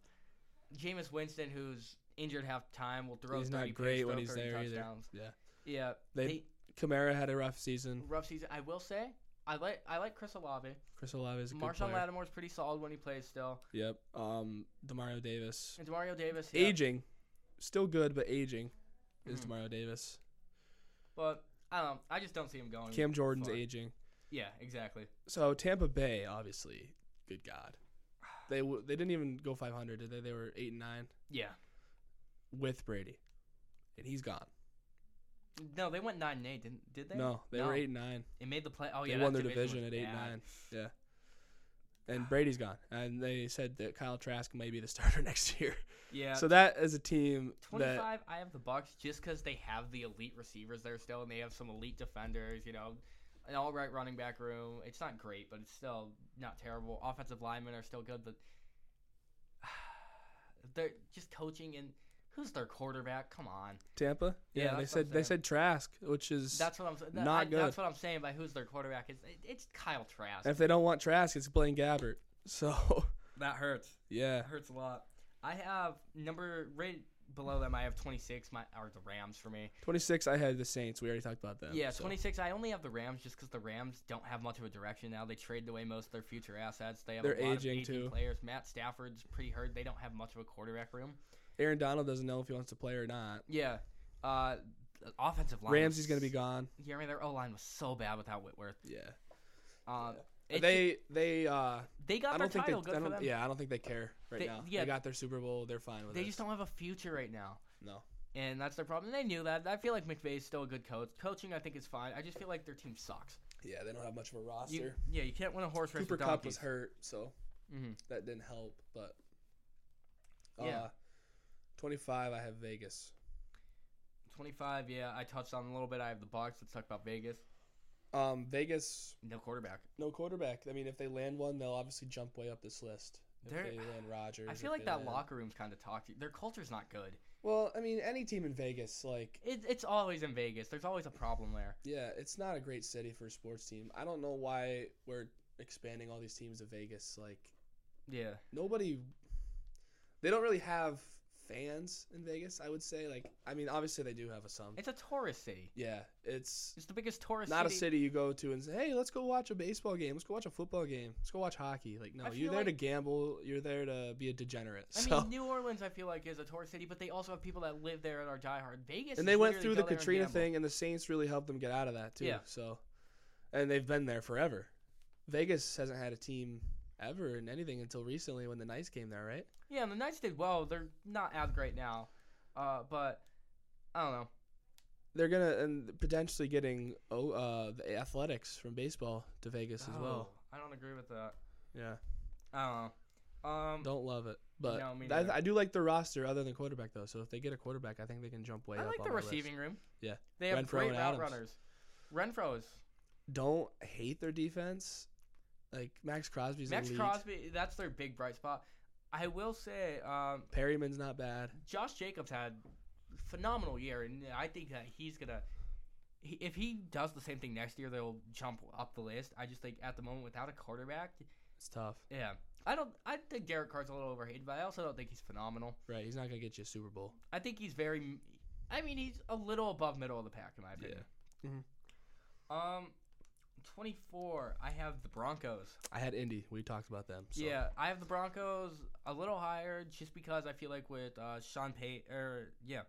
Speaker 1: Jameis Winston, who's injured half the time. Will throw
Speaker 2: He's
Speaker 1: 30
Speaker 2: not great
Speaker 1: picks,
Speaker 2: when
Speaker 1: throw
Speaker 2: he's
Speaker 1: 30
Speaker 2: there either.
Speaker 1: touchdowns.
Speaker 2: Yeah.
Speaker 1: Yeah,
Speaker 2: They-
Speaker 1: they,
Speaker 2: Kamara had a rough season.
Speaker 1: rough season. I will say, I like I like Chris Olave.
Speaker 2: Chris Olave is a good
Speaker 1: Marshawn
Speaker 2: player.
Speaker 1: Lattimore's pretty solid when he plays still,
Speaker 2: Yep. Um, Demario Davis.
Speaker 1: and Demario Davis. yeah.
Speaker 2: Aging, still good, but aging is
Speaker 1: Mhm.
Speaker 2: Demario Davis.
Speaker 1: but I don't. know. I just don't see him going.
Speaker 2: Cam Jordan's
Speaker 1: far.
Speaker 2: aging.
Speaker 1: Yeah, exactly.
Speaker 2: So Tampa Bay, obviously, good God, they w- they didn't even go 500, did they? They were eight and nine
Speaker 1: Yeah.
Speaker 2: with Brady, and he's gone.
Speaker 1: No, they went nine and eight, didn't did they?
Speaker 2: no, they
Speaker 1: No.
Speaker 2: were eight and nine.
Speaker 1: It made the play. Oh
Speaker 2: They
Speaker 1: yeah,
Speaker 2: won
Speaker 1: that
Speaker 2: their division
Speaker 1: was
Speaker 2: at eight and
Speaker 1: bad.
Speaker 2: nine. Yeah, and Brady's gone, and they said that Kyle Trask may be the starter next year.
Speaker 1: Yeah.
Speaker 2: So that is a team that
Speaker 1: 25, I have the Bucks just because they have the elite receivers there still, and they have some elite defenders. You know, an all right running back room. It's not great, but it's still not terrible. Offensive linemen are still good, but they're just coaching and who's their quarterback? Come on,
Speaker 2: Tampa.
Speaker 1: Yeah, that's
Speaker 2: they
Speaker 1: what I'm
Speaker 2: said they
Speaker 1: saying.
Speaker 2: said Trask, which is
Speaker 1: that's what I'm that-
Speaker 2: Not
Speaker 1: I-
Speaker 2: good.
Speaker 1: That's what I'm saying by who's their quarterback. It's it, it's Kyle Trask.
Speaker 2: if they don't want Trask, it's Blaine Gabbert. So
Speaker 1: that hurts.
Speaker 2: yeah,
Speaker 1: That hurts a lot. I have number right below them. I have 26. My are the Rams for me.
Speaker 2: 26. I had the Saints. We already talked about them.
Speaker 1: Yeah,
Speaker 2: so.
Speaker 1: 26. I only have the Rams just because the Rams don't have much of a direction now. They traded away most of their future assets. They have
Speaker 2: They're
Speaker 1: a lot
Speaker 2: aging,
Speaker 1: of aging
Speaker 2: too.
Speaker 1: players. Matt Stafford's pretty hurt. They don't have much of a quarterback room.
Speaker 2: Aaron Donald doesn't know if he wants to play or not.
Speaker 1: Yeah, uh, the offensive line. was-
Speaker 2: Ramsey's going to be gone.
Speaker 1: Yeah, I mean their O line was so bad without Whitworth.
Speaker 2: Yeah.
Speaker 1: Um, it's-
Speaker 2: they they uh
Speaker 1: they got
Speaker 2: I
Speaker 1: their
Speaker 2: don't think they
Speaker 1: title.
Speaker 2: I
Speaker 1: Good for
Speaker 2: don't,
Speaker 1: them.
Speaker 2: yeah, I don't think they care right
Speaker 1: They-
Speaker 2: now.
Speaker 1: yeah.
Speaker 2: They got their Super Bowl, they're fine with
Speaker 1: They
Speaker 2: it.
Speaker 1: just don't have a future right now.
Speaker 2: No.
Speaker 1: And that's their problem. And they knew that. I feel like McVay's still a good coach. Coaching, I think, is fine. I just feel like their team sucks.
Speaker 2: Yeah, they don't have much of a roster.
Speaker 1: You, yeah, you can't win a horse race
Speaker 2: Cooper
Speaker 1: with
Speaker 2: Cup was
Speaker 1: donkeys.
Speaker 2: hurt, so
Speaker 1: Mhm.
Speaker 2: that didn't help, but uh,
Speaker 1: Yeah.
Speaker 2: 25 I have Vegas.
Speaker 1: 25, yeah, I touched on a little bit. I have the Bucks. Let's talk about Vegas.
Speaker 2: Um Vegas
Speaker 1: No quarterback.
Speaker 2: no quarterback. I mean, if they land one, they'll obviously jump way up this list. If
Speaker 1: They're-
Speaker 2: they land Rodgers,
Speaker 1: I
Speaker 2: if
Speaker 1: feel like
Speaker 2: they
Speaker 1: that
Speaker 2: land-
Speaker 1: locker room's kind of toxic. Their culture's not good.
Speaker 2: Well, I mean, any team in Vegas, like
Speaker 1: It, it's always in Vegas. There's always a problem there.
Speaker 2: Yeah, it's not a great city for a sports team. I don't know why we're expanding all these teams to Vegas. Like
Speaker 1: Yeah.
Speaker 2: nobody, they don't really have fans in Vegas. I would say, like, I mean, obviously they do have a some.
Speaker 1: It's a tourist city.
Speaker 2: Yeah, it's
Speaker 1: It's the biggest tourist
Speaker 2: not
Speaker 1: city.
Speaker 2: a city you go to and say, "Hey, let's go watch a baseball game. Let's go watch a football game. Let's go watch hockey." Like, no,
Speaker 1: I
Speaker 2: you're
Speaker 1: feel
Speaker 2: there to
Speaker 1: like-
Speaker 2: gamble. You're there to be a degenerate.
Speaker 1: I
Speaker 2: so,
Speaker 1: mean, New Orleans, I feel like, is a tourist city, but they also have people that live there and are diehard. Vegas,
Speaker 2: and they went through the Katrina thing, and the Saints really helped them get out of that too.
Speaker 1: Yeah.
Speaker 2: So, and they've been there forever. Vegas hasn't had a team ever in anything until recently when the Knights came there, right?
Speaker 1: Yeah, and the Knights did well. They're not as great now, uh, but I don't know.
Speaker 2: They're gonna and potentially getting oh uh, the athletics from baseball to Vegas as well.
Speaker 1: Oh, I don't agree with that.
Speaker 2: Yeah,
Speaker 1: I don't know. Um,
Speaker 2: don't love it, but
Speaker 1: No, me
Speaker 2: I-
Speaker 1: neither.
Speaker 2: I, do like the roster other than quarterback though. So if they get a quarterback, I think they can jump way
Speaker 1: I
Speaker 2: up.
Speaker 1: like
Speaker 2: on
Speaker 1: the
Speaker 2: my list.
Speaker 1: receiving room.
Speaker 2: Yeah.
Speaker 1: they have
Speaker 2: Renfro
Speaker 1: great
Speaker 2: and
Speaker 1: route
Speaker 2: Adams.
Speaker 1: runners. Renfro is
Speaker 2: Don't hate their defense. Like Max Crosby's
Speaker 1: Max
Speaker 2: elite.
Speaker 1: Crosby. That's their big bright spot. I will say, um,
Speaker 2: Perryman's not bad.
Speaker 1: Josh Jacobs had phenomenal year, and I think that he's gonna. He, if he does the same thing next year, they'll jump up the list. I just think at the moment, without a quarterback,
Speaker 2: It's tough,
Speaker 1: yeah, I don't. I think Derek Carr's a little overrated, but I also don't think he's phenomenal.
Speaker 2: right? He's not gonna get you a Super Bowl.
Speaker 1: I think he's very. I mean, he's a little above middle of the pack in my opinion.
Speaker 2: Mhm.
Speaker 1: Um, twenty four. I have the Broncos.
Speaker 2: I had Indy. We talked about them. So.
Speaker 1: Yeah, I have the Broncos a little higher just because I feel like with uh, Sean Payton, or yeah,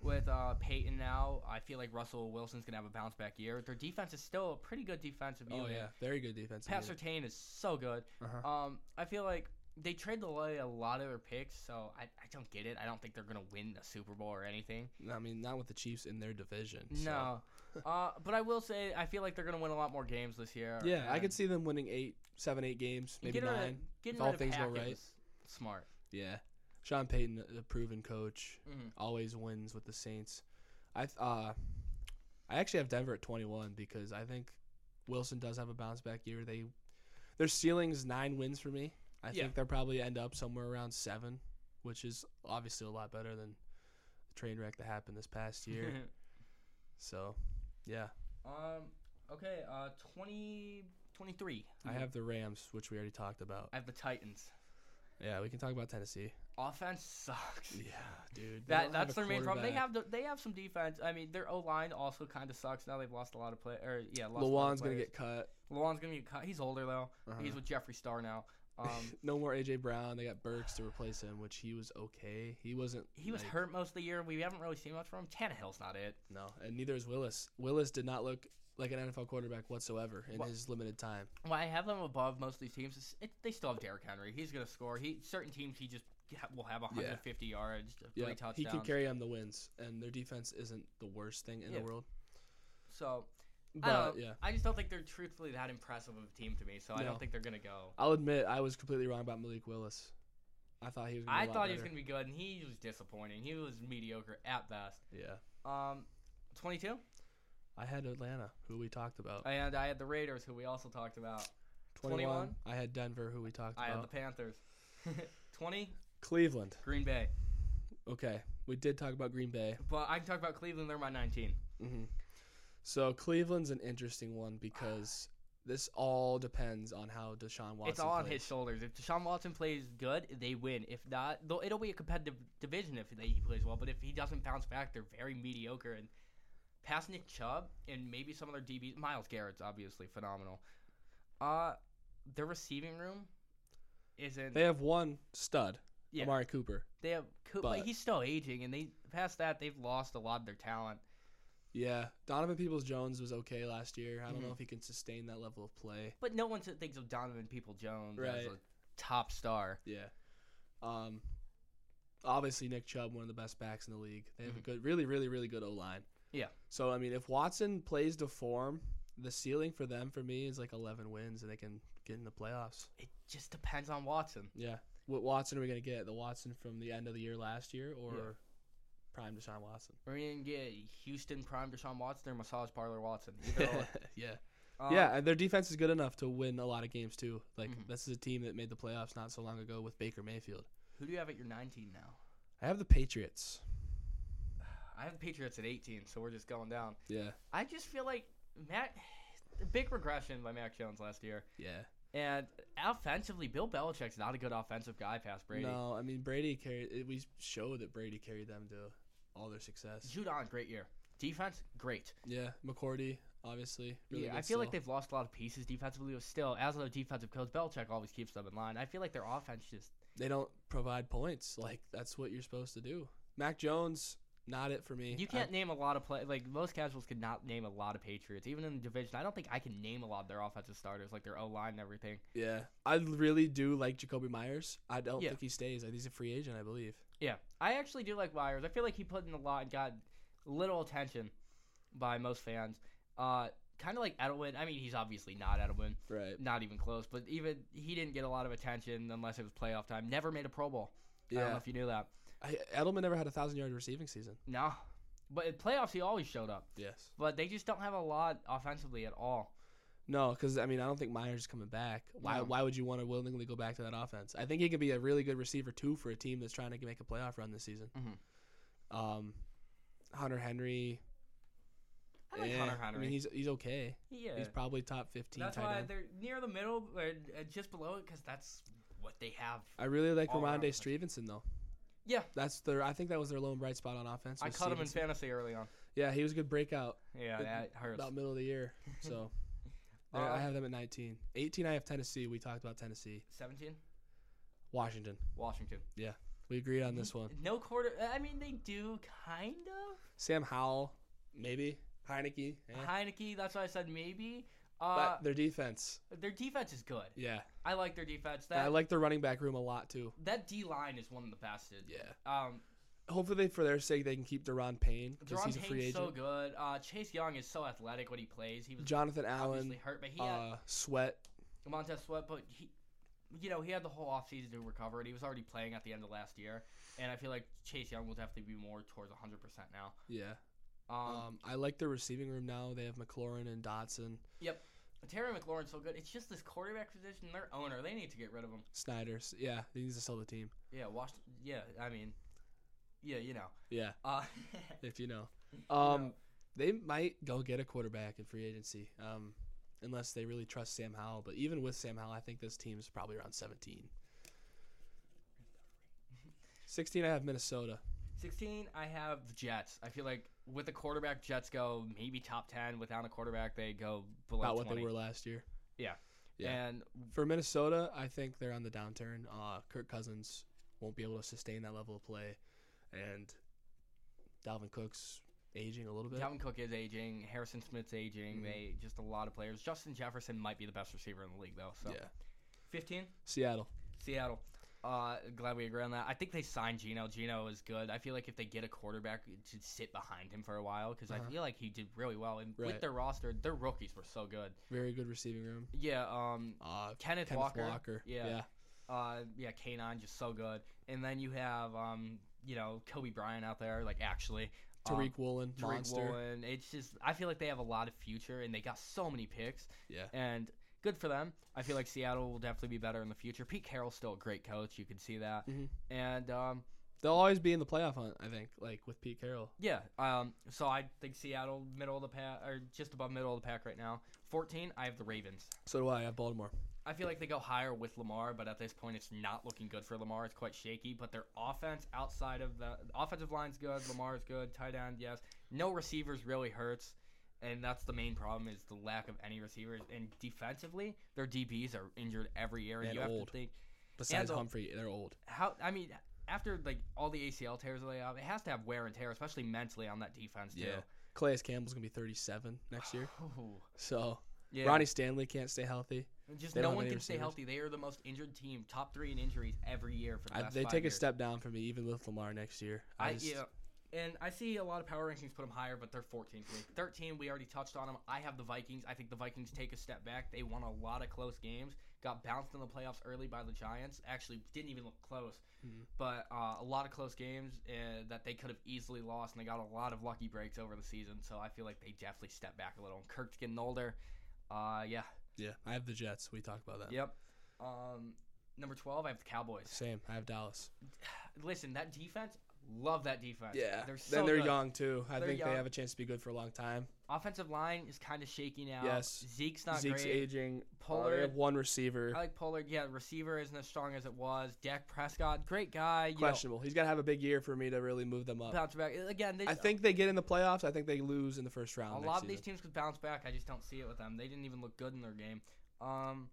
Speaker 1: with uh, Payton now, I feel like Russell Wilson's gonna have a bounce back year. Their defense is still a pretty good defensive
Speaker 2: Oh
Speaker 1: unit.
Speaker 2: yeah, very good defense.
Speaker 1: Pat Sertain is so good.
Speaker 2: Uh-huh.
Speaker 1: Um, I feel like they trade away a lot of their picks, so I, I don't get it. I don't think they're gonna win the Super Bowl or anything.
Speaker 2: I mean, not with the Chiefs in their division. so.
Speaker 1: No, uh, but I will say I feel like they're gonna win a lot more games this year.
Speaker 2: Yeah, I
Speaker 1: and
Speaker 2: could see them winning eight, seven, eight games, maybe
Speaker 1: getting rid of-
Speaker 2: nine.
Speaker 1: getting
Speaker 2: if all
Speaker 1: rid of
Speaker 2: things go
Speaker 1: Hackett
Speaker 2: right.
Speaker 1: was Smart.
Speaker 2: Yeah, Sean Payton, a proven coach,
Speaker 1: Mhm.
Speaker 2: always wins with the Saints. I th- uh, I actually have Denver at twenty one because I think Wilson does have a bounce back year. They their ceiling's nine wins for me. I
Speaker 1: Yeah.
Speaker 2: think they'll probably end up somewhere around seven, which is obviously a lot better than the train wreck that happened this past year. so, yeah,
Speaker 1: Um. Okay. Uh. Twenty twenty-three.
Speaker 2: I have the Rams, which we already talked about.
Speaker 1: I have the Titans.
Speaker 2: Yeah, we can talk about Tennessee.
Speaker 1: Offense sucks.
Speaker 2: Yeah, dude. they
Speaker 1: That
Speaker 2: don't have
Speaker 1: that's
Speaker 2: a
Speaker 1: their main problem. They
Speaker 2: quarterback.
Speaker 1: have the, they have some defense. I mean, their O line also kind of sucks. Now they've lost a lot of play. Or yeah, lost.
Speaker 2: Lawan's
Speaker 1: going
Speaker 2: gonna get cut.
Speaker 1: Lawan's gonna get cut. He's older though.
Speaker 2: Uh-huh.
Speaker 1: He's with Jeffree Star now. Um.
Speaker 2: no more AJ Brown. They got Burks to replace him, which he was okay. He wasn't.
Speaker 1: He was
Speaker 2: like-
Speaker 1: hurt most of the year. We haven't really seen much from him. Tannehill's not it.
Speaker 2: No, and neither is Willis. Willis did not look like an NFL quarterback whatsoever in
Speaker 1: Wha-
Speaker 2: his limited time.
Speaker 1: Why I have them above most of these teams is it, they still have Derrick Henry. He's gonna score. He certain teams he just ha- will have 150 yards, three
Speaker 2: Yeah,
Speaker 1: touchdowns.
Speaker 2: he could carry on the wins, and their defense isn't the worst thing in
Speaker 1: Yeah.
Speaker 2: the world.
Speaker 1: so
Speaker 2: But
Speaker 1: I don't know.
Speaker 2: yeah,
Speaker 1: I just don't think they're truthfully that impressive of a team to me, so I
Speaker 2: No.
Speaker 1: don't think they're gonna go.
Speaker 2: I'll admit I was completely wrong about Malik Willis. I thought he was. Gonna be
Speaker 1: I
Speaker 2: a lot
Speaker 1: thought he was
Speaker 2: better.
Speaker 1: gonna be good, and he was disappointing. He was mediocre at best.
Speaker 2: Yeah,
Speaker 1: Um, twenty-two,
Speaker 2: I had Atlanta, who we talked about.
Speaker 1: and I had the Raiders, who we also talked about.
Speaker 2: 21.
Speaker 1: 21.
Speaker 2: I had Denver, who we talked
Speaker 1: I
Speaker 2: about.
Speaker 1: had the Panthers. Twenty,
Speaker 2: Cleveland.
Speaker 1: Green Bay.
Speaker 2: Okay, we did talk about Green Bay.
Speaker 1: But I can talk about Cleveland. They're my nineteen.
Speaker 2: hmm So Cleveland's an interesting one because this all depends on how Deshaun Watson.
Speaker 1: it's all on
Speaker 2: plays.
Speaker 1: his shoulders. If Deshaun Watson plays good, they win. If not, though, it'll be a competitive division if they, he plays well. But if he doesn't bounce back, they're very mediocre. And past Nick Chubb and maybe some of their DBs, Miles Garrett's obviously phenomenal. Uh their receiving room isn't.
Speaker 2: They
Speaker 1: They,
Speaker 2: have one stud,
Speaker 1: Yeah.
Speaker 2: Amari Cooper.
Speaker 1: have Coop, but,
Speaker 2: but-
Speaker 1: he's still aging, and they past that they've lost a lot of their talent.
Speaker 2: Yeah, Donovan Peoples Jones was okay last year. I don't know
Speaker 1: Mhm.
Speaker 2: if he can sustain that level of play.
Speaker 1: But no one thinks of Donovan People Jones as
Speaker 2: Right.
Speaker 1: a top star.
Speaker 2: Yeah. Um, obviously Nick Chubb, one of the best backs in the league. They have
Speaker 1: Mhm.
Speaker 2: a good, really, really, really good O line.
Speaker 1: Yeah.
Speaker 2: So I mean, if Watson plays to form, the ceiling for them for me is like 11 wins, and they can get in the playoffs.
Speaker 1: It just depends on Watson.
Speaker 2: Yeah. What Watson are we gonna get? The Watson from the end of the year last year, or
Speaker 1: Yeah.
Speaker 2: prime Deshaun Watson?
Speaker 1: We're gonna get Houston Prime Deshaun Watson or Massage Parlor Watson. Either or.
Speaker 2: yeah.
Speaker 1: Um,
Speaker 2: yeah, and their defense is good enough to win a lot of games too. Like
Speaker 1: Mhm.
Speaker 2: this is a team that made the playoffs not so long ago with Baker Mayfield.
Speaker 1: Who do you have at your 19 now?
Speaker 2: I have the Patriots.
Speaker 1: I have the Patriots at 18, so we're just going down.
Speaker 2: Yeah.
Speaker 1: I just feel like Matt, big regression by Mac Jones last year.
Speaker 2: Yeah.
Speaker 1: And offensively, Bill Belichick's not a good offensive guy past Brady.
Speaker 2: No, I mean Brady carried. It, we showed that Brady carried them to all their success.
Speaker 1: Judon, great year. Defense, great.
Speaker 2: Yeah, McCourty, obviously. really
Speaker 1: yeah,
Speaker 2: good
Speaker 1: I feel like
Speaker 2: still.
Speaker 1: they've lost a lot of pieces defensively, but still, as a defensive coach, Belichick always keeps them in line. I feel like their offense just
Speaker 2: they don't provide points. Like that's what you're supposed to do. Mac Jones, not it for me.
Speaker 1: you can't name a lot of play. Like most casuals could not name a lot of Patriots, even in the division. I don't think I can name a lot of their offensive starters, like their O line and everything.
Speaker 2: I, yeah, I really do like Jacoby Myers. I don't
Speaker 1: Yeah.
Speaker 2: think he stays. I think He's a free agent, I believe.
Speaker 1: Yeah, I actually do like Myers. I feel like he put in a lot and got little attention by most fans. Uh, kind of like Edelman. I mean, he's obviously not Edelman,
Speaker 2: Right.
Speaker 1: not even close. But even he didn't get a lot of attention unless it was playoff time. Never made a Pro Bowl. I don't know
Speaker 2: Yeah.
Speaker 1: if you knew that.
Speaker 2: I, Edelman never had a thousand yard receiving season.
Speaker 1: No, but in playoffs he always showed up.
Speaker 2: Yes.
Speaker 1: But they just don't have a lot offensively at all.
Speaker 2: No, because I mean I don't think Myers is coming back. Why?
Speaker 1: No.
Speaker 2: Why would you want to willingly go back to that offense? I think he could be a really good receiver too for a team that's trying to make a playoff run this season.
Speaker 1: Mhm.
Speaker 2: Um, Hunter Henry.
Speaker 1: I like
Speaker 2: eh,
Speaker 1: Hunter Henry.
Speaker 2: I mean he's he's okay.
Speaker 1: yeah,
Speaker 2: He's probably top fifteen
Speaker 1: that's
Speaker 2: tight
Speaker 1: why
Speaker 2: end.
Speaker 1: they're near the middle or uh, just below it because that's what they have.
Speaker 2: I really like
Speaker 1: all around
Speaker 2: Ramondre
Speaker 1: offense.
Speaker 2: Stevenson though.
Speaker 1: Yeah.
Speaker 2: that's their. I think that was their lone bright spot on offense.
Speaker 1: I
Speaker 2: was
Speaker 1: caught him in
Speaker 2: Stevenson.
Speaker 1: fantasy early on.
Speaker 2: Yeah, he was a good breakout
Speaker 1: Yeah,
Speaker 2: It-
Speaker 1: that hurts.
Speaker 2: about middle of the year. So there- I
Speaker 1: Uh,
Speaker 2: have them at 19. 18, I have Tennessee. We talked about Tennessee.
Speaker 1: Seventeen,
Speaker 2: Washington.
Speaker 1: Washington.
Speaker 2: We agreed on this one.
Speaker 1: No quarter. uh, I mean, they do kind of.
Speaker 2: Sam Howell, maybe Heineke. eh.
Speaker 1: Heineke. That's why I said maybe.
Speaker 2: But
Speaker 1: Uh,
Speaker 2: their defense,
Speaker 1: their defense is good.
Speaker 2: yeah.
Speaker 1: I like their defense.
Speaker 2: And I
Speaker 1: That
Speaker 2: like their running back room a lot too.
Speaker 1: that D line is one of the best. dude.
Speaker 2: Yeah.
Speaker 1: Um,
Speaker 2: Hopefully, they, for their sake, they can keep Deron Payne because
Speaker 1: Jerron
Speaker 2: he's a free
Speaker 1: Payne's
Speaker 2: agent.
Speaker 1: so good. Uh, Chase Young is so athletic when he plays. He was
Speaker 2: Jonathan
Speaker 1: obviously
Speaker 2: Allen,
Speaker 1: hurt, but he had
Speaker 2: uh, Sweat.
Speaker 1: Montez Sweat, but he, you know, he had the whole offseason to recover, and he was already playing at the end of last year. And I feel like Chase Young will definitely be more towards 100 percent now.
Speaker 2: Yeah.
Speaker 1: Um,
Speaker 2: Um, I like their receiving room now. They have McLaurin and Dotson,
Speaker 1: Terry McLaurin's so good. It's just this quarterback position. Their owner, they need to get rid of him.
Speaker 2: Snyder's. Yeah, he needs to sell the team.
Speaker 1: Yeah, Washington. Yeah, I mean, yeah, you know.
Speaker 2: Yeah,
Speaker 1: Uh,
Speaker 2: if you know. Um, They might go get a quarterback in free agency, um, unless they really trust Sam Howell. But even with Sam Howell, I think this team's probably around 17. 16, I have Minnesota.
Speaker 1: 16, I have the Jets. I feel like with a quarterback, Jets go maybe top 10. Without a quarterback, they go below
Speaker 2: About what
Speaker 1: 20.
Speaker 2: they were last year. yeah.
Speaker 1: And
Speaker 2: For Minnesota, I think they're on the downturn. Uh, Kirk Cousins won't be able to sustain that level of play, and Dalvin Cook's aging a little bit.
Speaker 1: Dalvin Cook is aging. Harrison Smith's aging.
Speaker 2: Mhm.
Speaker 1: They just a lot of players. Justin Jefferson might be the best receiver in the league, though. So
Speaker 2: Yeah.
Speaker 1: 15,
Speaker 2: Seattle.
Speaker 1: Seattle. Uh, glad we agree on that. I think they signed Gino. Gino is good. I feel like if they get a quarterback to sit behind him for a while, because
Speaker 2: Uh-huh.
Speaker 1: I feel like he did really well. And with
Speaker 2: Right.
Speaker 1: their roster, their rookies were so good.
Speaker 2: Very good receiving room.
Speaker 1: Yeah. Um.
Speaker 2: Uh,
Speaker 1: Kenneth,
Speaker 2: Kenneth Walker.
Speaker 1: Walker. Yeah.
Speaker 2: yeah.
Speaker 1: Uh. Yeah. K9 just so good. And then you have um. You know Kobe Bryant out there, like actually. uh,
Speaker 2: Tariq Woolen.
Speaker 1: Tariq
Speaker 2: monster.
Speaker 1: Woolen. It's just I feel like they have a lot of future, and they got so many picks.
Speaker 2: Yeah.
Speaker 1: And good for them. I feel like Seattle will definitely be better in the future. Pete Carroll's still a great coach. You can see that.
Speaker 2: Mhm.
Speaker 1: And um.
Speaker 2: They'll always be in the playoff hunt, I think, like with Pete Carroll.
Speaker 1: Yeah. Um. So I think Seattle middle of the pack or just above middle of the pack right now. Fourteen. I have the Ravens.
Speaker 2: So do I. I have Baltimore.
Speaker 1: I feel like they go higher with Lamar, but at this point, it's not looking good for Lamar. It's quite shaky. But their offense outside of the, the offensive line's good. Lamar's good. Tight end, yes. No receivers really hurts, and that's the main problem is the lack of any receivers. And defensively, their DBs are injured every year. And
Speaker 2: And
Speaker 1: you have
Speaker 2: old.
Speaker 1: to think
Speaker 2: Besides
Speaker 1: the-
Speaker 2: Humphrey, they're old.
Speaker 1: how. I mean, after like all the ACL tears they have, it has to have wear and tear, especially mentally on that defense too.
Speaker 2: Yeah. Clayus Campbell's gonna be 37 next year.
Speaker 1: Ooh.
Speaker 2: So
Speaker 1: Yeah.
Speaker 2: Ronnie Stanley can't stay healthy.
Speaker 1: just
Speaker 2: they
Speaker 1: no
Speaker 2: don't have
Speaker 1: one
Speaker 2: any
Speaker 1: can stay
Speaker 2: receivers.
Speaker 1: healthy. They are the most injured team, top three in injuries every year for the
Speaker 2: I,
Speaker 1: last
Speaker 2: they
Speaker 1: five
Speaker 2: take
Speaker 1: years.
Speaker 2: a step down for me, even with Lamar next year. I,
Speaker 1: I,
Speaker 2: just,
Speaker 1: yeah, and I see a lot of power rankings put them higher, but they're 14th. league. 13, we already touched on them. I have the Vikings. I think the Vikings take a step back. They won a lot of close games. Got bounced in the playoffs early by the Giants. Actually, didn't even look close,
Speaker 2: Mhm.
Speaker 1: but uh, a lot of close games uh, that they could have easily lost, and they got a lot of lucky breaks over the season. So I feel like they definitely step back a little. And Kirk's getting older. Uh, yeah.
Speaker 2: yeah. I have the Jets. We talked about that.
Speaker 1: Yep. Um, number 12, I have the Cowboys.
Speaker 2: Same. I have Dallas.
Speaker 1: Listen, that defense Love that defense.
Speaker 2: Yeah.
Speaker 1: They're so
Speaker 2: then they're
Speaker 1: good.
Speaker 2: young too. I
Speaker 1: They're
Speaker 2: think
Speaker 1: young.
Speaker 2: they have a chance to be good for a long time.
Speaker 1: Offensive line is kind of shaky now.
Speaker 2: Yes.
Speaker 1: Zeke's not
Speaker 2: Zeke's
Speaker 1: great.
Speaker 2: aging. Uh, they
Speaker 1: Pollard. Uh,
Speaker 2: have one receiver.
Speaker 1: I like Pollard. Yeah, receiver isn't as strong as it was. Dak Prescott, great guy. You know,
Speaker 2: Questionable. He's got to have a big year for me to really move them up.
Speaker 1: bounce back again. They,
Speaker 2: I think they get in the playoffs. I think they lose in the first
Speaker 1: a
Speaker 2: round. next
Speaker 1: lot of
Speaker 2: season.
Speaker 1: these teams could bounce back. I just don't see it with them. They didn't even look good in their game. Um,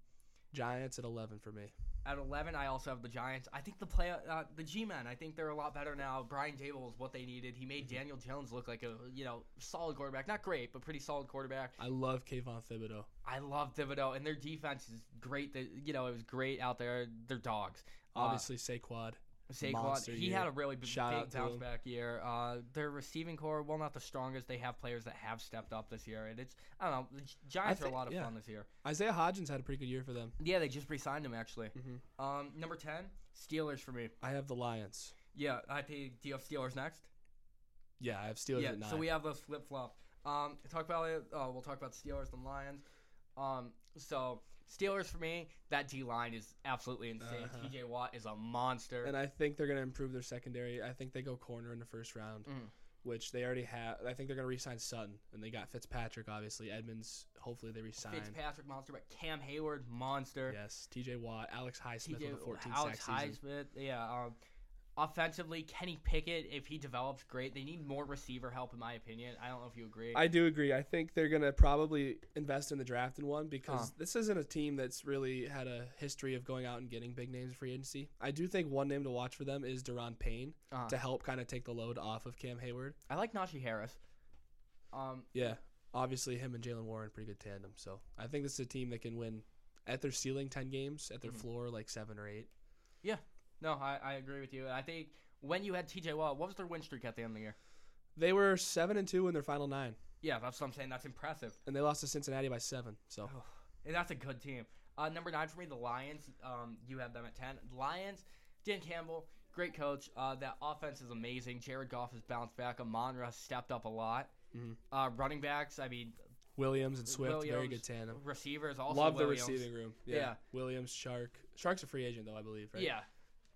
Speaker 2: Giants at 11 for me.
Speaker 1: at 11, I also have the Giants. I think the play, uh, the G-men. I think they're a lot better now. Brian Dable is what they needed. He
Speaker 2: Mm-hmm.
Speaker 1: made Daniel Jones look like a you know solid quarterback, not great, but pretty solid quarterback.
Speaker 2: I love Kayvon Thibodeau.
Speaker 1: I love Thibodeau, and their defense is great. They, you know, it was great out there. They're dogs. Uh,
Speaker 2: Obviously Saquad.
Speaker 1: Saquon,
Speaker 2: monster
Speaker 1: he
Speaker 2: year.
Speaker 1: had a really b-
Speaker 2: Shout out
Speaker 1: big
Speaker 2: to
Speaker 1: bounce
Speaker 2: him.
Speaker 1: back year. Uh, their receiving core, well, not the strongest. They have players that have stepped up this year, and it's I don't know. The Gi- Giants are
Speaker 2: think-
Speaker 1: a lot of
Speaker 2: yeah.
Speaker 1: fun this year.
Speaker 2: Isaiah Hodgins had a pretty good year for them.
Speaker 1: Yeah, they just re-signed him actually. Um, number ten, Steelers for me.
Speaker 2: I have the Lions.
Speaker 1: Yeah, I think do you have Steelers next?
Speaker 2: Yeah, I have Steelers
Speaker 1: yeah,
Speaker 2: at nine.
Speaker 1: so we have those flip flop. Um, talk about it. Uh, we'll talk about Steelers and Lions. Um, so Steelers for me, that D line is absolutely insane.
Speaker 2: Uh-huh.
Speaker 1: T.J. Watt is a monster.
Speaker 2: and I think they're going to improve their secondary. I think they go corner in the first round,
Speaker 1: Mhm.
Speaker 2: which they already have. I think they're going to re-sign Sutton, and they got Fitzpatrick, obviously. Edmonds, hopefully they re-sign.
Speaker 1: Fitzpatrick monster, but Cam Hayward monster.
Speaker 2: Yes, T.J. Watt, Alex Highsmith
Speaker 1: TJ
Speaker 2: with a 14
Speaker 1: Alex
Speaker 2: sack season.
Speaker 1: Highsmith, yeah. Um, offensively, Kenny Pickett, if he develops, great. They need more receiver help, in my opinion. I don't know if you agree.
Speaker 2: I do agree. I think they're going to probably invest in the draft in one because
Speaker 1: Uh.
Speaker 2: this isn't a team that's really had a history of going out and getting big names in free agency. I do think one name to watch for them is Deron Payne
Speaker 1: Uh-huh.
Speaker 2: to help kind of take the load off of Cam Hayward.
Speaker 1: I like Najee Harris. Um,
Speaker 2: Yeah, obviously him and Jalen Warren pretty good tandem. So I think this is a team that can win at their ceiling ten games, at their floor like seven or eight.
Speaker 1: no, I, I agree with you. And I think when you had TJ Watt, what was their win streak at the end of the year?
Speaker 2: They were seven and two in their final nine,
Speaker 1: Yeah, that's what I'm saying. That's impressive.
Speaker 2: and they lost to Cincinnati by seven. So
Speaker 1: And that's a good team. Uh, number nine for me, the Lions. Um, you have them at ten. Lions, Dan Campbell, great coach. Uh, that offense is amazing. Jared Goff has bounced back. Amonra stepped up a lot.
Speaker 2: Mhm.
Speaker 1: Uh, running backs, I mean,
Speaker 2: Williams and Swift, very
Speaker 1: Williams,
Speaker 2: good tandem.
Speaker 1: Receivers also
Speaker 2: Love
Speaker 1: Williams.
Speaker 2: the receiving room. Yeah.
Speaker 1: Yeah.
Speaker 2: Williams, Shark. Shark's a free agent though, I believe. Right?
Speaker 1: Yeah.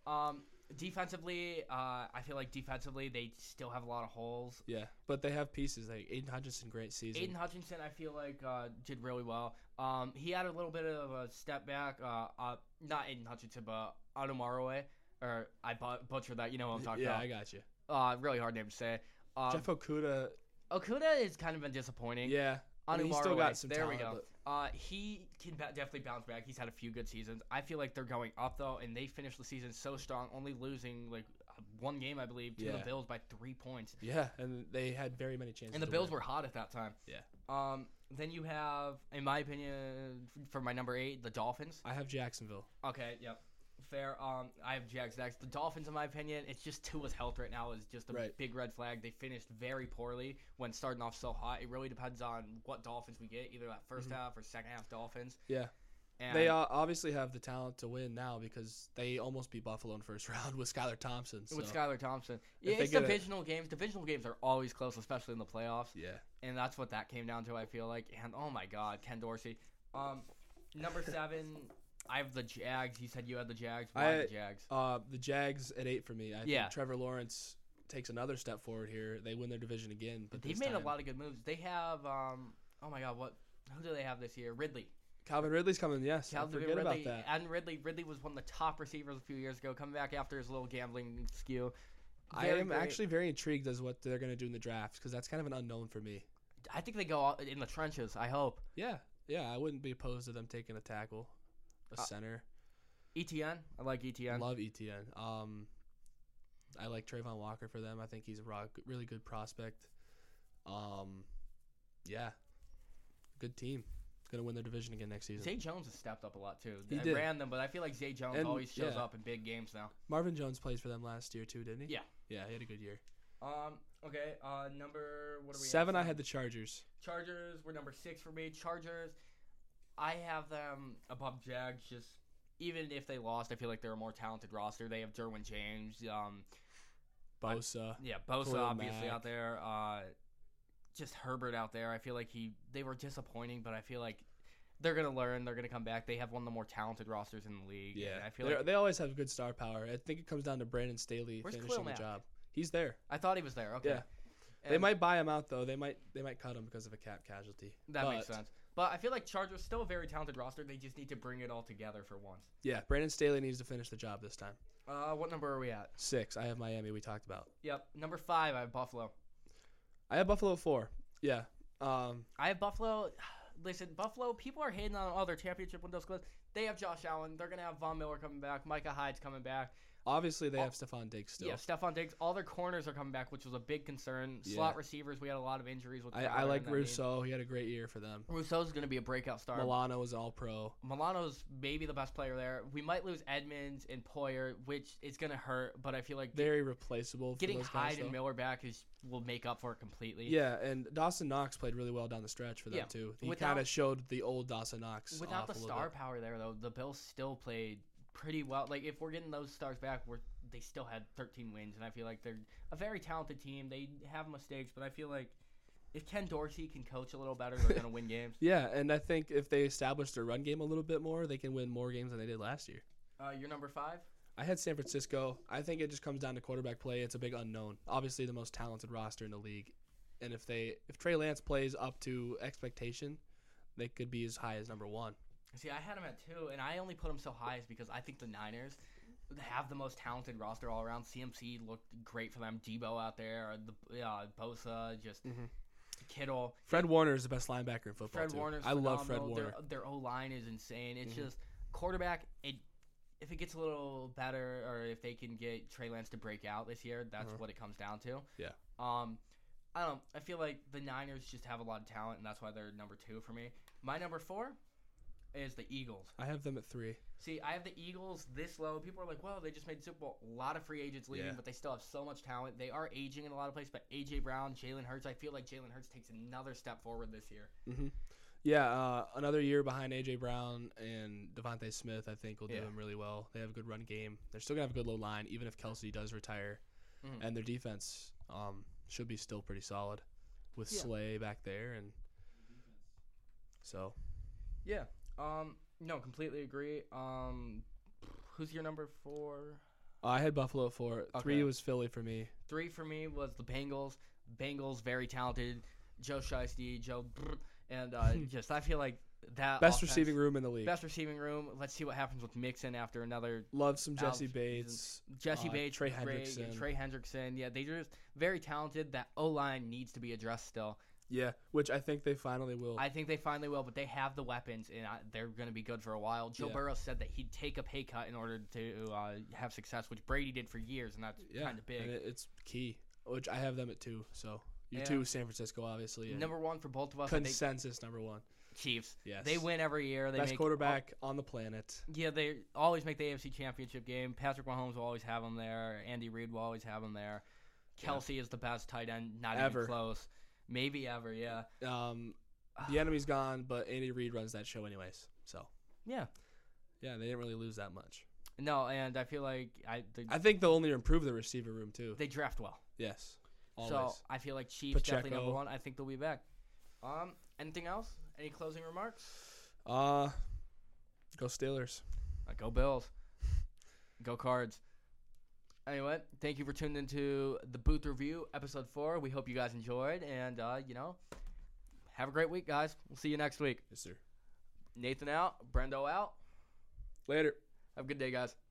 Speaker 1: Um, defensively, uh, I feel like defensively they still have a lot of holes.
Speaker 2: Yeah, but they have pieces like Aiden Hutchinson, great season.
Speaker 1: Aiden Hutchinson, I feel like uh, did really well. Um, he had a little bit of a step back. Uh, uh not Aiden Hutchinson, but Adamaroe, or I but- butchered that. You know what I'm talking
Speaker 2: yeah, I
Speaker 1: about.
Speaker 2: got you.
Speaker 1: uh, really hard name to say. Um,
Speaker 2: Jeff Okuda.
Speaker 1: Okuda has kind of been disappointing.
Speaker 2: Yeah, I mean, he's still
Speaker 1: Anumaru,
Speaker 2: got some
Speaker 1: There
Speaker 2: talent.
Speaker 1: we go.
Speaker 2: but-
Speaker 1: Uh, he can ba- definitely bounce back. He's had a few good seasons. I feel like they're going up though, and they finished the season so strong, only losing like uh, one game I believe to the
Speaker 2: Yeah.
Speaker 1: Bills by three points.
Speaker 2: yeah, and they had very many chances.
Speaker 1: And the
Speaker 2: to
Speaker 1: Bills
Speaker 2: win.
Speaker 1: were hot at that time.
Speaker 2: Yeah.
Speaker 1: Um. Then you have, in my opinion, f- for my number eight, the Dolphins.
Speaker 2: I have Jacksonville.
Speaker 1: Okay. Yep. Fair. Um. I have Jags next. The Dolphins, in my opinion, it's just Tua's health right now is just a
Speaker 2: Right.
Speaker 1: big red flag. They finished very poorly when starting off so hot. It really depends on what Dolphins we get, either that 1st half or second half Dolphins.
Speaker 2: Mm-hmm. Yeah.
Speaker 1: And
Speaker 2: They uh, obviously have the talent to win now because they almost beat Buffalo in first round with Skylar Thompson. So.
Speaker 1: With Skylar Thompson. Yeah,
Speaker 2: they
Speaker 1: it's
Speaker 2: get a-
Speaker 1: divisional games. Divisional games are always close, especially in the playoffs.
Speaker 2: yeah,
Speaker 1: And that's what that came down to, I feel like. And oh my god, Ken Dorsey. Um number seven, I have the Jags. You said you had the Jags. Why
Speaker 2: I-
Speaker 1: the Jags?
Speaker 2: uh, the Jags at eight for me. I
Speaker 1: Yeah.
Speaker 2: think Trevor Lawrence takes another step forward here. They win their division again, but
Speaker 1: They've
Speaker 2: this
Speaker 1: made a
Speaker 2: time-
Speaker 1: lot of good moves. They have um oh my god, what who do they have this year? Ridley.
Speaker 2: Calvin Ridley's coming. Yes, I
Speaker 1: Calvin
Speaker 2: forget
Speaker 1: Ridley.
Speaker 2: about that.
Speaker 1: And Ridley Ridley was one of the top receivers a few years ago, coming back after his little gambling skew.
Speaker 2: I
Speaker 1: Very
Speaker 2: am
Speaker 1: great.
Speaker 2: actually very intrigued as what they're going to do in the draft because that's kind of an unknown for me.
Speaker 1: I think they go out in the trenches, I hope.
Speaker 2: Yeah, yeah, I wouldn't be opposed to them taking a tackle, a
Speaker 1: Uh,
Speaker 2: center.
Speaker 1: ETN. E I like ETN.
Speaker 2: Love ETN. Um, I like Trayvon Walker for them. I think he's a ro- really good prospect. Um, yeah, good team. Gonna win their division again next season.
Speaker 1: Zay Jones has stepped up a lot too.
Speaker 2: E He
Speaker 1: I
Speaker 2: did.
Speaker 1: ran them, but I feel like Zay Jones
Speaker 2: And-
Speaker 1: always shows
Speaker 2: yeah.
Speaker 1: up in big games now.
Speaker 2: Marvin Jones plays for them last year too, didn't he?
Speaker 1: Yeah.
Speaker 2: yeah, he had a good year.
Speaker 1: Um. Okay. Uh. Number. What are we? at?
Speaker 2: Seven, I had the Chargers.
Speaker 1: Chargers. Were number six for me. Chargers. I have them above Jags. Just even if they lost, I feel like they're a more talented roster. They have Derwin James. Um.
Speaker 2: Bosa.
Speaker 1: Yeah. Bosa
Speaker 2: Khalil
Speaker 1: obviously
Speaker 2: Mack.
Speaker 1: out there. Uh. Just Herbert out there. I feel like he. They were disappointing, but I feel like. They're gonna learn. They're gonna come back. They have one of the more talented rosters in the league. and
Speaker 2: yeah,
Speaker 1: I feel
Speaker 2: They're-
Speaker 1: like
Speaker 2: they always have good star power. I think it comes down to Brandon Staley
Speaker 1: Where's
Speaker 2: finishing
Speaker 1: Khalil Mack?
Speaker 2: the job. He's there.
Speaker 1: I thought he was there. Okay.
Speaker 2: Yeah. they
Speaker 1: And
Speaker 2: might buy him out though. They might they might cut him because of a cap casualty.
Speaker 1: That makes
Speaker 2: But,
Speaker 1: sense. But I feel like Chargers still a very talented roster. They just need to bring it all together for once.
Speaker 2: Yeah, Brandon Staley needs to finish the job this time.
Speaker 1: Uh, what number are we at?
Speaker 2: Six. I have Miami. We talked about.
Speaker 1: Yep, number five. I have Buffalo.
Speaker 2: I have Buffalo four. Yeah. Um.
Speaker 1: I have Buffalo. Listen, Buffalo. People are hating on all their championship windows closed. They have Josh Allen. They're gonna have Von Miller coming back. Micah Hyde's coming back.
Speaker 2: Obviously,
Speaker 1: Oh.
Speaker 2: they have Stephon Diggs still.
Speaker 1: Yeah, Stephon Diggs. All their corners are coming back, which was a big concern. Slot receivers. We had a lot of injuries. With
Speaker 2: I,
Speaker 1: Tyler
Speaker 2: I
Speaker 1: in
Speaker 2: like
Speaker 1: that game.
Speaker 2: Rousseau. He had a great year for them.
Speaker 1: Rousseau's gonna be a breakout star.
Speaker 2: Milano was all pro.
Speaker 1: Milano's maybe the best player there. We might lose Edmonds and Poyer, which is gonna hurt. But I feel like
Speaker 2: Very replaceable. For
Speaker 1: getting
Speaker 2: those guys,
Speaker 1: Hyde and
Speaker 2: though.
Speaker 1: Miller back is will make up for it completely.
Speaker 2: Yeah, and Dawson Knox played really well down the stretch for them
Speaker 1: Yeah.
Speaker 2: too. He
Speaker 1: Without-
Speaker 2: kind of showed the old Dawson Knox.
Speaker 1: Without
Speaker 2: off
Speaker 1: the
Speaker 2: a little
Speaker 1: star
Speaker 2: bit.
Speaker 1: power there, though, the Bills still played pretty well. Like if we're getting those stars back, we're they still had 13 wins, and I feel like they're a very talented team. They have mistakes, but I feel like if Ken Dorsey can coach a little better, they're gonna win games.
Speaker 2: Yeah, and I think if they establish their run game a little bit more, they can win more games than they did last year.
Speaker 1: Uh, you're number five.
Speaker 2: I had San Francisco. I think it just comes down to quarterback play. It's a big unknown. Obviously, the most talented roster in the league, and if they if Trey Lance plays up to expectation, they could be as high as number one.
Speaker 1: See, I had him at two, and I only put him so high is because I think the Niners have the most talented roster all around. CMC looked great for them. Debo out there, the uh, Bosa, just Kittle.
Speaker 2: Fred Warner is the best linebacker in football.
Speaker 1: Fred
Speaker 2: too.
Speaker 1: Warner's
Speaker 2: I love Fred
Speaker 1: phenomenal.
Speaker 2: Warner. Mm-hmm.
Speaker 1: Their, their O line is insane. It's just quarterback. It if it gets a little better, or if they can get Trey Lance to break out this year, that's what it comes down to.
Speaker 2: Mm-hmm. Yeah.
Speaker 1: Um, I don't. I feel like the Niners just have a lot of talent, and that's why they're number two for me. My number four is the Eagles.
Speaker 2: I have them at three.
Speaker 1: See, I have the Eagles this low. People are like, "Well, they just made the Super Bowl." A lot of free agents leaving,
Speaker 2: Yeah.
Speaker 1: but they still have so much talent. They are aging in a lot of places, but AJ Brown, Jalen Hurts. I feel like Jalen Hurts takes another step forward this year.
Speaker 2: Yeah, uh, another year behind AJ Brown and Devontae Smith. I think will do
Speaker 1: Yeah.
Speaker 2: them really well. They have a good run game. They're still gonna have a good low line, even if Kelsey does retire,
Speaker 1: Mm-hmm.
Speaker 2: and their defense um, should be still pretty solid with
Speaker 1: Yeah.
Speaker 2: Slay back there and so.
Speaker 1: Yeah. Um. No, completely agree. Um. Who's your number four?
Speaker 2: I had Buffalo at four.
Speaker 1: Okay.
Speaker 2: Three was Philly for me.
Speaker 1: Three for me was the Bengals. Bengals very talented. Joe Shiesty, Joe, Brr, and uh, just I feel like that
Speaker 2: Best
Speaker 1: offense-
Speaker 2: receiving room in the league.
Speaker 1: best receiving room. Let's see what happens with Mixon after another
Speaker 2: Love some
Speaker 1: Alves
Speaker 2: Jesse
Speaker 1: is
Speaker 2: Bates.
Speaker 1: Jesse
Speaker 2: uh,
Speaker 1: Bates,
Speaker 2: Trey
Speaker 1: Gray,
Speaker 2: Hendrickson.
Speaker 1: Trey Hendrickson. Yeah, they just very talented. That O line needs to be addressed still.
Speaker 2: yeah, which I think they finally will.
Speaker 1: I think they finally will, but they have the weapons and I, they're going to be good for a while. Joe
Speaker 2: Yeah.
Speaker 1: Burrow said that he'd take a pay cut in order to uh, have success, which Brady did for years, and that's
Speaker 2: yeah,
Speaker 1: kind of big.
Speaker 2: and it- it's key. Which I have them at two. So you
Speaker 1: Yeah.
Speaker 2: two, San Francisco, obviously. and
Speaker 1: Number one for both of us, I think
Speaker 2: consensus number one.
Speaker 1: Chiefs.
Speaker 2: Yes.
Speaker 1: They win every year. They
Speaker 2: Best
Speaker 1: make
Speaker 2: quarterback on the planet.
Speaker 1: yeah, they always make the AFC Championship game. Patrick Mahomes will always have him there. Andy Reid will always have him there. Kelsey is the best tight end, not
Speaker 2: Ever.
Speaker 1: even close. Maybe ever, yeah.
Speaker 2: Um, the enemy's gone, but Andy Reid runs that show anyways. So
Speaker 1: Yeah.
Speaker 2: yeah, they didn't really lose that much.
Speaker 1: No, and I feel like I they,
Speaker 2: I think they'll only improve the receiver room too.
Speaker 1: they draft well.
Speaker 2: yes, always.
Speaker 1: So I feel like Chiefs definitely number
Speaker 2: Pacheco.
Speaker 1: one. I think they'll be back. Um, anything else? Any closing remarks?
Speaker 2: uh go Steelers.
Speaker 1: Uh, go Bills. go Cards. Anyway, thank you for tuning into the Booth Review, episode four. We hope you guys enjoyed, and uh, you know, have a great week, guys. We'll see you next week.
Speaker 2: Yes, sir.
Speaker 1: Nathan out, Brendo out.
Speaker 2: Later.
Speaker 1: Have a good day, guys.